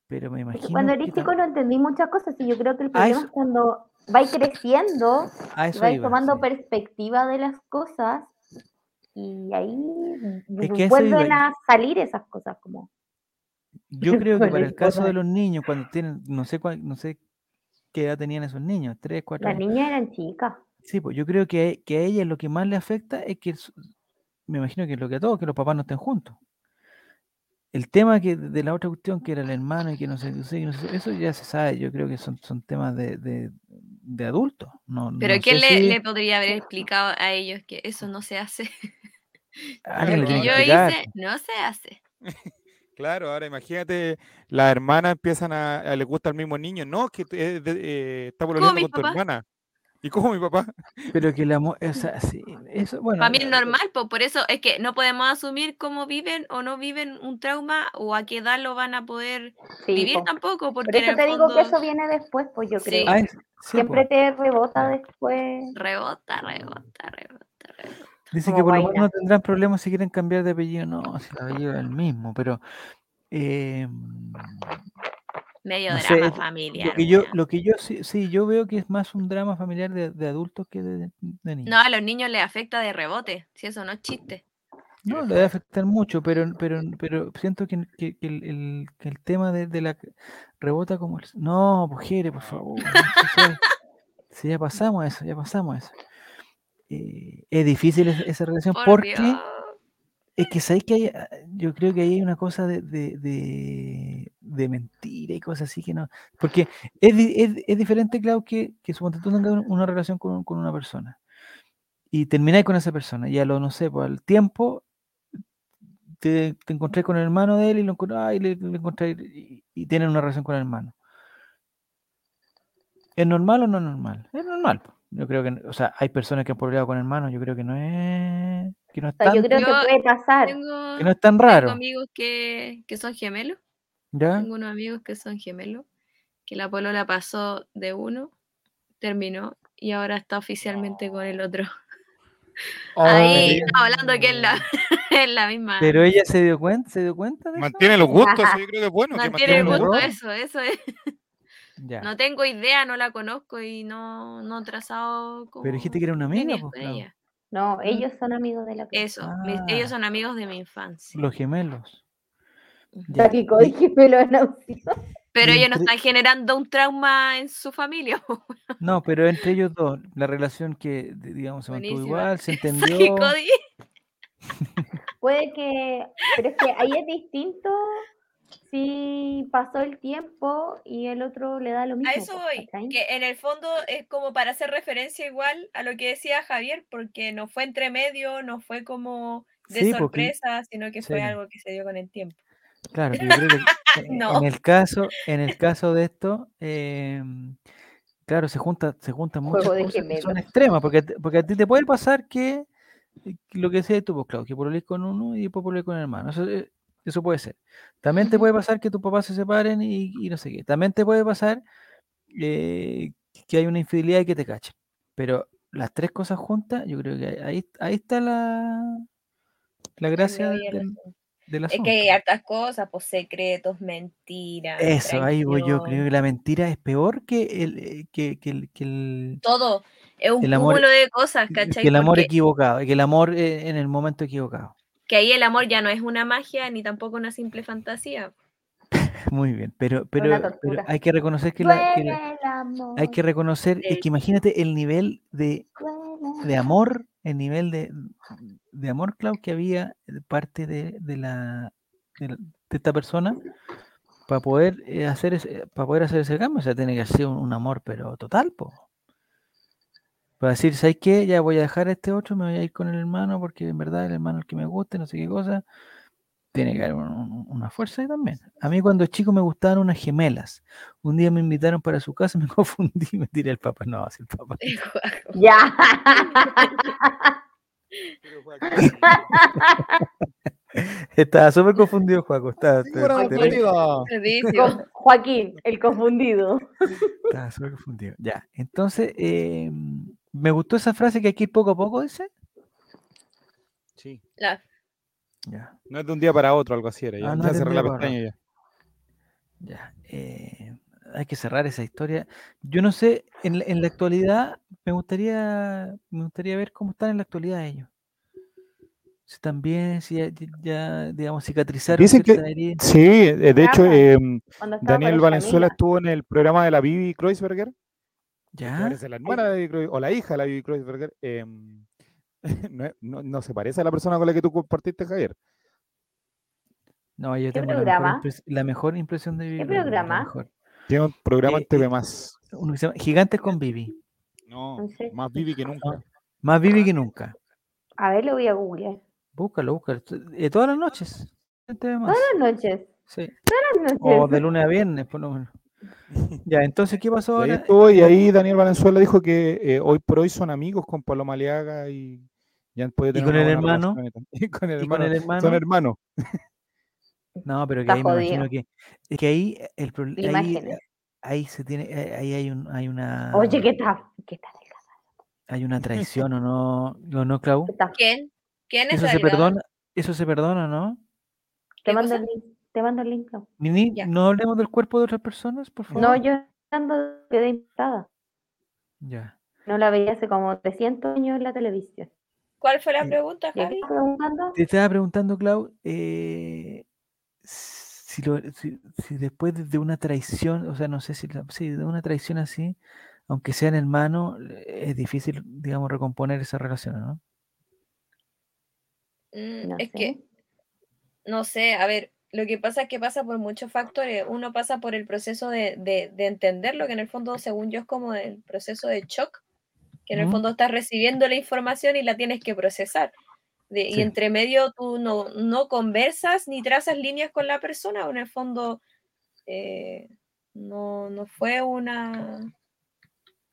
S3: Pero me
S2: Es que
S3: imagino.
S2: Cuando
S3: que
S2: eres chico
S3: tam-
S2: no entendí muchas cosas y yo creo que el
S3: Ah,
S2: problema
S3: eso-
S2: es cuando vais creciendo,
S3: a eso
S2: vais
S3: iba,
S2: tomando
S3: sí.
S2: perspectiva de las cosas y ahí
S3: Es que a eso
S2: vuelven
S3: iba.
S2: a salir esas cosas como
S3: Yo
S2: <laughs>
S3: creo que
S2: con
S3: para
S2: el
S3: el caso de
S2: corral.
S3: los niños, cuando tienen, no sé cuál- no sé qué edad tenían esos niños, tres, cuatro
S2: las
S3: años.
S2: niñas eran chicas.
S3: Sí, pues yo creo que, a e- que a ella lo que más le afecta es que, su- me imagino que lo que a todos, que los papás no estén juntos. El tema que de la otra cuestión, que era el hermano y que no sé, qué, sí, no sé, eso ya se sabe, yo creo que son, son temas de, de, de adultos. No,
S1: Pero
S3: no
S1: ¿quién
S3: sé
S1: le,
S3: si
S1: le podría
S3: <laughs>
S1: haber explicado a ellos que eso no se hace?
S3: alguien
S1: Lo <laughs> que
S3: le tiene Ah,
S4: Claro,
S3: que
S1: yo
S3: explicar,
S1: hice no se hace.
S4: Claro, ahora imagínate, las hermanas empiezan a, a- les gusta al mismo niño. No, es que eh, de- eh, está pololeando
S1: mi
S4: con tu
S1: papá?
S4: hermana. ¿Y cómo mi papá?
S3: Pero que la o sea, sí, eso, bueno.
S1: Para mí es
S3: eh,
S1: normal, pues por eso es que no podemos asumir cómo viven o no viven un trauma o a qué edad lo van a poder
S2: Sí,
S1: vivir
S2: po.
S1: tampoco, porque
S2: Por eso
S1: en
S2: te
S1: el
S2: digo que
S1: fondo
S2: eso viene después, pues yo creo.
S1: Sí.
S3: ah, es- sí,
S2: Siempre
S3: po.
S2: te rebota después.
S1: rebota, rebota, rebota, rebota.
S3: Dicen que
S2: como
S3: por lo menos
S2: vaina.
S3: no tendrán problemas si quieren cambiar de apellido. No, si el apellido es el mismo, pero. eh,
S1: Medio
S3: No sé,
S1: drama
S3: es lo-
S1: familiar.
S3: Lo que yo,
S1: weón.
S3: lo que yo sí, sí, yo veo que es más un drama familiar de, de adultos que de, de niños.
S1: No, a los niños les afecta de rebote, si eso no es chiste. Eh,
S3: No, le debe afectar mucho, pero, pero, pero siento que, que- que el, el- que el tema de, de la c- rebota como el... pues, No, mujeres, por favor. no, si ya- si ya pasamos a eso, ya pasamos a eso. eh, es difícil es- esa relación
S1: Por
S3: porque
S1: Dios.
S3: es que sabéis que hay, ah, yo creo que ahí hay una cosa de, de, de- de mentira y cosas así que no. Porque es, di- es- es diferente, claro, que, que suponte tú tengas un- una relación con, con una persona y termináis con esa persona y a lo, no sé, pues, al tiempo te, te encontré con el hermano de él y lo encon- ah, y le- le encontré y, y tienen una relación con el hermano. ¿Es normal o no es normal? Es normal. po. Yo creo que, n- o sea, hay personas que han peleado con hermanos, yo creo que no es, que no es
S2: O sea, yo
S3: tan-
S2: creo
S1: Yo
S2: que puede pasar.
S1: Tengo,
S3: que no es tan
S1: tengo
S3: raro. ¿Ah?
S1: amigos que, que son gemelos.
S3: ¿Ya?
S1: Tengo unos amigos que son gemelos. Que la polola pasó de uno, terminó y ahora está oficialmente con el otro.
S5: Oh,
S1: Ahí <laughs>
S3: pero-
S1: estamos hablando que es la, es la misma.
S3: Pero ella se dio cuenta, se dio cuenta de eso?
S5: Mantiene los gustos, eso yo creo que es bueno. que
S1: mantiene el
S5: mantiene los
S1: gusto,
S3: error.
S1: eso, eso es.
S3: Ya.
S1: No tengo idea, no la conozco y no, no he trazado como
S3: Pero dijiste que era una amiga,
S1: líneas
S3: pues,
S1: con
S3: Clau.
S1: ella.
S3: Mm.
S2: No, ellos son amigos de la que
S1: Eso, mis-
S3: Ah.
S1: ellos son amigos de mi infancia.
S3: Los gemelos.
S1: Ujú.
S3: Ya,
S2: que
S3: y-
S2: gemelo en autismo.
S1: Pero
S3: y
S1: ellos no
S3: entre-
S1: están generando un trauma en su familia. <laughs> pues,
S3: No, pero entre ellos dos, la relación que, de- digamos, se mantuvo
S1: Buenísima.
S3: igual,
S1: <laughs>
S3: se entendió.
S1: Saki Cody.
S2: Puede que, pero es que ahí es distinto si pasó el tiempo y el otro le da lo mismo.
S1: A eso
S2: po,
S1: voy,
S2: ¿cachai?
S1: que en el fondo es como para hacer referencia igual a lo que decía Javier, porque no fue entre medio, no fue como de
S3: Sí, porque-
S1: sorpresa, sino que fue
S3: sí.
S1: algo que se dio con el tiempo.
S3: Claro, yo creo que e, en-
S1: No.
S3: en el caso, en el caso de esto, eh, claro, se junta, se juntan muchas
S2: Juego de
S3: cosas que son
S2: gemelos.
S3: extremas, porque, a ti- porque a ti te puede pasar que eh, que lo que decías tú, pues, Clau, que pololees con uno y después pololees con el hermano. Eso, eh, eso puede ser. También te puede pasar que tus papás se separen y, y no sé qué. También te puede pasar eh, que hay una infidelidad y que te cachen. Pero las tres cosas juntas, yo creo que ahí, ahí está la, la gracia
S1: había
S3: del, del
S1: Es
S3: asunto.
S1: que hay hartas cosas, pues secretos, mentiras.
S3: Eso, ahí voy yo. Creo
S1: traición,
S3: que la mentira es peor que el, eh, que, que el, que el,
S1: Todo, es un
S3: El amor-
S1: cúmulo de cosas,
S3: que
S1: ¿cachai?
S3: el amor
S1: Porque
S3: equivocado, que el amor eh, en el momento equivocado. <laughs>
S1: que ahí el amor ya no es una magia ni tampoco una simple fantasía. <laughs>
S3: Muy bien, pero,
S2: Fue
S3: pero,
S2: una
S3: pero
S2: tortura.
S3: hay que reconocer que, la- que la-
S2: Duele el amor,
S3: hay que reconocer, es
S1: Sí.
S3: que imagínate el nivel de,
S2: duele.
S3: de amor, el nivel de, de amor, Clau, que había de parte de, de la, de, la- de esta persona para poder eh, hacer ese, para poder hacer ese cambio. O sea, tiene que ser un, un amor, pero total, po. Para decir, ¿sabes qué? Ya voy a dejar a este otro, me voy a ir con el hermano, porque en verdad el hermano es el que me gusta, y no sé qué cosa. Tiene que haber un- un- una fuerza ahí también. A mí cuando chico me gustaban unas gemelas. Un día me invitaron para su casa, <laughs> me confundí, me tiré el papá. No, si el papá.
S1: <laughs>
S2: Ya.
S1: ¿eh?
S5: <laughs>
S3: Estaba súper confundido, Juaco. Estaba, estaba-
S5: Seguramente
S3: estaba-
S5: digo,
S3: Ah.
S1: <laughs> Perdísimo.
S2: Con Joaquín, el confundido.
S3: estaba súper confundido. Ya. Entonces, eh, me gustó esa frase que aquí poco a poco dice.
S5: Sí.
S1: La-
S3: Ya.
S5: No es de un día para otro, algo así era. Ya,
S3: Ah, no
S5: Ya
S3: es de un
S5: cerré
S3: día
S5: la
S3: para
S5: pestaña ya.
S3: Ya. eh, hay que cerrar esa historia. Yo no sé, en, la- en la actualidad, me gustaría, me gustaría ver cómo están en la actualidad ellos. Si también, si ya, ya, digamos, cicatrizaron
S5: Dicen que-
S3: ciertas heridas.
S5: Sí, eh, de hecho,
S2: Bravo.
S1: <laughs>
S5: em,
S2: Cuando estaba
S5: Daniel
S2: con
S5: Valenzuela
S2: Yamila.
S5: estuvo en el programa de la Bibi Kreuzberger.
S4: Ah,
S5: que
S3: Ya.
S5: Parece la hermana de Bibi Kreuz- o la hija de la Bibi Kreuzberger. em, <laughs> no, es- no- no se parece a la persona con la que tú compartiste, Javier.
S3: No, yo
S2: ¿Qué
S3: tengo la mejor,
S2: programa?
S3: impres- la mejor impresión de Vivi. Globo, la
S2: programa?
S3: mejor.
S5: Tiene un programa
S3: Eh,
S5: en TV
S3: eh,
S5: más.
S3: Uno que se llama Gigantes con Vivi.
S5: No,
S2: ¿En serio?
S5: más Bibi que nunca.
S3: Más Vivi que nunca.
S2: A ver, lo voy a googlear.
S3: Búscalo, búscalo. T- eh, todas las noches. en TV más,
S2: Buenas noches.
S3: sí.
S2: Buenas
S3: O
S2: noches.
S3: de lunes a viernes, por lo
S5: <laughs>
S3: menos. Ya, entonces, ¿qué pasó
S5: Y ahí
S3: ahora?
S5: estuvo y ahí Daniel Valenzuela dijo que eh, hoy por hoy son amigos con Paloma Aliaga y ya puede
S3: Y
S5: tener
S3: con
S5: una
S3: el
S5: buena
S3: hermano.
S5: relación y tal. <laughs> Y con el
S3: ¿Y con
S5: hermano.
S3: el hermano?
S5: Son hermanos.
S3: No, pero que
S2: Está
S3: ahí me imagino
S2: jodido.
S3: que, es que ahí eh, el proble- ahí, eh,
S2: Imágenes.
S3: ahí se tiene, eh, ahí hay un, hay una
S2: Oye, ¿qué tal? ¿Qué tal?
S3: hay
S2: <laughs>
S3: una traición o no, o no, Clau.
S2: ¿Qué tal?
S1: ¿Quién? ¿Quién es
S3: Eso se
S1: Dalila?
S3: perdona, eso se perdona, ¿no?
S2: Te
S1: ¿Qué
S2: mando
S1: cosa?
S2: el link. Te mando el link. Clau.
S3: Nini,
S1: Ya.
S3: no hablemos del cuerpo de otras personas, por favor.
S2: No, yo ando, quedé invitada.
S3: Ya.
S2: No la veía hace como 300 años en la televisión.
S1: ¿Cuál fue la
S3: Eh,
S1: pregunta,
S2: Y
S1: Javi?
S2: acá preguntando,
S3: Te estaba preguntando, Clau, eh, si, lo- si- si después de de una traición, o sea, no sé si, la- si de una traición así, aunque sean hermanos, es difícil, digamos, recomponer esa relación, ¿no?
S1: Mm,
S2: No
S1: es
S2: sé.
S1: que, no sé, a ver, lo que pasa es que pasa por muchos factores. Uno pasa por el proceso de, de, de entenderlo, que en el fondo, según yo, es como el proceso de shock, que en el
S3: Ujú.
S1: fondo estás recibiendo la información y la tienes que procesar. De-
S3: Sí.
S1: Y entre medio tú no, no conversas ni trazas líneas con la persona, o en el fondo eh, no, no fue una,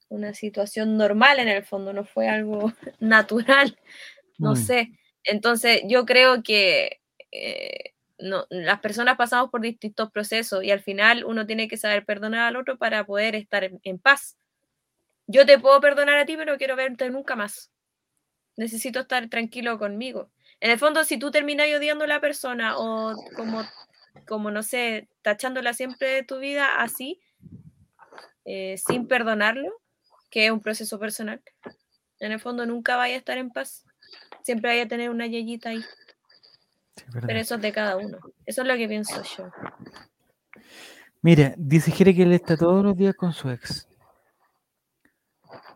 S1: una situación normal en el fondo, no fue algo <laughs> natural, no
S3: Mm.
S1: sé. Entonces, yo creo que eh, no, las personas pasamos por distintos procesos y al final uno tiene que saber perdonar al otro para poder estar en, en paz. Yo te puedo perdonar a ti, pero no quiero verte nunca más. Necesito estar tranquilo conmigo. En el fondo, si tú terminas odiando a la persona o como, como no sé, tachándola siempre de tu vida así, eh, sin perdonarlo, que es un proceso personal, en el fondo nunca vaya a estar en paz. Siempre vaya a tener una yeyita ahí.
S3: Sí, es verdad.
S1: Pero eso es de cada uno. Eso es lo que pienso yo.
S3: Mira, dice Jere que él está todos los días con su ex.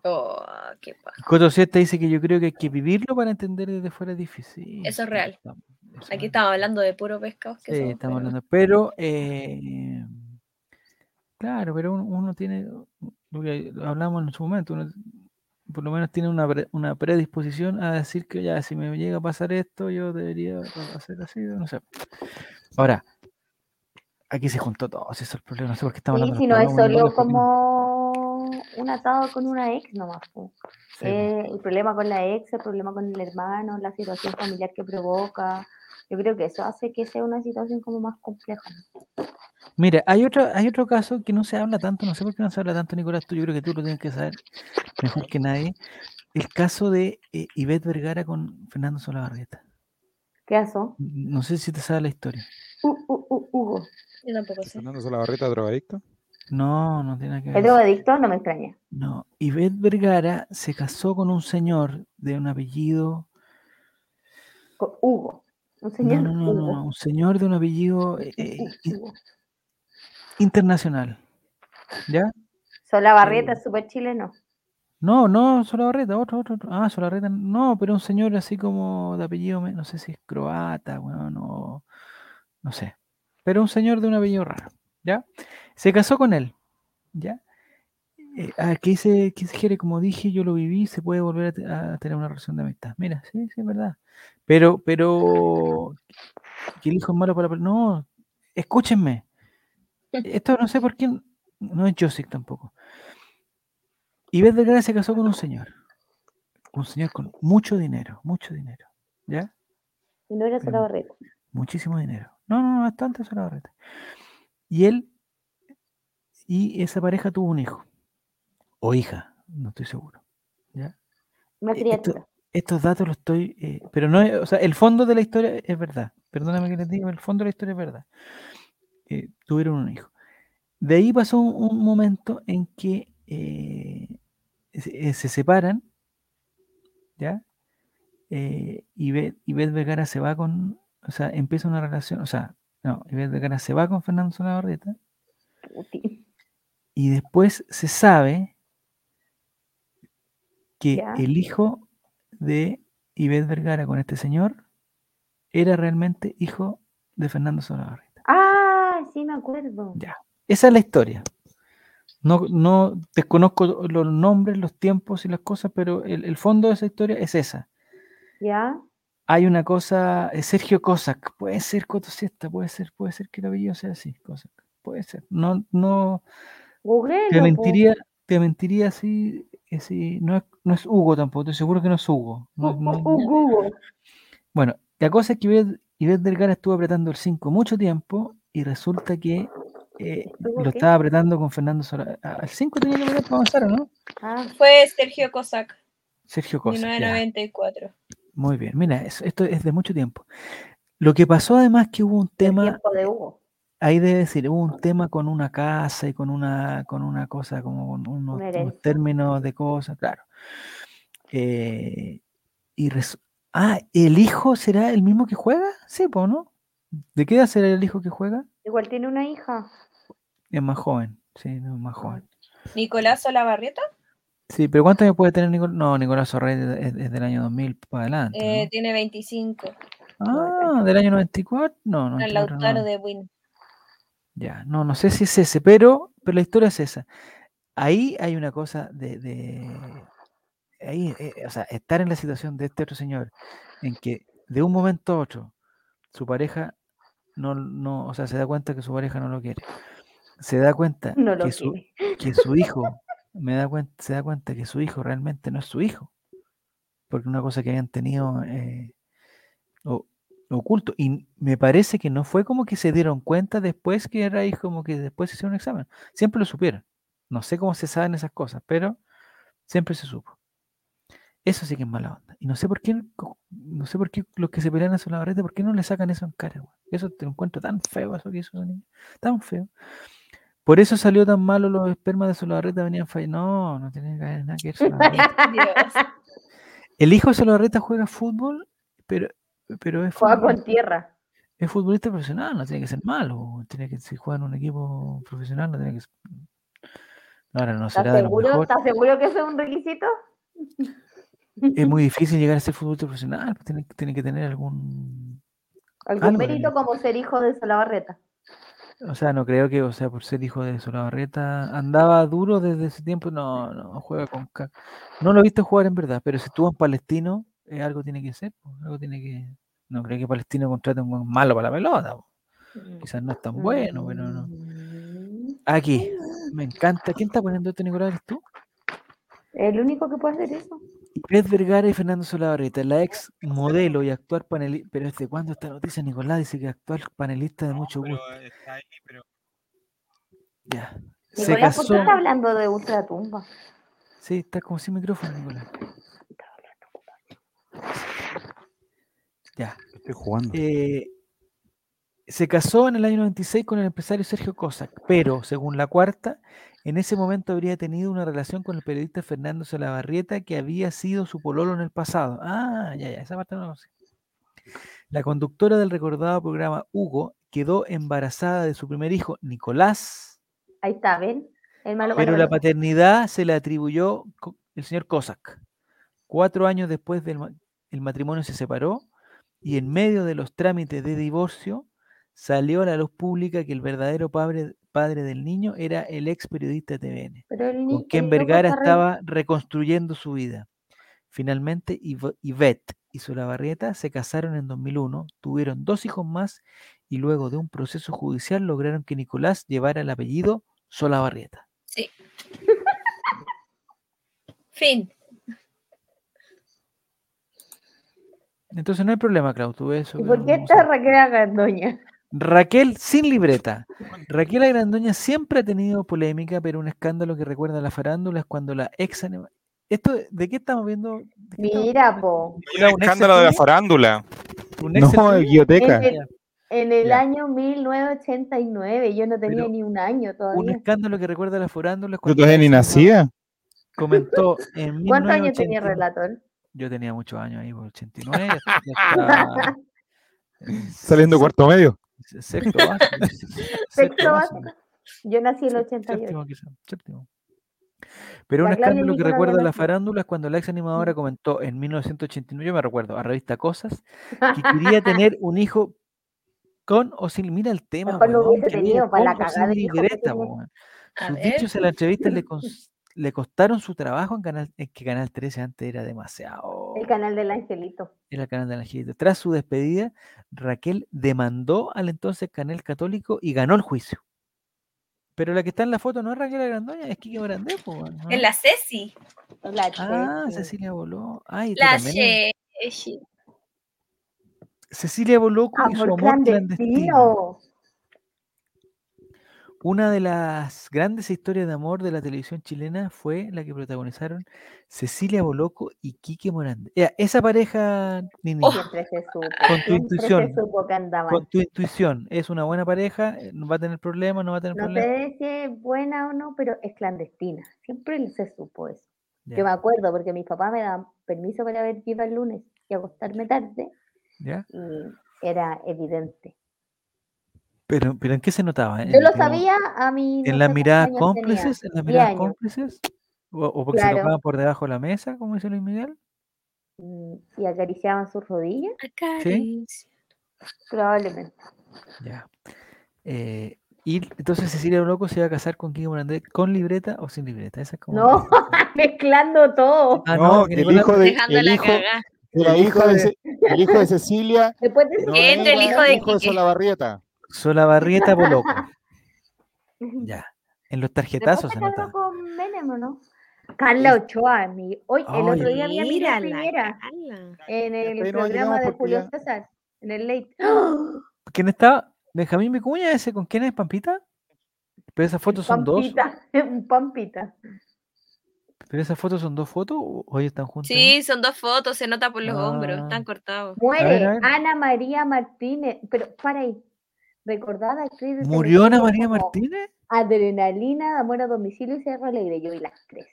S1: Oh, qué paja.
S3: Coto Z dice que yo creo que hay que vivirlo para entender desde fuera es difícil.
S1: Eso es
S3: Sí,
S1: real.
S3: estamos- eso
S1: Aquí
S3: es-
S1: estamos hablando de puro pescado.
S3: sí, estamos hablando. Pero, eh, claro, pero uno, uno tiene, lo que hablamos en su momento, uno por lo menos tiene una, pre- una predisposición a decir que ya, si me llega a pasar esto, yo debería hacer así, no sé. Ahora, aquí se juntó todo, si eso es el problema, no sé por qué estamos
S2: Sí,
S3: hablando de
S2: si no
S3: los
S2: es
S3: problemas,
S2: solo
S3: los problemas.
S2: como un atado con una ex nomás. po.
S3: Sí, pues.
S2: Eh, el problema con la ex, el problema con el hermano, la situación familiar que provoca. Yo creo que eso hace que sea una situación como más compleja.
S3: Mira, hay otro, hay otro caso que no se habla tanto, no sé por qué no se habla tanto, Nicolás, tú yo creo que tú lo tienes que saber mejor que nadie. El caso de eh, Ivette Vergara con Fernando Solabarrieta.
S2: ¿Qué pasó?
S3: No sé si te sabes la historia.
S2: Uh, uh, uh, Hugo.
S1: Yo tampoco sé.
S5: Fernando Solabarrieta, drogadicto.
S3: No, no tiene nada que ver.
S2: ¿Es drogadicto? No me extraña.
S3: No, Ivette Vergara se casó con un señor de un apellido.
S2: Co- Hugo. Un señor
S3: No, no, no, no,
S2: Hugo.
S3: no, un señor de un apellido eh, eh,
S2: Uh,
S3: in-
S2: Hugo.
S3: internacional. ¿Ya?
S2: Solabarrieta es súper chileno.
S3: No, no, Solabarreta, otro, otro, otro. Ah, Solabarreta, no, pero un señor así como de apellido, me- no sé si es croata, bueno, no, no sé. Pero un señor de un apellido raro, ¿ya? Se casó con él, ¿ya? Eh, ah, ¿qué dice, qué dice Jere? Como dije, yo lo viví, se puede volver a te- a, tener una relación de amistad. Mira, sí, sí, es verdad. Pero, pero, que el hijo es malo para... la per- No, escúchenme. Esto no sé por qué, n- no es Josic tampoco. Y Beth Vergara se casó con un señor. Un señor con mucho dinero, mucho dinero. ¿Ya?
S2: Y no era
S3: Pero-
S2: Solabarrieta.
S3: Muchísimo dinero. No, no, no, bastante se la reta. Y él y esa pareja tuvo un hijo. O hija, no estoy seguro. ¿Ya?
S2: Una
S3: Eh, esto-
S2: criatura.
S3: estos datos los estoy. eh, pero no, es- o sea, el fondo de la historia es verdad. Perdóname que les diga, pero el fondo de la historia es verdad. Eh, tuvieron un hijo. De ahí pasó un, un momento en que eh, se, eh, se separan, ¿ya? Eh, y Beth, y Beth Vergara se va con. O sea, empieza una relación. O sea, no, Ivette Vergara se va con Fernando Solabarrieta
S2: Puti.
S3: y después se sabe que
S2: Ya.
S3: el hijo de Ivette Vergara con este señor era realmente hijo de Fernando Solabarrieta.
S2: Ah, sí, me acuerdo.
S3: Ya. Esa es la historia. No, no desconozco los nombres, los tiempos y las cosas, pero el, el fondo de esa historia es esa.
S2: Ya.
S3: Hay una cosa, eh, Sergio Cossack, puede ser Cotosiesta, puede ser, puede ser que el apellido sea así, Cossack, puede ser. No, no,
S2: Google.
S3: Te mentiría, te mentiría si, eh, si no, es, no es Hugo tampoco, estoy seguro que no es Hugo. no- no- no-
S2: Hugo.
S3: Bueno, la cosa es que Ivette, Ivette Vergara estuvo apretando el 5 mucho tiempo y resulta que eh,
S2: ¿Estuvo
S3: lo
S2: qué?
S3: estaba apretando con Fernando Sola. a- Al 5 tenía que apretar para avanzar, ¿o ¿no?
S2: Ah,
S1: Fue Sergio Cossack,
S3: Sergio Cosa. ya,
S1: 1994.
S3: Muy bien, mira, es- esto es de mucho tiempo. Lo que pasó además que hubo un
S2: el
S3: tema
S2: tiempo de Hugo.
S3: Ahí debe decir, hubo un tema con una casa y con una, con una cosa, como con unos, unos
S2: herencia.
S3: términos de cosas, claro. Eh, y resu- ah, ¿el hijo será el mismo que juega? Sí, po, ¿no? ¿De qué edad será el hijo que juega?
S2: Igual tiene una hija. <laughs>
S3: Es más joven, sí, no, es más joven.
S1: Nicolás Olavarrieta
S3: Sí, pero ¿cuántos años puede tener Nicolás? No, Nicolás Sorrey es, es- es del año 2000 para adelante.
S1: eh,
S3: ¿no?
S1: tiene 25.
S3: Ah, del año 94. No, no.
S1: Fran Lautaro de Win.
S3: Ya, no, no sé si es ese, pero, pero la historia es esa. Ahí hay una cosa de... de- ahí, eh, o sea, estar en la situación de este otro señor, en que de un momento a otro su pareja no, no, o sea, se da cuenta que su pareja no lo quiere. Se da cuenta
S2: No lo
S3: que, su, <laughs>
S2: quiere.
S3: que su hijo, me da cuenta, se da cuenta que su hijo realmente no es su hijo. Porque una cosa que habían tenido eh, o- oculto. Y me parece que no fue como que se dieron cuenta después que era hijo, como que después hicieron un examen. Siempre lo supieron. No sé cómo se saben esas cosas, pero siempre se supo. Eso sí que es mala onda. Y no sé por qué, co- no sé por qué los que se pelean a su labarete, ¿por qué no le sacan eso en cara? weón? Eso te lo encuentro tan feo, eso que hizo esa niña, Tan feo. Por eso salió tan malo los espermas de Solabarreta venían fall- No, no tiene que ver nada que ver Solabarreta.
S1: Dios.
S3: El hijo de Solabarreta juega fútbol, pero, pero es,
S2: Juega
S3: futbol-
S2: con tierra.
S3: es futbolista profesional, no tiene que ser malo. Tiene que, si juega en un equipo profesional, no tiene que ser. Ahora no será
S2: ¿Estás
S3: de lo
S2: seguro? <laughs>
S3: mejor.
S2: ¿Estás seguro que eso es un requisito?
S3: Es muy difícil llegar a ser futbolista profesional, pues tiene, tiene que tener algún.
S2: Algún
S3: Algo
S2: mérito
S3: tenía.
S2: como ser hijo de Solabarreta.
S3: O sea, no creo que, o sea, por ser hijo de Solabarreta, andaba duro desde ese tiempo. No, no, juega con. ca- No lo he visto jugar en verdad, pero si estuvo en Palestino, eh, algo tiene que ser, pues, algo tiene que. No creo que Palestino contrate un buen malo para la pelota, pues, quizás no es tan bueno, pero no.
S2: Mm.
S3: Aquí, Ah, me encanta. ¿Quién está poniendo este Nicolás? ¿Eres tú?
S2: El único que puede hacer eso.
S3: Pérez Vergara y Fernando Solabarrieta, la ex modelo y actual panelista. Pero ¿desde cuándo esta noticia, Nicolás? Dice que actual panelista de mucho gusto. Ya. Se
S2: Nicolás, ¿por qué
S3: casó.
S2: está hablando de Ultratumba?
S3: Sí, está como sin micrófono, Nicolás. Ya.
S5: Estoy jugando.
S3: Eh, se casó en el año 96 con el empresario Sergio Cossack, pero según la cuarta, en ese momento habría tenido una relación con el periodista Fernando Salabarrieta, que había sido su pololo en el pasado. Ah, ya, ya, esa parte no la conocía. La conductora del recordado programa Hugo quedó embarazada de su primer hijo, Nicolás,
S2: Ahí está, ¿ven? El malo
S3: pero
S2: para
S3: la paternidad se la atribuyó co- el señor Cossack. Cuatro años después del ma- el matrimonio se separó y en medio de los trámites de divorcio salió a la luz pública que el verdadero padre, padre del niño era el ex periodista de TVN,
S2: Pero el
S3: con
S2: ni-
S3: quien
S2: el loco
S3: Vergara
S2: está re-
S3: estaba reconstruyendo su vida. Finalmente, Iv- Ivette y Solabarrieta se casaron en 2001, tuvieron dos hijos más y luego de un proceso judicial lograron que Nicolás llevara el apellido Solabarrieta.
S1: Fin.
S3: Entonces no hay problema, Clau, tú ves eso.
S2: ¿Y
S3: que
S2: por
S3: no-
S2: qué
S3: no sé.
S2: está Raquel Gandoña?
S3: Raquel sin libreta.
S2: <laughs>
S3: Raquel Agrandoña siempre ha tenido polémica, pero un escándalo que recuerda a la farándula es cuando la ex... anima- ¿Esto, ¿De qué estamos viendo? ¿De qué estamos
S2: Mira,
S3: viendo?
S2: po.
S4: Hay un
S3: ¿Un ex
S4: escándalo de la
S3: estudio?
S4: farándula.
S3: ¿Un ex
S5: No,
S3: estudio?
S5: el guioteca.
S2: Es En el
S3: Ya.
S2: año 1989, yo no tenía
S3: Pero
S2: ni un año
S3: Un
S2: todavía.
S3: escándalo que recuerda a la farándula es
S5: Yo
S3: cuando la
S5: todavía ni
S3: ex anima-
S5: nacía.
S3: comentó
S2: <laughs>
S3: en
S2: ¿Cuántos años tenía
S3: 1989
S2: Relator?
S3: Yo tenía muchos años ahí, por 89. ya- ya
S2: <laughs>
S3: estaba en
S5: Saliendo
S3: se-
S5: cuarto medio.
S3: se- Sexto básico.
S2: Sexto
S3: básico.
S2: básico. Yo nací en el
S3: Sé-
S2: 88.
S3: Séptimo, quizá, séptimo. Pero
S2: La
S3: un
S2: Claudia
S3: escándalo que
S2: Nicolás
S3: recuerda a la
S2: Velázquez.
S3: farándula es cuando la ex animadora comentó en 1989, yo me recuerdo, a revista Cosas, que
S2: <laughs>
S3: quería tener un hijo con o sin. Mira el tema,
S2: Mejor lo
S3: weón,
S2: hubiese
S3: que había
S2: tenido para la
S3: con o
S2: cagada
S3: sin
S2: de hijo que
S3: libreta,
S2: tiene.
S3: weón.
S1: A
S3: Sus
S1: ver.
S3: dichos en la entrevista
S2: <laughs>
S3: le, cons- le costaron su trabajo en Canal, en que Canal 13 antes era demasiado.
S2: El canal del Angelito.
S3: Era el canal de Angelito. Tras su despedida, Raquel demandó al entonces canal católico y ganó el juicio. Pero la que está en la foto no es Raquel Grandoña, es Kike Brandé, po, weón, ¿no?
S1: En la Ceci.
S3: este
S2: La
S3: Ah,
S2: Chechi.
S3: Cecilia Boló. Ay, tú
S1: La
S3: también eres-
S1: Ceci.
S3: Cecilia Boló y su
S2: Amor
S3: amor clandestino.
S2: Ah, clandestino.
S3: Una de las grandes historias de amor de la televisión chilena fue la que protagonizaron Cecilia Boloco y Quique Morandé. Ya, Esa pareja, Nini,
S1: Oh,
S2: Siempre se supo.
S3: Con tu
S2: Siempre
S3: intuición.
S2: se supo que andaban.
S3: con tu intuición, es una buena pareja, Eh, no va a tener problemas, no va a tener
S2: No
S3: problemas.
S2: sé si es buena o no, pero es clandestina. Siempre se supo eso.
S3: Ya,
S2: Yo me acuerdo porque mis papás me daban permiso para ver Viva el lunes y acostarme tarde
S3: ya.
S2: y era evidente.
S3: Pero, pero ¿en qué se notaba? ¿En
S2: Yo lo
S3: como-
S2: sabía a mi.
S3: ¿En las miradas cómplices? ¿En las
S2: diez
S3: miradas
S2: años.
S3: cómplices? ¿O, o porque se
S2: Claro.
S3: tocaban por debajo de la mesa, como dice Luis Miguel?
S2: Mm, Y acariciaban sus rodillas,
S1: Acaricia.
S2: probablemente. <laughs>
S3: Ya. Eh, y entonces Cecilia Loco se iba a casar con Kiko Morandé con libreta o sin libreta. Esa es como. la
S2: No,
S3: pregunta.
S2: <laughs> mezclando todo.
S3: Ah,
S5: No,
S3: que
S5: el
S3: ninguna-
S5: hijo de- el
S1: Dejándola
S5: hijo-
S1: cagar.
S5: el hijo de Ce- el hijo de Cecilia
S2: Después de
S5: no
S1: Que entre el
S5: era
S1: hijo de Quique.
S5: Solabarrieta.
S3: Solabarrieta
S2: <laughs>
S3: Boloco. Ya. En los
S2: Después
S3: tarjetazos
S2: se
S3: se
S2: casó
S3: notaba.
S2: con Menem, ¿o ¿no? Carla Ochoa, mi, hoy, el
S3: Ay,
S2: otro día vi a Miguel
S1: Mírala,
S2: Piñera
S1: cala.
S2: en el
S5: Después no
S2: programa
S5: llegamos
S2: de
S5: porque
S2: Julio
S5: ya-
S2: César, en el late.
S3: ¿Quién estaba? ¿Benjamín Vicuña ese? ¿Con quién es Pampita? Pero esas fotos <gasps> son dos.
S2: <gasps> Pampita, <laughs> un pampita.
S3: ¿Pero esas fotos son dos fotos? ¿O hoy están juntas?
S1: Sí, son dos fotos, se nota por los hombros,
S3: Ah.
S1: están cortados.
S2: Muere
S3: ver, a ver.
S2: Ana María Martínez, pero para ahí. Recordada actriz de
S3: ¿Murió Ana
S2: teleseries
S3: María
S2: como
S3: Martínez?
S2: Adrenalina, Amor a domicilio y Cerro Alegre. Yo vi las tres.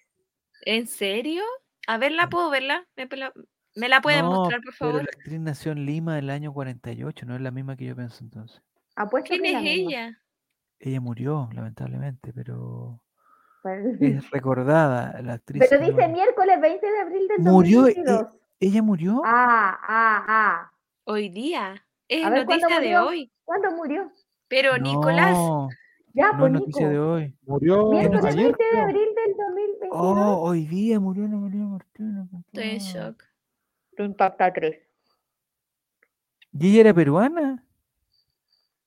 S1: ¿En serio? A verla, ¿puedo verla? ¿Me, pe- la- me la pueden
S3: Ah. No,
S1: mostrar, por
S3: Pero
S1: favor?
S3: la actriz nació en Lima el año 48, no es la misma que yo pienso entonces.
S2: Apuesto
S1: ¿Quién
S2: que
S1: es
S2: la misma.
S1: ella?
S3: Ella murió, lamentablemente, pero
S1: Mm.
S2: Pero,
S3: es recordada la actriz.
S2: <laughs> pero
S3: Ana
S2: dice
S3: María-
S2: miércoles 20 de abril del
S3: Murió, eh,
S2: 2022.
S3: ¿Ella murió?
S2: Ah, ah, ah.
S1: Hoy día. Es
S2: A ver, ¿cuándo
S1: noticia de
S2: murió?
S1: hoy.
S2: ¿Cuándo murió?
S1: Pero Nicolás,
S3: No,
S2: Ya,
S3: no
S2: pues
S3: es noticia
S2: Nico.
S3: de hoy.
S5: Murió
S2: Miércoles
S5: ayer.
S2: 20 de
S5: creo.
S2: abril del 2022.
S3: Oh, hoy día murió Ana María Martínez.
S1: estoy en
S3: compadre.
S1: shock.
S2: Impacta 3.
S3: ¿Y ella era peruana?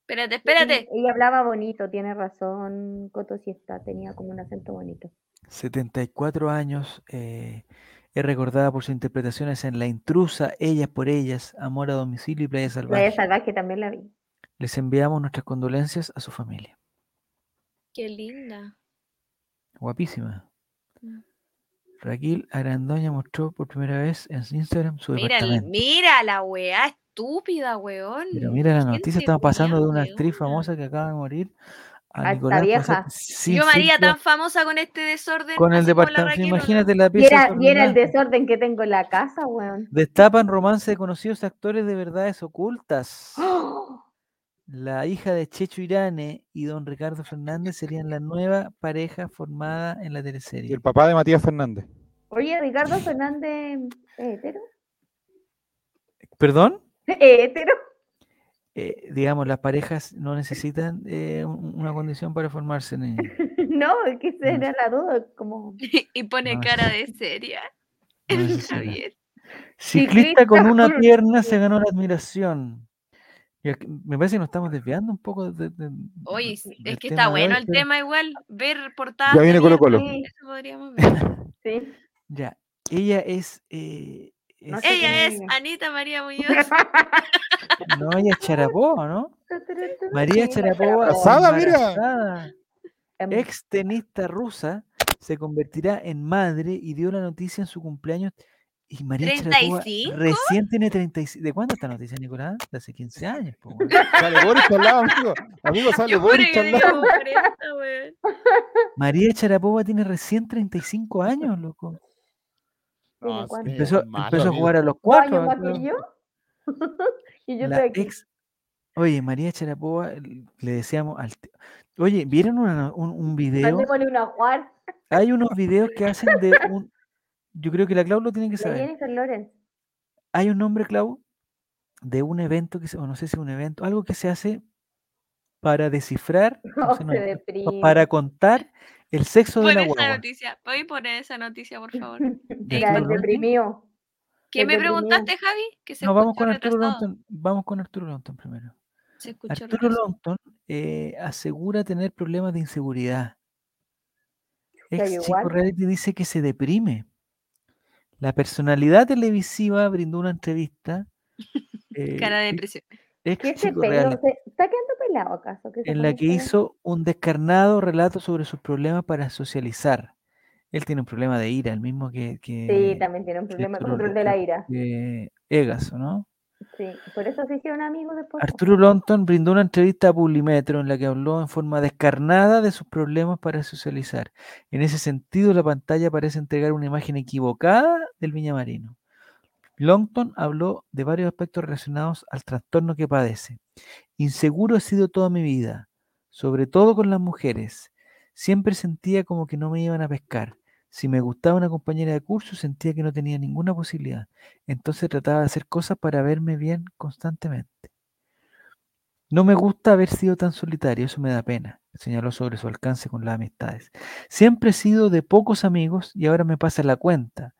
S1: Espérate, espérate.
S2: Ella hablaba bonito, tiene razón. Coto sí está, tenía como un acento bonito.
S3: 74 años. eh, es recordada por sus interpretaciones en La intrusa, Ellas por ellas, Amor a domicilio y Playa Salvaje.
S2: Playa Salvaje también la vi.
S3: Les enviamos nuestras condolencias a su familia.
S1: Qué linda.
S3: Guapísima.
S1: Mm.
S3: Raquel Arandoña mostró por primera vez en su Instagram su
S1: Mira,
S3: departamento.
S1: mira la weá estúpida, weón.
S3: Pero mira la noticia,
S1: gente
S3: estamos pasando de una
S1: culiao,
S3: actriz
S1: weona.
S3: famosa que acaba de morir a
S2: esta
S3: Nicolás
S2: vieja.
S3: Placente, sin
S1: Yo, María,
S3: Silvia,
S1: tan famosa con este desorden.
S3: con el
S1: así como la
S3: departamento.
S1: Raquel, ¿o no?
S3: Imagínate la
S2: Y
S3: pieza.
S2: era, y era el
S3: desordenada.
S2: desorden que tengo en la casa, weón. <gasps>
S3: Destapan romance de conocidos actores de verdades ocultas.
S1: ¡Ah!
S3: La hija de Checho Irane y don Ricardo Fernández serían la nueva pareja formada en la
S5: Y
S3: teleserie.
S5: el papá de Matías Fernández.
S2: Oye, Ricardo Fernández, ¿es hetero? <laughs>
S3: ¿Perdón?
S2: ¿Es hetero? <laughs>
S3: eh, digamos, las parejas no necesitan eh, un- una condición para formarse. niño.
S2: <laughs> No, es que
S3: Mm.
S2: esa era la duda, como...
S1: y pone
S3: No,
S1: cara de seria.
S3: Ah,
S1: <laughs>
S3: No
S1: El
S3: necesitan.
S1: Javier.
S3: Ciclista con
S2: Ciclista
S3: una
S2: con-
S3: pierna se ganó la admiración. Y aquí- me parece que nos estamos desviando un poco de, de- <laughs>
S1: Oye,
S3: de- del
S1: es que está
S3: de
S1: bueno
S3: hoy,
S1: el
S3: pero
S1: tema igual. Ver portadas.
S5: Ya
S1: de
S5: viene Colo
S1: mierda,
S5: Colo.
S2: Sí,
S1: eso podríamos
S3: <laughs>
S1: ver.
S2: sí.
S3: Ya, ella es... eh,
S2: No
S3: es,
S2: sé
S3: eh,
S1: Ella es
S2: Sí.
S1: Anita
S3: <laughs>
S1: María Muñoz.
S3: no, ella es Charapova, eh,
S2: <laughs>
S3: ¿no? María
S2: Sí,
S3: Charapova,
S5: Casada, mira.
S3: embarazada,
S2: Em,
S3: ex tenista rusa, se convertirá en madre y dio la noticia en su cumpleaños. Y María Charapova
S1: ¿35?
S3: recién tiene 35. ¿De cuándo esta noticia, Nicolás? De hace 15 años. po, weón.
S5: Sale Boris al lado, amigo. Amigo, sale
S1: Yo juro
S5: Boris
S1: que
S5: al
S1: tenía
S5: lado.
S3: <laughs>
S1: como 40, weón.
S3: María Charapova tiene recién 35 años, loco.
S2: ¿Tiene
S5: No,
S4: Eh,
S2: cuánto?
S5: sí,
S3: Empezó,
S5: malo,
S3: empezó a
S5: amigo.
S3: jugar a los
S2: ¿Dos
S3: cuatro.
S2: años más
S3: creo.
S2: que yo? <laughs> y yo
S3: La
S2: estoy aquí.
S3: ex- Oye, María Charapova, l- le decíamos al... te- Oye, ¿vieron una- un, un video?
S2: Mandémosle una Juan.
S3: Hay unos videos
S2: <laughs>
S3: que hacen de un... Yo creo que la Clau lo tiene que
S2: La
S3: saber.
S2: Jennifer Lawrence.
S3: Hay un nombre, Clau, de un evento, que se- o no sé si un evento, algo que se hace para
S2: <laughs>
S3: descifrar, no
S2: Oh,
S3: sé,
S2: se
S3: no, pa-
S2: deprime. <laughs>
S3: para contar el sexo de
S1: Pon
S3: la
S1: esa
S3: guagua.
S1: noticia. Voy a poner esa noticia,
S3: <laughs>
S1: por favor.
S3: de
S2: La
S3: Arturo
S2: del
S3: Longton.
S2: deprimido.
S1: ¿Qué
S2: El
S1: me
S2: deprimido.
S1: preguntaste, Javi? Que se
S3: No, vamos
S1: escuchó
S3: con Arturo
S1: retrasado.
S3: Longton, vamos con Arturo Longton primero.
S1: Se escuchó
S3: Arturo
S1: retrasado.
S3: Longton eh, asegura tener problemas de inseguridad.
S2: Ya,
S3: Ex
S2: yo
S3: chico
S2: igual.
S3: reality dice que se deprime. La personalidad televisiva brindó una entrevista. eh,
S1: <laughs> Cara de
S3: ex-
S1: depresión.
S2: ¿Qué
S3: ex
S2: se
S3: chico
S2: peló?
S3: reality,
S2: ¿Se ¿Está quedando pelado acaso? ¿Que se
S3: pues, en la que
S2: pone ese-
S3: hizo un descarnado relato sobre sus problemas para socializar. Él tiene un problema de ira, el mismo que, que,
S2: Sí, también tiene un
S3: que
S2: problema de
S3: Arturo
S2: control de la
S3: Longton,
S2: ira.
S3: que Egas, ¿o ¿no?
S2: Sí, por eso se hicieron amigos después. po.
S3: Arturo Longton brindó una entrevista a Publimetro en la que habló en forma descarnada de sus problemas para socializar. En ese sentido, la pantalla parece entregar una imagen equivocada del Viñamarino. Longton habló de varios aspectos relacionados al trastorno que padece. Inseguro he sido toda mi vida, sobre todo con las mujeres. Siempre sentía como que no me iban a pescar. Si me gustaba una compañera de curso, sentía que no tenía ninguna posibilidad. Entonces trataba de hacer cosas para verme bien constantemente. No me gusta haber sido tan solitario, eso me da pena, señaló sobre su alcance con las amistades. Siempre he sido de pocos amigos y ahora me pasa la cuenta,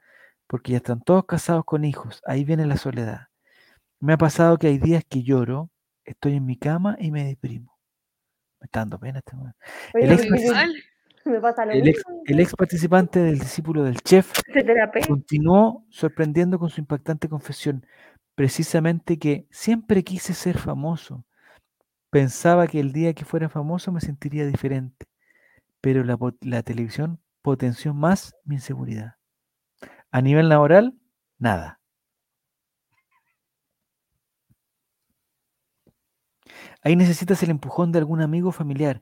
S3: porque ya están todos casados con hijos, ahí viene la soledad. Me ha pasado que hay días que lloro, estoy en mi cama y me deprimo. Me está dando pena este momento. El ex,
S2: Me pasa lo
S3: el ex-
S2: mismo.
S3: el ex participante del discípulo del chef
S2: Se te la pega.
S3: Continuó sorprendiendo con su impactante confesión, precisamente que siempre quise ser famoso. Pensaba que el día que fuera famoso me sentiría diferente, pero la, po- la televisión potenció más mi inseguridad. A nivel laboral, nada. Ahí necesitas el empujón de algún amigo o familiar.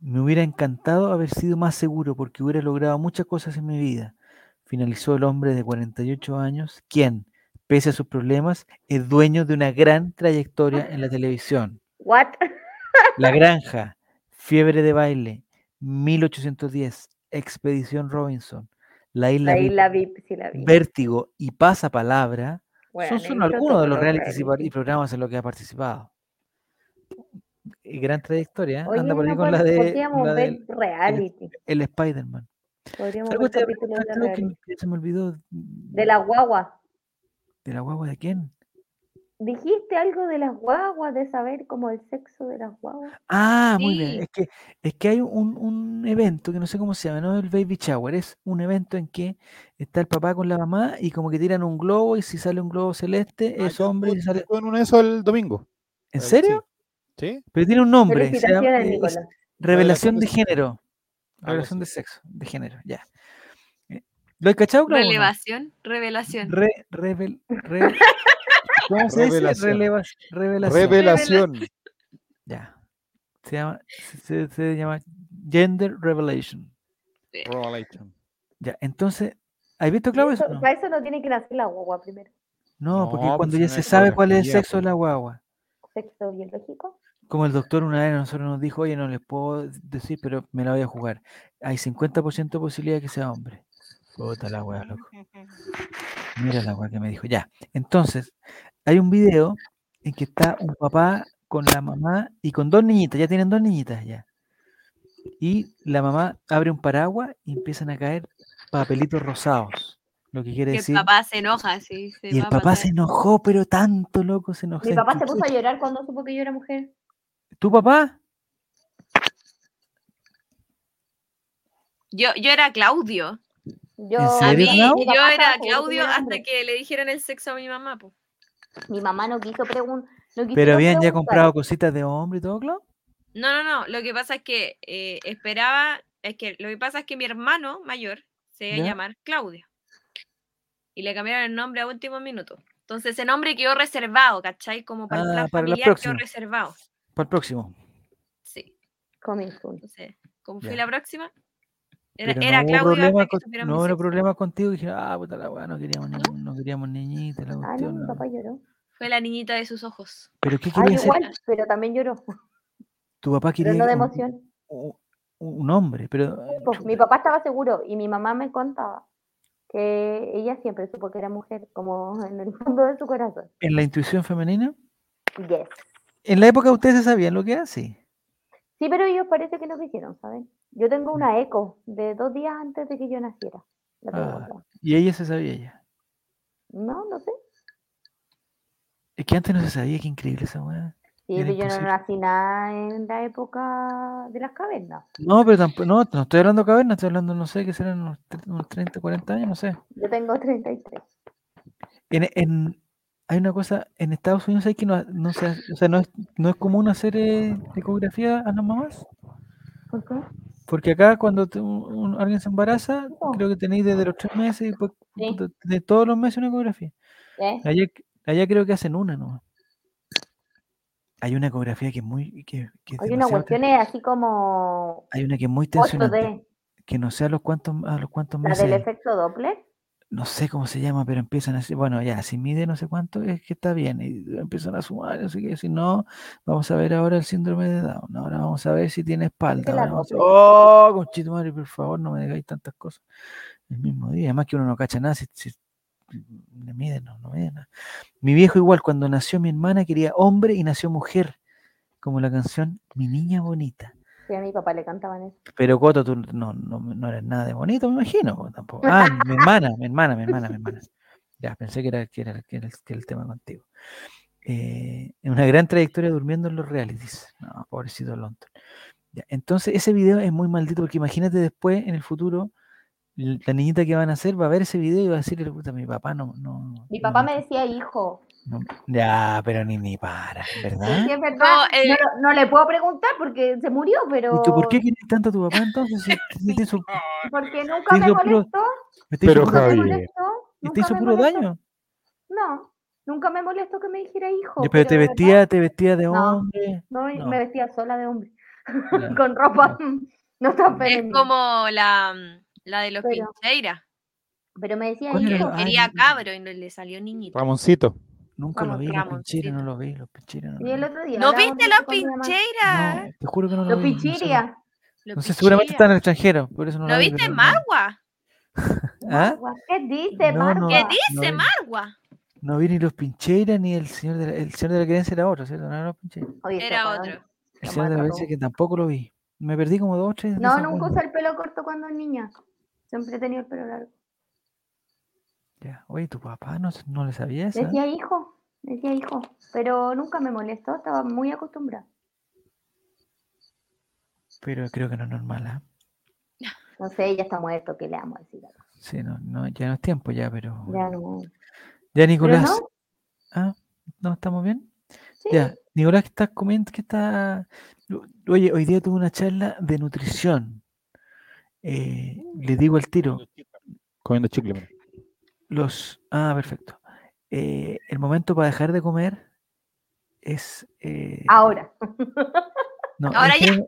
S3: Me hubiera encantado haber sido más seguro porque hubiera logrado muchas cosas en mi vida finalizó el hombre de 48 años, quien, pese a sus problemas, es dueño de una gran trayectoria en la televisión.
S2: What?
S3: La Granja, Fiebre de Baile, 1810, Expedición Robinson, La Isla,
S2: La
S3: VIP,
S2: isla VIP, sí la vi.
S3: Vértigo y Pasapalabra
S2: Bueno,
S3: son solo
S2: eso
S3: algunos de
S2: todo
S3: los
S2: lo
S3: realities y
S2: realities.
S3: par- y programas en los que ha participado. Y gran trayectoria, ¿eh?
S2: Oye,
S3: anda por ahí
S2: no,
S3: con la
S2: pod-
S3: de,
S2: podríamos
S3: la
S2: ver
S3: del-
S2: reality.
S3: el Spider-Man.
S2: Podríamos
S3: Algo
S2: ver
S3: te iba a
S2: capítulos de
S3: preguntar, creo que
S2: reality.
S3: me- se me olvidó
S2: De las guaguas.
S3: de la guagua de quién.
S2: Dijiste algo de las guaguas, de saber como el sexo de las guaguas.
S3: Ah, muy bien.
S1: Sí.
S3: Es que, es que hay un, un evento que no sé cómo se llama, no es el baby shower, es un evento en que está el papá con la mamá y como que tiran un globo y si sale un globo celeste
S5: Ah,
S3: es
S5: yo
S3: hombre y si
S5: estuve-
S3: sale...
S5: estuve en uno de esos el domingo.
S3: ¿En
S5: Eh, sí.
S3: serio?
S5: Sí.
S3: Pero tiene un nombre. se llama- eh,
S2: Felicitaciones,
S3: es
S2: Nicolás.
S3: revelación
S5: de
S3: de
S5: sexo.
S3: género.
S5: Algo
S3: Revelación de
S5: así.
S3: sexo, de género, ya. Eh, ¿Lo he cachado, Clau, o no?
S1: Relevación, revelación.
S3: Re- revel- re- ¿Cómo se dice?
S5: Revelación.
S3: Relevas- revelación.
S5: Revelación.
S3: Ya. Se llama, se- se- se llama Gender Revelation.
S5: Revelation.
S3: Ya, entonces, ¿has visto
S2: Y eso-
S3: Claudio? Ah, eso o no?
S2: Para eso no tiene que nacer la guagua primero.
S3: No, porque
S5: No,
S3: cuando
S5: pues
S3: ya
S5: una
S3: se sabe cuál es el
S5: ecografía,
S3: sexo de
S5: pues.
S3: la guagua.
S2: Sexo biológico.
S3: Como el doctor una vez a nosotros nos dijo, oye, no les puedo decir, pero me la voy a jugar. Hay 50% de posibilidad de que sea hombre. Puta la wea, loco. Mira la wea que me dijo. Ya. Entonces, hay un video en que está un papá con la mamá y con dos niñitas. Ya tienen dos niñitas ya. Y la mamá abre un paraguas y empiezan a caer papelitos rosados. Lo que quiere
S1: Que el
S3: decir.
S1: papá se enoja, sí. se
S3: Y el
S1: va a
S3: papá se
S1: matar.
S3: enojó, pero tanto, loco, se enojó.
S2: Mi papá se puso a llorar cuando supo que yo era mujer.
S3: ¿Tu papá?
S1: Yo, yo era Claudio.
S2: Yo,
S1: A
S3: serio,
S1: mí,
S2: mi
S3: Clau?
S2: papá
S1: yo
S2: estaba
S1: era
S2: seguro que
S1: Claudio
S2: yo era
S1: hasta
S2: hombre.
S1: que le dijeron el sexo a mi mamá. po.
S2: Mi mamá no quiso preguntar.
S3: Pero habían ya comprado cositas de hombre y todo, Clau.
S1: No, no, no. Lo que pasa es que eh, esperaba. Es que lo que pasa es que mi hermano mayor se iba
S3: ¿Ya?
S1: a llamar Claudio. Y le cambiaron el nombre a último minuto. Entonces ese nombre quedó reservado, ¿cachai? Como para el
S3: Ah,
S1: plan
S3: para la
S1: familiar quedó
S3: próxima.
S1: reservado.
S3: Para el próximo.
S1: Sí.
S2: Comenzó.
S1: Entonces, como fui
S3: Ya.
S1: la próxima, era,
S3: Pero
S1: era
S3: no hubo
S1: Claudio hasta
S3: problema
S1: que
S3: con-
S1: supieran mi
S3: no hubo
S1: sexo.
S3: problema contigo. Y dijeron, ah, puta la weá, no queríamos, ni- no queríamos niñita, la
S2: Ah, no,
S3: cuestión.
S2: mi
S3: no".
S2: papá lloró.
S1: Fue la niñita de sus ojos.
S3: Pero ¿qué
S2: Ah,
S3: quería hacer?
S2: igual, pero también lloró.
S3: Tu papá
S2: Pero
S3: quería
S2: no de
S3: un-
S2: emoción.
S3: un, un hombre, pero. eh,
S2: Pues, mi
S3: chuta,
S2: papá estaba seguro y mi mamá me contaba que ella siempre supo que era mujer, como en el fondo de su corazón.
S3: En la intuición femenina.
S2: Yes.
S3: En la época ustedes se sabían lo que era, sí.
S2: Sí, pero ellos parece que no quisieron, ¿saben? Yo
S3: Mm.
S2: tengo una eco de dos días antes de que yo naciera. La
S3: Ah.
S2: pregunta.
S3: Y ella se sabía ya.
S2: No, no sé.
S3: Es que antes no se sabía, qué increíble esa weá.
S2: Sí,
S3: Era
S2: pero yo no
S3: imposible.
S2: nací nada en la época de las cavernas.
S3: No, pero tampoco, no, no estoy hablando de caverna, estoy hablando, no sé, que serán unos, tre- unos 30, 40 años, no sé.
S2: Yo tengo 33.
S3: En, en- hay una cosa, en Estados Unidos hay que no, no se hace- o sea, no es, no es común hacer eh, ecografía a las mamás.
S2: ¿Por qué?
S3: Porque acá cuando te- un- un- alguien se embaraza,
S2: No.
S3: creo que tenéis desde los tres meses y después
S2: Oh. Sí.
S3: puta, de todos los meses una ecografía.
S2: ¿Eh?
S3: Allá, allá creo que hacen una nomás. Hay una ecografía que es muy que, que es
S2: Hay una
S3: demasiado ten-
S2: cuestión es así como
S3: hay una que es muy tensionante,
S2: 8D,
S3: que no sé a los cuantos a los cuantos
S2: la
S3: meses.
S2: del
S3: es.
S2: efecto Doppler.
S3: no sé cómo se llama, pero empiezan a decir, bueno, ya, si mide no sé cuánto, es que está bien, y empiezan a sumar, no sé qué, si no, vamos a ver ahora el síndrome de Down, ahora vamos a ver si tiene espalda.
S2: la
S3: ahora vamos a- oh, conchito madre, por favor, no me digáis tantas cosas el mismo día, además que uno no cacha nada, si, si- no mide, no, no mide nada. Mi viejo igual, cuando nació mi hermana quería hombre y nació mujer, como la canción Mi Niña Bonita.
S2: Sí, a mi papá le cantaban eso.
S3: Pero Coto, tú no, no, no eres nada de bonito, me imagino. po, Tampoco. Ah, mi hermana, mi hermana, mi hermana, mi hermana. Ya, pensé que era, que era, que era el, que el tema contigo. Eh, una gran trayectoria durmiendo en los realities. No, pobrecito Lonton. Ya, entonces, ese video es muy maldito porque imagínate después, en el futuro, l- la niñita que van a hacer va a ver ese video y va a decirle, puta, mi papá no... no
S2: Mi
S3: no
S2: papá
S3: me-
S2: me decía hijo.
S3: no me-". Ya, pero ni, ni para, ¿verdad?
S2: Sí, es verdad.
S1: No, el-
S2: No, lo- no le puedo preguntar porque se murió, pero.
S3: ¿Y tú por qué quieres tanto a tu papá entonces? Si- si te
S2: <laughs>
S3: hizo-
S2: Porque nunca me
S3: Hizo puro-
S2: molestó.
S3: te hizo
S5: Pero
S3: puro-
S2: Nunca me
S5: Javier,
S2: molestó.
S3: te
S2: nunca
S3: hizo
S2: me
S3: puro
S2: molestó.
S3: daño.
S2: No, nunca me molestó que me dijera hijo.
S3: Ya, pero te
S2: de
S3: vestía,
S2: verdad,
S3: te vestía de
S2: No.
S3: hombre.
S2: No, y
S3: no.
S2: me vestía sola de hombre.
S3: Ya,
S2: <laughs> Con ropa. <laughs> No tan
S1: Es
S2: femenina.
S1: como la, mm, la de los
S2: Pero-
S1: Pincheira,
S2: Pero me decía
S3: ¿Cuál era
S1: que
S2: hijo.
S3: la- Ay,
S1: quería
S3: no.
S1: cabro y no le salió niñito.
S5: Ramoncito.
S3: Nunca lo
S2: Vamos,
S3: vi, los
S1: Ramoncito.
S3: pinchiros no lo vi, los pinchiros no
S2: Y
S3: lo
S2: el
S3: vi.
S2: otro día.
S1: ¿No
S2: hablábamos
S1: viste
S2: de eso
S1: los
S2: con mi mamá.
S1: Pincheira?
S3: No, te juro que no lo
S2: Los
S3: vi. no sé por-
S2: pichiria.
S1: Los
S3: No sé, seguramente
S1: Pincheira.
S3: está en el extranjero, por eso no
S1: ¿No
S3: lo vi,
S1: viste
S3: pero no-
S1: Margua?
S3: ¿Ah?
S2: Guau, ¿Qué dice,
S3: No, no,
S2: Marco?
S1: ¿Qué
S3: no
S1: dice
S3: vi.
S1: Margua?
S3: No vi ni los pincheiras ni el señor de la, el señor de la creencia era otro, ¿cierto? No era los pincheiras.
S2: Oye, ese
S1: Era
S2: weón.
S1: otro.
S3: El
S2: Lo
S3: señor de la
S2: mata
S3: creencia
S2: todo.
S3: que tampoco lo vi. Me perdí como dos o tres. de
S2: No,
S3: esas
S2: nunca
S3: weas.
S2: usé el pelo corto cuando niña. Siempre he tenido el pelo largo.
S3: Ya, Oye, tu papá no, s- no le sabía eso.
S2: Decía hijo, decía hijo. Pero nunca me molestó, estaba muy acostumbrada.
S3: Pero creo que no es normal, ¿ah?
S2: No sé, ella está muerto, ¿qué le vamos a decir? ahora?
S3: Sí, no, no, ya no es tiempo ya, pero.
S2: Ya no.
S3: Ya,
S2: Pero
S3: Nicolás.
S2: no,
S3: ¿Ah? ¿No estamos bien?
S2: sí.
S3: Ya, Nicolás, que estás comiendo? que está? o- Oye, hoy día tuve una charla de nutrición. Eh, le digo al tiro,
S5: Comiendo chicle. mira.
S3: los... Ah, perfecto. Eh, el momento para dejar de comer es... eh,
S2: Ahora,
S3: no,
S1: Ahora ya.
S3: era-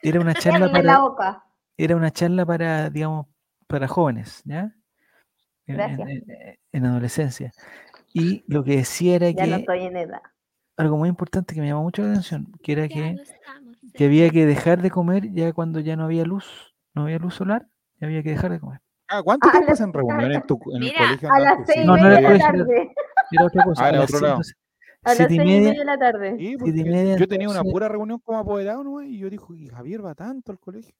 S3: Era una
S2: <laughs>
S3: charla
S2: cierren la
S3: para,
S2: boca.
S3: era una charla para, digamos, para jóvenes, ¿ya? En, en-
S2: Gracias.
S3: en- en adolescencia. Y lo que decía era
S2: Ya no
S3: que
S2: estoy en edad.
S3: algo muy importante que me llamó mucho la atención, que era
S1: Ya
S3: que
S1: lo estamos
S3: que había que dejar de comer ya cuando ya no había luz, no había luz solar, y había que dejar de comer.
S5: Ah, ¿cuánto
S2: A
S5: tiempo
S2: las-
S5: hacen reuniones en, tu, en
S1: Mira,
S5: el colegio?
S2: A
S5: andaba
S2: las
S5: tu
S2: seis y
S5: cinco
S3: No, no
S2: media de
S3: era
S2: la
S5: días?
S3: por eso,
S2: tarde.
S3: Era otra cosa.
S5: Ah, era
S3: las
S5: otro
S3: cinco-
S5: lado.
S2: A las
S3: siete y
S2: seis y media
S3: media,
S2: de la tarde.
S5: Sí,
S3: Siete y
S5: porque
S3: media,
S5: yo tenía una
S3: entonces-
S5: pura reunión como apoderado, ¿no? Y yo dije, y Javier va tanto al colegio.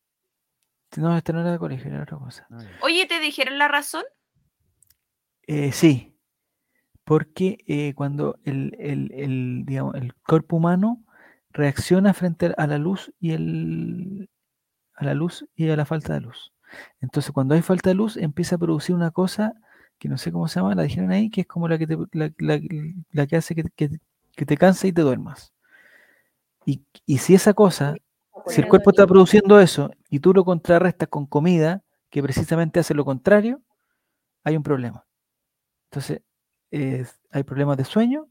S5: Ah,
S3: no, esta no era de colegio, era otra cosa.
S1: Oye, ¿te dijeron la razón?
S3: Eh, sí, porque eh, cuando el, el- el, digamos, el cuerpo humano reacciona frente a la luz y el, a la luz y a la falta de luz. Entonces, cuando hay falta de luz, empieza a producir una cosa que no sé cómo se llama, la dijeron ahí, que es como la que, te- la, la- la que hace que, que- que te cansa y te duermas. Y, y si esa cosa, si el cuerpo está produciendo eso y tú lo contrarrestas con comida, que precisamente hace lo contrario, hay un problema. Entonces, es- hay problemas de sueño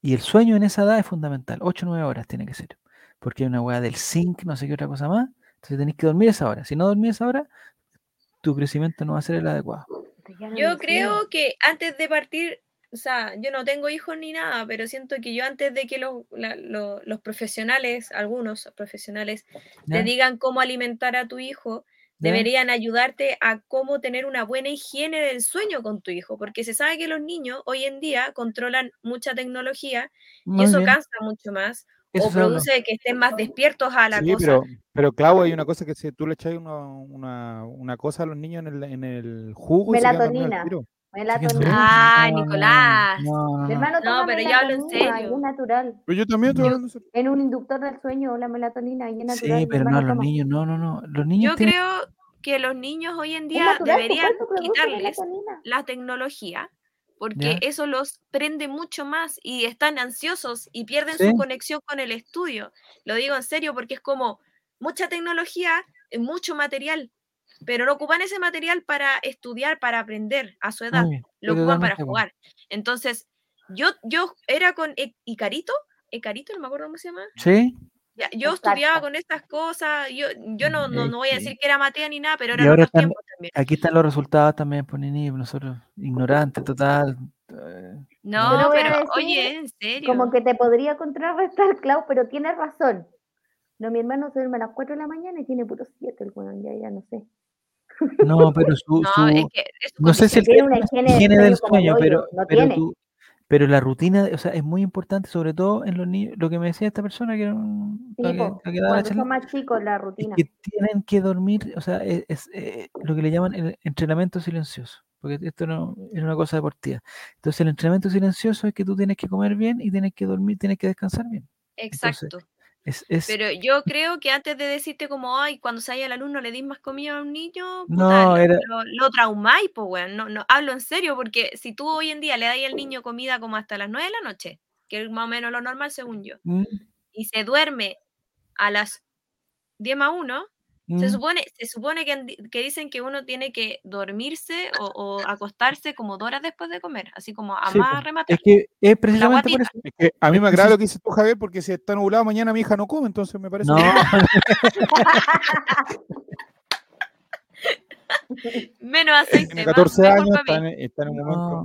S3: y el sueño en esa edad es fundamental. 8 o 9 horas tiene que ser. Porque hay una hueá del zinc, no sé qué otra cosa más. Entonces tenés que dormir esa hora. Si no dormís esa hora, tu crecimiento no va a ser el adecuado.
S2: Ya no
S1: Yo
S2: me creo.
S1: creo que antes de partir, o sea, yo no tengo hijos ni nada, pero siento que yo antes de que los, la- lo- los profesionales, algunos profesionales,
S3: ¿ya?
S1: te digan cómo alimentar a tu hijo,
S3: ¿Ya?
S1: deberían ayudarte a cómo tener una buena higiene del sueño con tu hijo, porque se sabe que los niños hoy en día controlan mucha tecnología y
S3: Muy
S1: eso
S3: bien,
S1: cansa mucho más
S3: eso
S1: o
S3: se habló.
S1: produce que estén más despiertos a la
S5: Sí,
S1: cosa.
S5: pero, pero Clau, hay una cosa que si tú le echas una, una, una cosa a los niños en el, en el jugo. y se quedan dormidos al
S2: Melatonina.
S5: tiro.
S3: Así que no,
S2: Melatonina.
S1: Ah,
S3: no, no, no,
S1: Nicolás.
S3: no, no,
S2: Mi
S3: no.
S2: hermano
S1: No,
S2: toma
S1: pero yo hablo en
S2: melatonina, y
S1: serio.
S2: es natural.
S5: Pero yo también estoy
S3: Yo-
S5: hablando de eso.
S2: En un inductor del sueño, la melatonina, y es natural.
S3: Sí,
S2: mi
S3: pero no
S2: hermano
S3: a los
S2: toma.
S3: niños, no, no, no. Los niños
S1: Yo
S3: tienen-
S1: creo que los niños hoy en
S2: Este, Es
S1: día
S2: natural, tu
S1: deberían
S2: cuerpo produce
S1: quitarles
S2: melatonina.
S1: la tecnología porque eso los prende mucho más y están ansiosos y pierden
S3: Sí.
S1: su conexión con el estudio. Lo digo en serio porque es como mucha tecnología, eh, mucho material, pero no ocupan ese material para estudiar, para aprender a su edad,
S3: Muy bien,
S1: lo
S3: estoy
S1: ocupan para
S3: totalmente de acuerdo.
S1: jugar. Entonces, yo, yo era con E- Icarito, Icarito, no me acuerdo cómo se llama,
S3: Sí,
S1: ya, yo
S2: Exacto.
S1: estudiaba con estas cosas, yo, yo no, no,
S3: Ok.
S1: no voy a decir que era Matea ni nada, pero
S3: Y
S1: eran
S3: ahora
S1: otros
S3: están-
S1: tiempos también.
S3: Aquí están los resultados también, Ponini, nosotros ignorantes, total. eh,
S1: No,
S3: Yo
S2: voy a
S1: pero
S2: decir
S1: oye, en serio.
S2: Como que te podría contrarrestar, <laughs> Clau, pero tienes razón. No, mi hermano se duerme a las 4 de la mañana y tiene puros 7 el weón, ya, ya no sé.
S3: No, pero su,
S1: No,
S3: su-
S1: es que es su
S3: no sé si el
S1: condición.
S2: tiene una
S3: término es
S2: higiene del
S3: higiene del
S2: sueño como el
S3: sueño,
S2: hoyo,
S3: pero,
S2: no
S3: pero,
S2: tiene.
S3: tú- pero la rutina, o sea, es muy importante, sobre todo en los niños, lo que me decía esta persona que era un-
S2: Sí,
S3: la que-
S2: po,
S3: la que daba la
S2: cuando
S3: charla,
S2: son más chicos la
S3: es
S2: rutina.
S3: que tienen que dormir, o sea, e- es, eh, lo que le llaman el entrenamiento silencioso, porque esto no es una cosa deportiva. Entonces, el entrenamiento silencioso es que tú tienes que comer bien y tienes que dormir, tienes que descansar bien. entonces,
S1: Exacto.
S3: Es, es,
S1: Pero yo creo que antes de decirte como, ay, cuando se haya el alumno le dis más comida a un niño, puta,
S3: No,
S1: lo-
S3: era-
S1: lo, lo traumáis, pues, weón. No, no, hablo en serio, porque si tú hoy en día le dais al niño comida como hasta las 9 de la noche, que es más o menos lo normal según yo,
S3: mm,
S1: y se duerme a las 10 más 1,
S3: mm.
S1: se supone, se supone que, en di- que dicen que uno tiene que dormirse o, o acostarse como dos horas después de comer, así como a
S3: Sí, po.
S1: más rematar.
S3: Es que es precisamente por
S1: guatita.
S3: eso.
S4: Es que a mí me
S3: Entonces-
S4: agrada lo que dices tú, Javier, porque si está nublado mañana mi hija no come, entonces me parece.
S3: No, <laughs>
S1: Menos
S4: que
S1: aceite,
S4: tiene
S1: más-
S4: 14
S1: mejor
S4: años,
S1: pa' mí.
S4: está en, está en un momento
S3: no,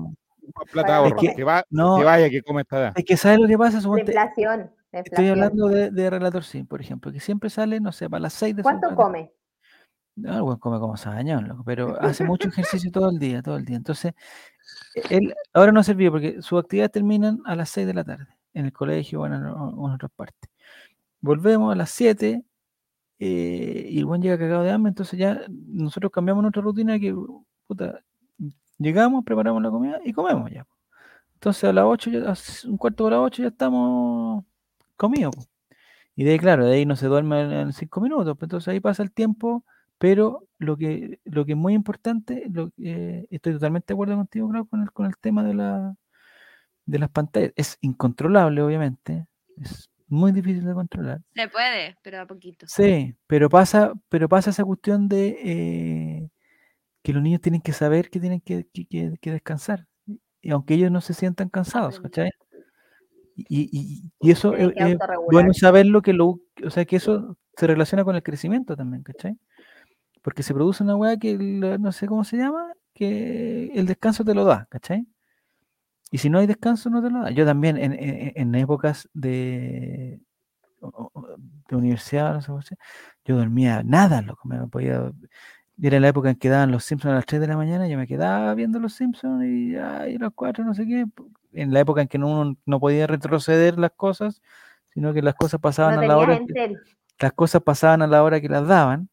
S4: más plata
S2: Para
S4: ahorra,
S3: comer.
S4: que, va,
S3: no,
S4: que vaya, que come esta edad.
S3: Es que ¿sabes lo que pasa?
S2: La
S3: Suponte,
S2: inflación.
S3: estoy
S2: la inflación.
S3: hablando de, de Relator Sim, por ejemplo, que siempre sale, no sé, para las 6 de su
S2: ¿Cuánto
S3: tarde.
S2: come?
S3: No, el weón come como sañón, loco, pero hace mucho ejercicio todo el día, todo el día. Entonces, e- él ahora no sirvió porque sus actividades terminan a las 6 de la tarde, en el colegio o en, o- o en otras partes. Volvemos a las 7 eh, y el buen llega cagado de hambre, entonces ya nosotros cambiamos nuestra rutina que, puta, llegamos, preparamos la comida y comemos ya. Entonces a las 8, ya, a s- un cuarto para las 8 ya estamos comidos. po. Y de ahí, claro, de ahí no se duerme en- en 5 minutos, pues, entonces ahí pasa el tiempo, pero lo que, lo que es muy importante, lo, que- estoy totalmente de acuerdo contigo, Clau, con el, con el tema de, la, de las pantallas. Es incontrolable, obviamente, es muy difícil de controlar.
S1: Se puede, pero a poquito.
S3: Sí, pero pasa, pero pasa esa cuestión de eh, que los niños tienen que saber que tienen que, que- que- que descansar, y aunque ellos no se sientan cansados,
S1: Aprender.
S3: ¿cachai? Y, y- y eso
S2: Tienen
S3: es,
S2: que
S3: es
S2: autorregular.
S3: bueno saberlo, que lo, o sea, que eso se relaciona con el crecimiento también, ¿cachai? Porque se produce una weá que la- no sé cómo se llama, que el descanso te lo da, ¿cachai? Y si no hay descanso, no te lo da. Yo también en, en- en épocas de, o- o- o de universidad, no sé cómo se yo dormía nada, loco, me podía... Era la época en que daban los Simpsons a las 3 de la mañana, yo me quedaba viendo los Simpsons y, ay, a las 4, no sé qué. pu- En la época en que no- uno no podía retroceder las cosas, sino que las cosas pasaban
S2: No
S3: a la hora...
S2: tenías
S3: que-
S2: Entel.
S3: las cosas pasaban a la hora que las daban.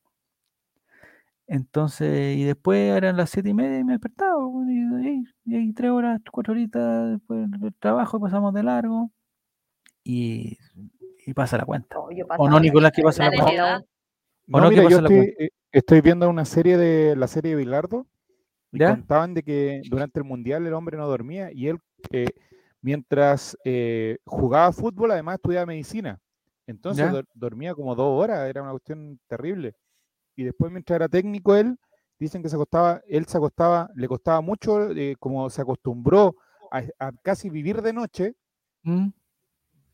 S3: Entonces, y después eran las siete y media y me despertaba. weón, Y, ahí- y ahí tres horas, cuatro horitas después del trabajo, pasamos de largo. Y, y pasa la cuenta.
S2: No, yo
S3: O
S2: pasaba
S3: no,
S2: la
S3: Nicolás, que pasa
S2: cuenta
S3: la
S1: Dale,
S3: cuenta.
S2: de
S1: le
S2: la
S1: da.
S3: ¿O
S4: No,
S3: no? ¿Qué
S4: mira, yo
S3: pasa en la
S4: estoy, eh, estoy viendo una serie de la serie de Bilardo y
S3: ¿Ya?
S4: contaban de que durante el mundial el hombre no dormía y él, eh, mientras eh, jugaba fútbol, además estudiaba medicina. Entonces
S3: Ya.
S4: dor- dormía como dos horas, era una cuestión terrible. Y después, mientras era técnico, él, dicen que se acostaba, él se acostaba, le costaba mucho, eh, como se acostumbró a, a casi vivir de noche,
S3: Mm,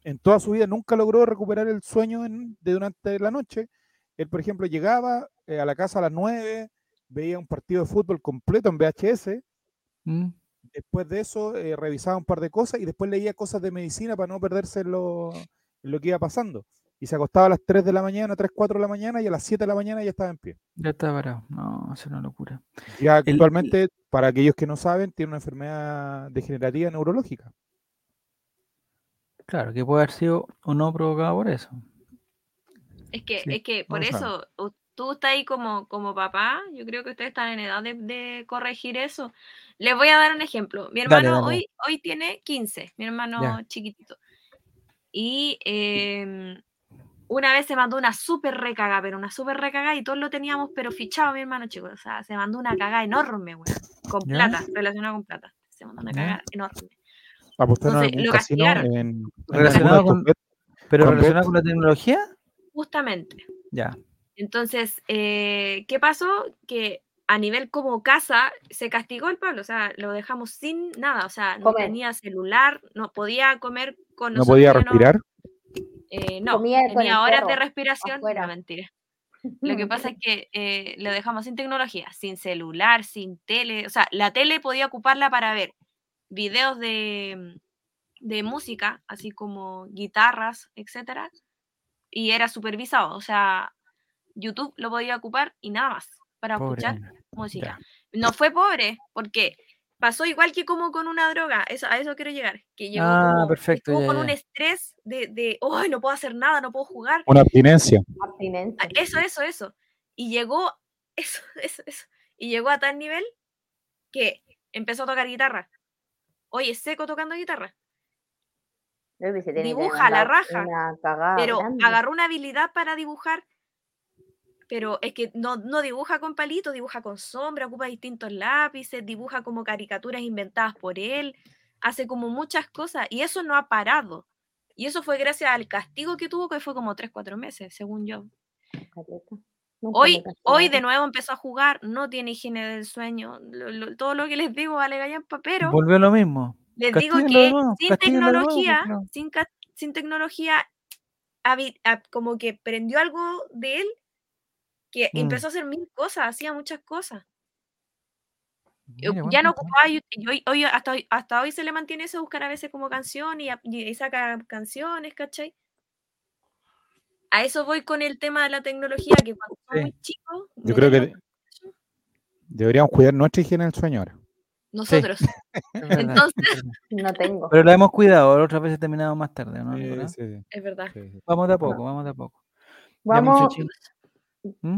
S4: en toda su vida nunca logró recuperar el sueño en- de durante la noche. Él, por ejemplo, llegaba eh, a la casa a las 9, veía un partido de fútbol completo en VHS,
S3: mm.
S4: después de eso eh, revisaba un par de cosas y después leía cosas de medicina para no perderse en lo, en lo que iba pasando. Y se acostaba a las 3 de la mañana, 3, 4 de la mañana y a las 7 de la mañana ya estaba en pie.
S3: Ya está parado. No, es una locura.
S4: Ya
S3: El-
S4: actualmente, para aquellos que no saben, tiene una enfermedad degenerativa neurológica.
S3: Claro, que puede haber sido o no provocado por eso.
S1: Es que,
S4: Sí,
S1: es que por
S4: lo sabe.
S1: eso, u- tú estás ahí como, como papá, yo creo que ustedes están en edad de, de corregir eso. Les voy a dar un ejemplo. Mi
S3: Dale,
S1: hermano
S3: dale.
S1: Hoy, hoy tiene 15, mi hermano chiquitito. Y em, una vez se mandó una súper recaga, pero una súper recaga y todos lo teníamos, pero fichado mi hermano chico. O sea, se mandó una cagada enorme, güey. Con
S3: Ya.
S1: plata, relacionada con plata. Se mandó una
S3: Ya.
S1: cagada enorme.
S4: Apostaron
S1: Entonces,
S4: en
S1: lo
S4: algún casino
S1: castigaron.
S4: en- en
S3: Relacionado
S4: alguna
S3: con-
S4: compet-
S3: Pero
S4: Con
S3: relacionado con la tecnología,
S1: Justamente.
S3: ya.
S1: Entonces, eh, ¿qué pasó? Que a nivel como casa se castigó el Pablo, o sea, lo dejamos sin nada, o sea, no
S2: Comer.
S1: tenía celular, no podía comer con
S4: no podía
S1: nosotros, ya
S4: respirar.
S1: eh, no,
S2: Comía con
S1: tenía
S2: el
S1: horas
S2: perro,
S1: de respiración, no,
S2: afuera.
S1: mentira. Lo
S3: Mm.
S1: que pasa es que eh, lo dejamos sin tecnología, sin celular, sin tele. O sea, la tele podía ocuparla para ver videos de, de música, así como guitarras, etcétera, y era supervisado. O sea, YouTube lo podía ocupar y nada más para
S3: Pobre
S1: escuchar
S3: Ana.
S1: música.
S3: Ya.
S1: No fue pobre, porque pasó igual que como con una droga, eso, a eso quiero llegar, que llegó
S3: Ah,
S1: como,
S3: perfecto,
S1: estuvo
S3: ya,
S1: con
S3: ya.
S1: un estrés de, de, "Ay, no puedo hacer nada, no puedo jugar,
S5: Una abstinencia.
S2: Abstinencia.
S1: Ah, Eso, eso, eso. Y llegó, <laughs> eso, eso, eso. Y llegó a tal nivel que empezó a tocar guitarra. Oye, seco tocando guitarra.
S2: Creo que se tiene que
S1: dibuja la
S2: mandar
S1: raja,
S2: una cagada
S1: Pero
S2: Ah, grande.
S1: agarró una habilidad para dibujar. Pero es que no, no dibuja con palito, dibuja con sombra, ocupa distintos lápices, dibuja como caricaturas inventadas por él, hace como muchas cosas y eso no ha parado. Y eso fue gracias al castigo que tuvo, que fue como 3, 4 meses, según yo.
S2: Caleta. Nunca
S1: Hoy,
S2: me pasó
S1: hoy
S2: nada.
S1: de nuevo empezó a jugar, no tiene higiene del sueño, lo- lo- todo lo que les digo vale gallampa, pero
S3: Volvió lo mismo.
S1: les digo
S3: castíguenlo de
S1: que
S3: nuevo,
S1: sin
S3: castíguenlo de nuevo, pues,
S1: tecnología,
S3: claro.
S1: sin, ca- sin tecnología, habi- a- como que prendió algo de él que
S3: Mm.
S1: empezó a hacer mil cosas, hacía muchas cosas. Yo-
S3: Mira,
S1: eh,
S3: buen
S1: ya no
S3: punto.
S1: ocupaba, yo- yo hoy, hoy- hasta, hoy, hasta hoy se le mantiene eso, buscar a veces como canción y, a- y- y saca canciones, ¿cachai? A eso voy con el tema de la tecnología, que cuando son
S3: Sí.
S1: muy chicos,
S5: Yo creo que
S1: meterlos-
S5: deberíamos cuidar nuestra higiene del sueño ahora.
S1: nosotros,
S3: Es
S1: <laughs>
S3: verdad, es
S1: Entonces-
S3: verdad.
S2: No tengo.
S3: Pero la hemos cuidado, la otra vez he terminado más tarde, ¿no?
S4: Eh,
S3: Nicolás?
S1: es Ah, verdad.
S3: Vamos de a poco, vamos de a poco. Ya,
S2: Vamos.
S3: muchachos.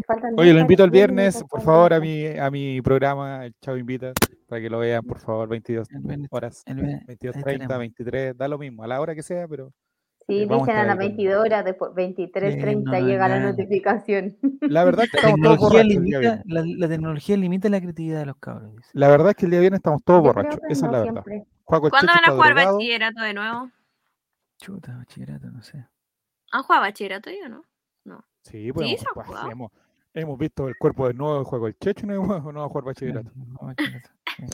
S2: faltan
S5: Oye, lo
S2: 10
S5: invito el
S2: para las 10
S5: viernes,
S2: minutos
S5: por
S2: para
S5: favor, a
S2: las
S5: mi, a mi programa, el Chavo Invita, para que lo vean, por favor, 22
S3: El viernes-
S5: horas.
S3: el viernes- ahí
S5: 22.30,
S3: estaremos.
S5: 23, da lo mismo, a la hora que sea, pero
S2: Sí,
S5: vamos a
S2: dicen
S5: estar
S2: a
S5: ahí
S2: las
S5: con-
S2: 22 horas, después 23.30
S3: Sí, no,
S2: llega la
S3: ya.
S2: notificación.
S5: la verdad es
S3: <laughs>
S5: que
S3: La
S5: estamos todos
S3: tecnología,
S5: borrachos. el día
S3: limita,
S5: viernes.
S3: la, la tecnología limita la creatividad de los cabros. dice.
S5: La verdad es que el día viernes estamos
S2: <laughs>
S5: todos
S2: Yo creo
S5: borrachos,
S2: que
S5: esa es
S2: no
S5: la verdad.
S2: siempre.
S5: Juaco el
S1: ¿Cuándo
S5: Checho
S1: van a
S5: está
S1: jugar
S5: drogado.
S1: bachillerato de nuevo?
S3: Chuta, bachillerato, no sé.
S1: ¿Han jugado bachillerato yo no?
S5: Sí, pues
S1: Sí,
S5: hemos,
S1: se ha
S5: pues,
S1: jugado.
S5: hemos- hemos visto el cuerpo desnudo de Juaco el Checho y no hemos no vamos a jugar
S3: Claro,
S5: bachillerato.
S3: no, bachillerato, sí.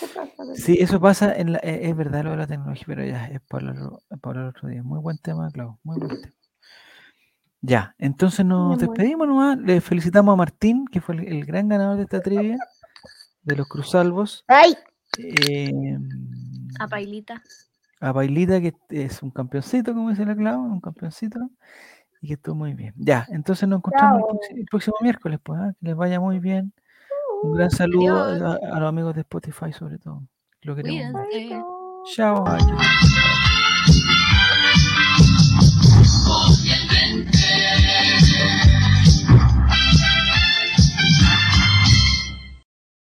S2: ¿Qué pasa, bebé?
S3: Sí, eso pasa, en la- e- es verdad lo de la tecnología, pero ya es para hablar, o- para hablar otro día. Muy buen tema, Clau, muy buen tema. Ya, entonces nos
S2: amor.
S3: despedimos nomás. Le felicitamos a Martín, que fue el, el gran ganador de esta trivia, de los Cruzalvos.
S2: ¡Ay!
S3: eh,
S1: A Pailita.
S3: a Bailita, que es un campeoncito, como dice la Clau, un campeoncito, y que estuvo muy bien. Ya, entonces nos encontramos el,
S2: Chao.
S3: próximo- el próximo miércoles, pues, ¿ah? que les vaya muy bien. Un gran saludo a,
S1: Adiós.
S3: a los amigos de Spotify, sobre todo. Lo queremos. mucho.
S1: Cuídense.
S2: Ay, no.
S3: Chao.